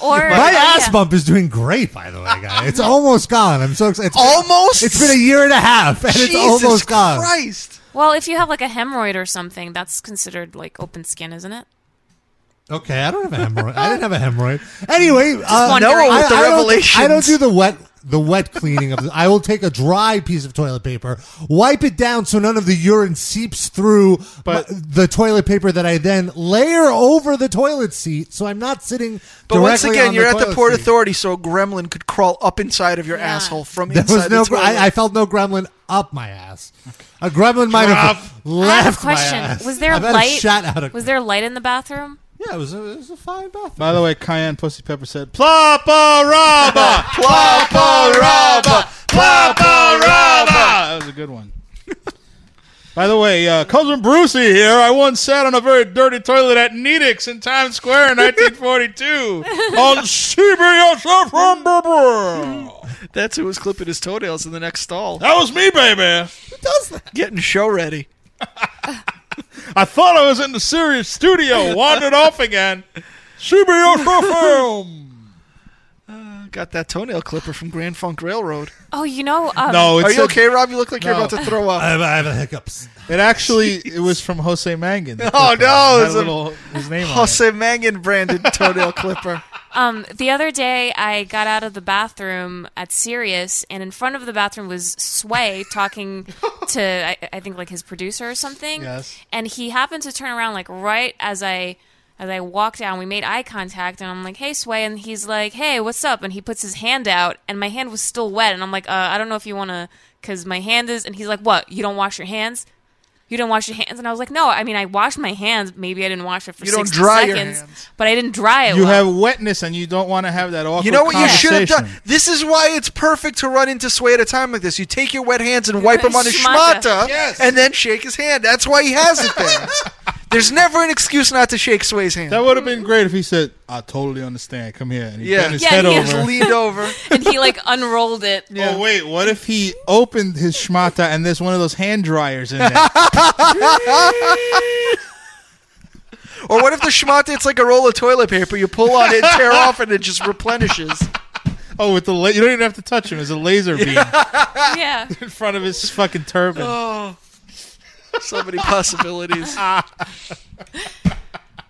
or My ass bump is doing great, by the way, guy. It's almost gone. I'm so excited. It's- Almost? It's been a year and a half, and it's Jesus almost gone. Christ. Well, if you have like a hemorrhoid or something, that's considered like open skin, isn't it? Okay, I don't have a hemorrhoid. I didn't have a hemorrhoid. Anyway, Just uh, wondering. Noah with the I don't- revelations. I don't do the wet, the wet cleaning of. The, I will take a dry piece of toilet paper, wipe it down so none of the urine seeps through But- my- the toilet paper that I then layer over the toilet seat, so I'm not sitting. But once directly again, on you're at toilet the Port seat. Authority, so a gremlin could crawl up inside of your asshole from There inside was no. the gre- toilet. I, I felt no gremlin up my ass. A gremlin might Drop. have I left have a my ass. question. Was there I've had a light? shot out of- was there light in the bathroom? Yeah, it was. A, it was a fine bathroom. By the way, Cayenne Pussy Pepper said, "Plaparaba, plaparaba, plaparaba." That was a good one. By the way, uh, cousin Brucey here. I once sat on a very dirty toilet at Needix in Times Square in 1942 on CBS FM. Barbara. That's who was clipping his toenails in the next stall. That was me, baby. Getting show ready. I thought I was in the serious studio, wandered off again. CBS FM. Uh, Got that toenail clipper from Grand Funk Railroad. Oh, you know. Um, are you okay, Rob? You look like you're about to throw up. have hiccups. It actually it was from Jose Mangan. Oh no! Had It's a a little, his name on it. Jose Mangan branded toenail clipper. Um, the other day, I got out of the bathroom at Sirius, and in front of the bathroom was Sway talking to, I, I think, like his producer or something. Yes. And he happened to turn around, like right as I as I walked down. We made eye contact, and I'm like, "Hey, Sway," and he's like, "Hey, what's up?" And he puts his hand out, and my hand was still wet, and I'm like, uh, "I don't know if you want to, because my hand is." And he's like, "What? You don't wash your hands?" You don't wash your hands, and I was like, "No, I mean, I washed my hands. Maybe I didn't wash it for You don't 60 dry your seconds, but I didn't dry it. You well. have wetness, and you don't want to have that awkward. You know what you should have done? conversation. This is why it's perfect to run into Sway at a time like this. You take your wet hands and wipe them on his Schmata. schmata, Yes. and then shake his hand. That's why he has it there. There's never an excuse not to shake Sway's hand. That would have been great if he said, "I totally understand. Come here." And he Yeah. bent his Yeah, head he over. just leaned over. and he like unrolled it. Oh wait, what if he opened his schmata and there's one of those hand dryers in there? or what if the schmata? It's like a roll of toilet paper. You pull on it, tear off, and it just replenishes. oh, with the la- you don't even have to touch him. It's a laser beam yeah. in front of his fucking turban. Oh, so many possibilities.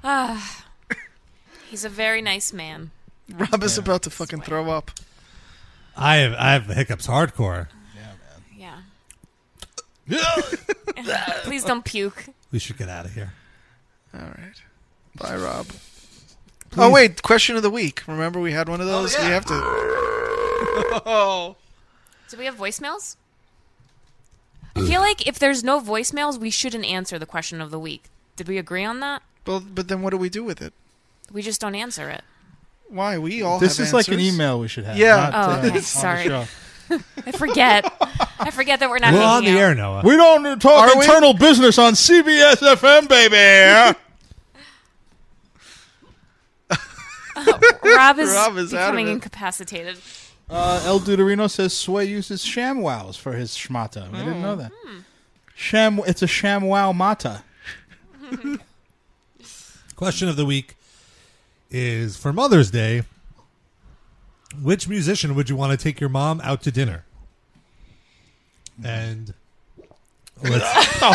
Ah. he's a very nice man. Rob is about to fucking throw up. I have I have hiccups hardcore. Yeah. Please don't puke. We should get out of here. All right. Bye, Rob. Oh wait, question of the week. Remember we had one of those. We have to. Oh. Do we have voicemails? I feel like if there's no voicemails, we shouldn't answer the question of the week. Did we agree on that? Well, but then what do we do with it? We just don't answer it. Why we all? This have is like an answers. email we should have. Yeah. not, uh, oh, on okay. the Sorry. show. I forget. I forget that we're not. hanging out. We don't talk Are we? internal business on CBS FM, baby. Oh, Rob is, Rob is out of becoming it. incapacitated. uh, El Duderino says Sway uses ShamWows for his schmata. I didn't Oh. know that. Hmm. Sham, it's a ShamWow mata. Question of the week is for Mother's Day. Which musician would you want to take your mom out to dinner? And let's, What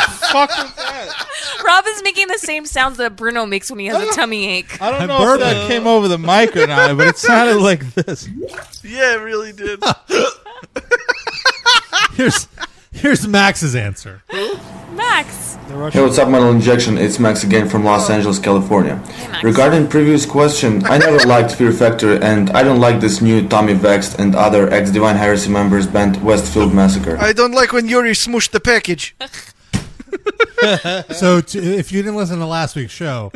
the fuck was that? Rob is making the same sounds that Bruno makes when he has a tummy ache. I don't know if that came over the mic or not, but it sounded like this. Yeah, it really did. Here's here's Max's answer. Max. Hey, what's up, Metal Injection? It's Max again from Oh. Los Angeles, California. Regarding previous question, I never liked Fear Factor, and I don't like this new Tommy Vexed and other ex-Divine Heresy members band Westfield Massacre. I don't like when Yuri smooshed the package. so to, if you didn't listen to last week's show,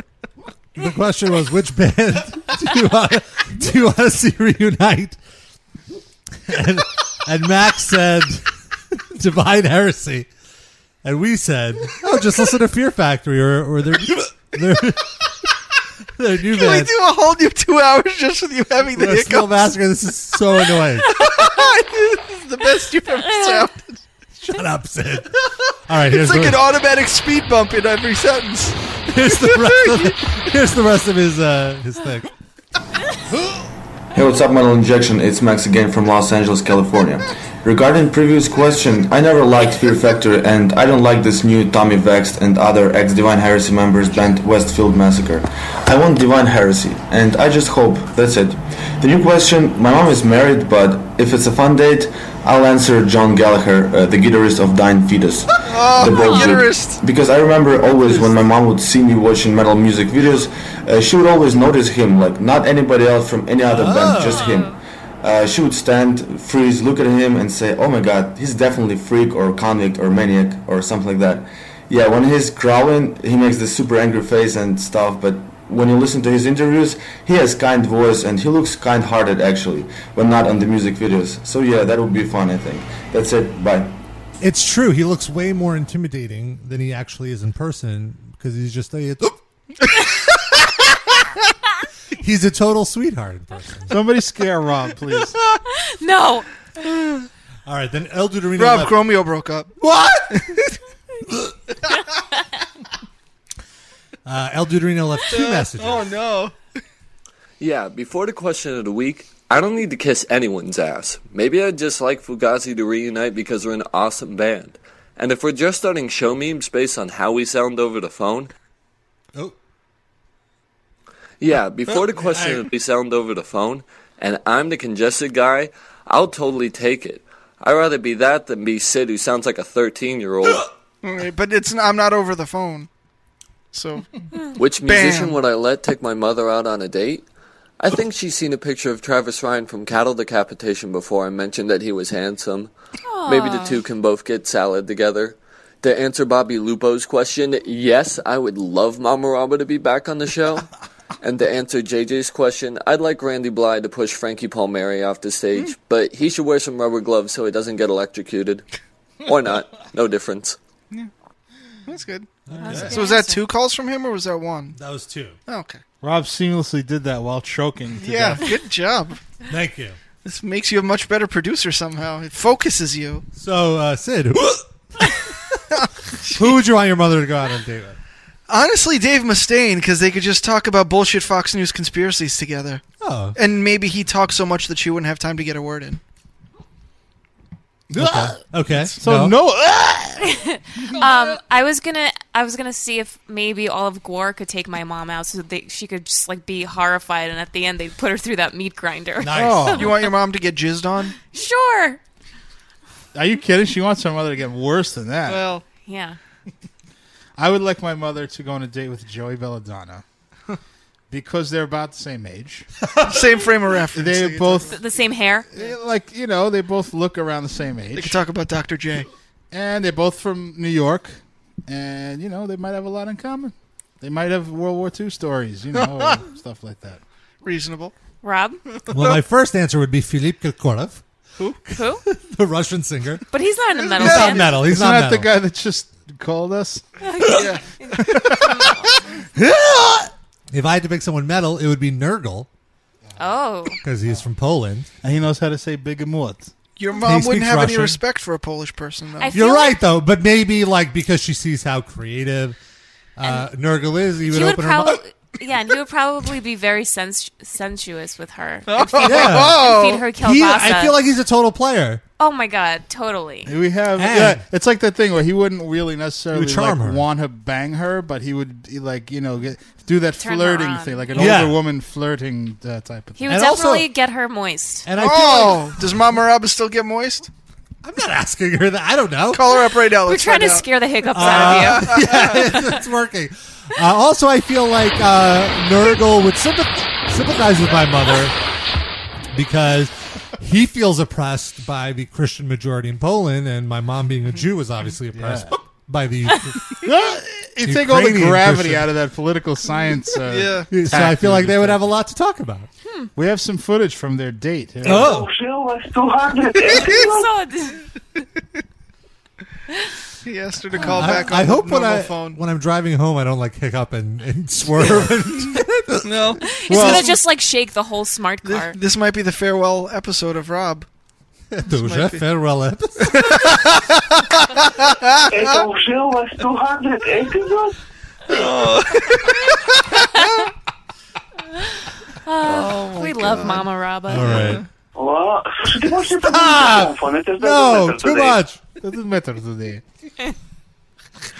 the question was which band do you want, do you want to see reunite? And, and Max said Divine Heresy, and we said, oh, just listen to Fear Factory or or their their, their Can we new band. do a whole new two hours just with you having the hiccups? Westfield Massacre. This is so annoying. this is the best you've ever sounded. Shut up, Sid. All right, it's here's like the- an automatic speed bump in every sentence. Here's the rest of it. Here's the rest of his uh, his thing. Hey, what's up, Metal Injection? It's Max again from Los Angeles, California. Regarding previous question, I never liked Fear Factor, and I don't like this new Tommy Vexed and other ex-Divine Heresy members band Westfield Massacre. I want Divine Heresy, and I just hope that's it. The new question: My mom is married, but if it's a fun date, I'll answer John Gallagher, uh, the guitarist of Dying Fetus. Oh, the Bold Dude. guitarist. Because I remember always when my mom would see me watching metal music videos, uh, she would always notice him, like not anybody else from any other band, just him. Uh, she would stand, freeze, look at him, and say, "Oh my God, he's definitely freak or convict or maniac or something like that." Yeah, when he's growling, he makes this super angry face and stuff. But when you listen to his interviews, he has kind voice and he looks kind-hearted actually, when not on the music videos. So yeah, that would be fun. I think. That's it. Bye. It's true. He looks way more intimidating than he actually is in person because he's just a. he's a total sweetheart in person. Somebody scare Rob, please. No. All right, then El Duderino. Rob left. Chromeo broke up. What? Uh, El Duderino left two messages. Oh no. Yeah, before the question of the week, I don't need to kiss anyone's ass. Maybe I'd just like Fugazi to reunite because we're an awesome band. And if we're just starting show memes based on how we sound over the phone. Oh. Yeah, before the question of we sound over the phone, and I'm the congested guy, I'll totally take it. I'd rather be that than be Sid, who sounds like a 13 year old. All right, but it's I'm not over the phone. So Which Bam. musician would I let take my mother out on a date? I think she's seen a picture of Travis Ryan from Cattle Decapitation before I mentioned that he was handsome. Maybe the Aw. two can both get salad together. To answer Bobby Lupo's question, yes, I would love Mama Rama to be back on the show. and to answer JJ's question, I'd like Randy Bly to push Frankie Palmieri off the stage, but he should wear some rubber gloves so he doesn't get electrocuted. or not. No difference. that's good. was a good So was that two calls from him or was that one? Oh, That was two. Okay. Rob seamlessly did that while choking. To yeah, death. good job. Thank you. This makes you a much better producer somehow. It focuses you. So uh, Sid, who, who would you want your mother to go out on a date with? Honestly, Dave Mustaine, because they could just talk about bullshit Fox News conspiracies together. Oh. And maybe he talks so much that she wouldn't have time to get a word in. Okay. okay. So no. um, I was gonna, I was gonna see if maybe all of Gore could take my mom out so that they, she could just like be horrified, and at the end they put her through that meat grinder. Oh. You want your mom to get jizzed on? sure. Are you kidding? She wants her mother to get worse than that. Well, yeah. I would like my mother to go on a date with Joey Belladonna because they're about the same age. same frame of reference. They both, the same hair. like, you know, they both look around the same age. They could talk about Dr. J. And they're both from New York. And, you know, they might have a lot in common. They might have World War II stories, you know, and stuff like that. Reasonable. Rob. Well, my first answer would be Philippe Kirkorov, who? Who? the Russian singer. But he's not in the metal He's not band. metal. He's It's not, not, metal. the guy that just called us. Yeah. If I had to pick someone metal, it would be Nurgle Oh. because he's from Poland and he knows how to say bigamot. Your He mom wouldn't speaks have any Russian. respect for a Polish person, though. You're right though, but maybe like because she sees how creative uh, Nurgle is, he would, He would open her mouth. probably, yeah, and he would probably be very sensu- sensuous with her. Yeah. And feed her kielbasa. He- I feel like he's a total player. Oh my god, totally. We have And- yeah, it's like that thing where he wouldn't really necessarily He would charm like, her. want to bang her, but he would be like you know get, do that Turn her flirting on. thing, like an Yeah. older woman flirting uh, type of He thing. would definitely get her moist. And oh, does Mama Robin still get moist? I'm not asking her that. I don't know. Call her up right now. We're Let's trying to find out. scare the hiccups out of you. Uh, yeah, it's, it's working. Uh, also, I feel like uh, Nurgle would sympath- sympathize with my mother because he feels oppressed by the Christian majority in Poland, and my mom being a Mm-hmm. Jew was obviously oppressed Yeah. by the. you take all the Ukrainian gravity Christian. out of that political science. Uh, Yeah. So I feel like they would have a lot to talk about. We have some footage from their date. Here. Oh. He asked her to call I, back. I on hope the when normal I phone. when I'm driving home, I don't like kick up and, and swerve. no, It's gonna just like shake the whole smart car. This, this might be the farewell episode of Rob. This was might a be- farewell episode. Uh, we love Mama Raba. All right. Stop! No, too much. Doesn't matter today.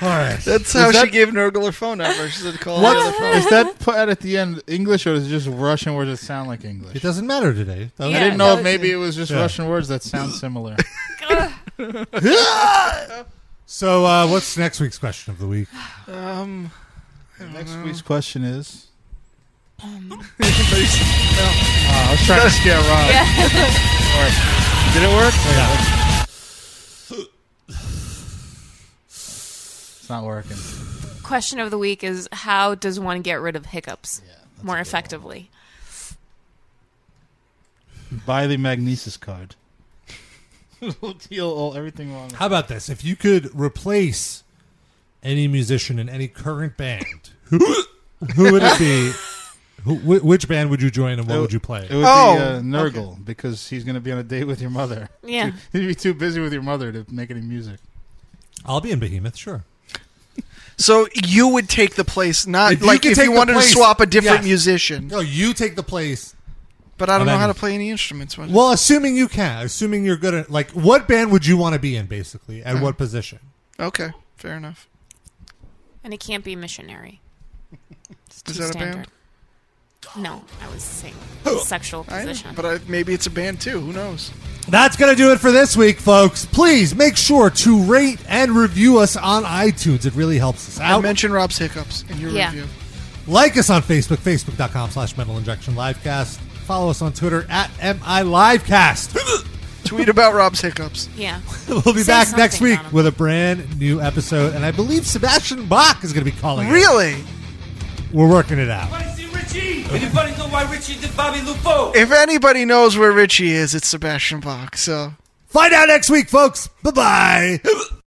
All right. That's how she gave Nurgle her phone number. She said, "Call What her other phone." is that put at the end English or is it just Russian words that sound like English? It doesn't matter today. That was- I didn't that know if was- maybe it was just Yeah. Russian words that sound similar. So, uh, what's next week's question of the week? Um, I don't Next know. week's question is. No. Ah, I was trying to scare Rob. Alright. Did it work? It's not working. Question of the week is how does one get rid of hiccups more effectively? Buy the Magnesis card. It'll deal all everything wrong. How about this? If you could replace any musician in any current band, who, who would it be? Who, whi- which band would you join and what would you play? It would oh, be uh, Nurgle because he's going to be on a date with your mother. Yeah. He'd be too busy with your mother to make any music. I'll be in Behemoth, sure. So you would take the place, not If you Uh, like could if take you the wanted place- to swap a different yes. musician. No, you take the place. But I don't of know how any- to play any instruments. What- Well, assuming you can, assuming you're good at like, what band would you want to be in, basically, Hmm. at what position? Okay, fair enough. And it can't be missionary. It's too Is that a standard. band? No, I was saying sexual I know, position. but I, maybe it's a band too. Who knows? That's going to do it for this week, folks. Please make sure to rate and review us on iTunes. It really helps us I out. mentioned Rob's hiccups in your Yeah. review. Like us on Facebook, facebook.com slash metal injection livecast. Follow us on Twitter at MI Livecast. Tweet about Rob's hiccups. Yeah. we'll be Say back something next week about 'em. with a brand new episode. And I believe Sebastian Bach is going to be calling. in. Really? We're working it out. Anybody know why Richie did Bobby Lupo? If anybody knows where Richie is, it's Sebastian Bach. So. Find out next week, folks. Bye bye.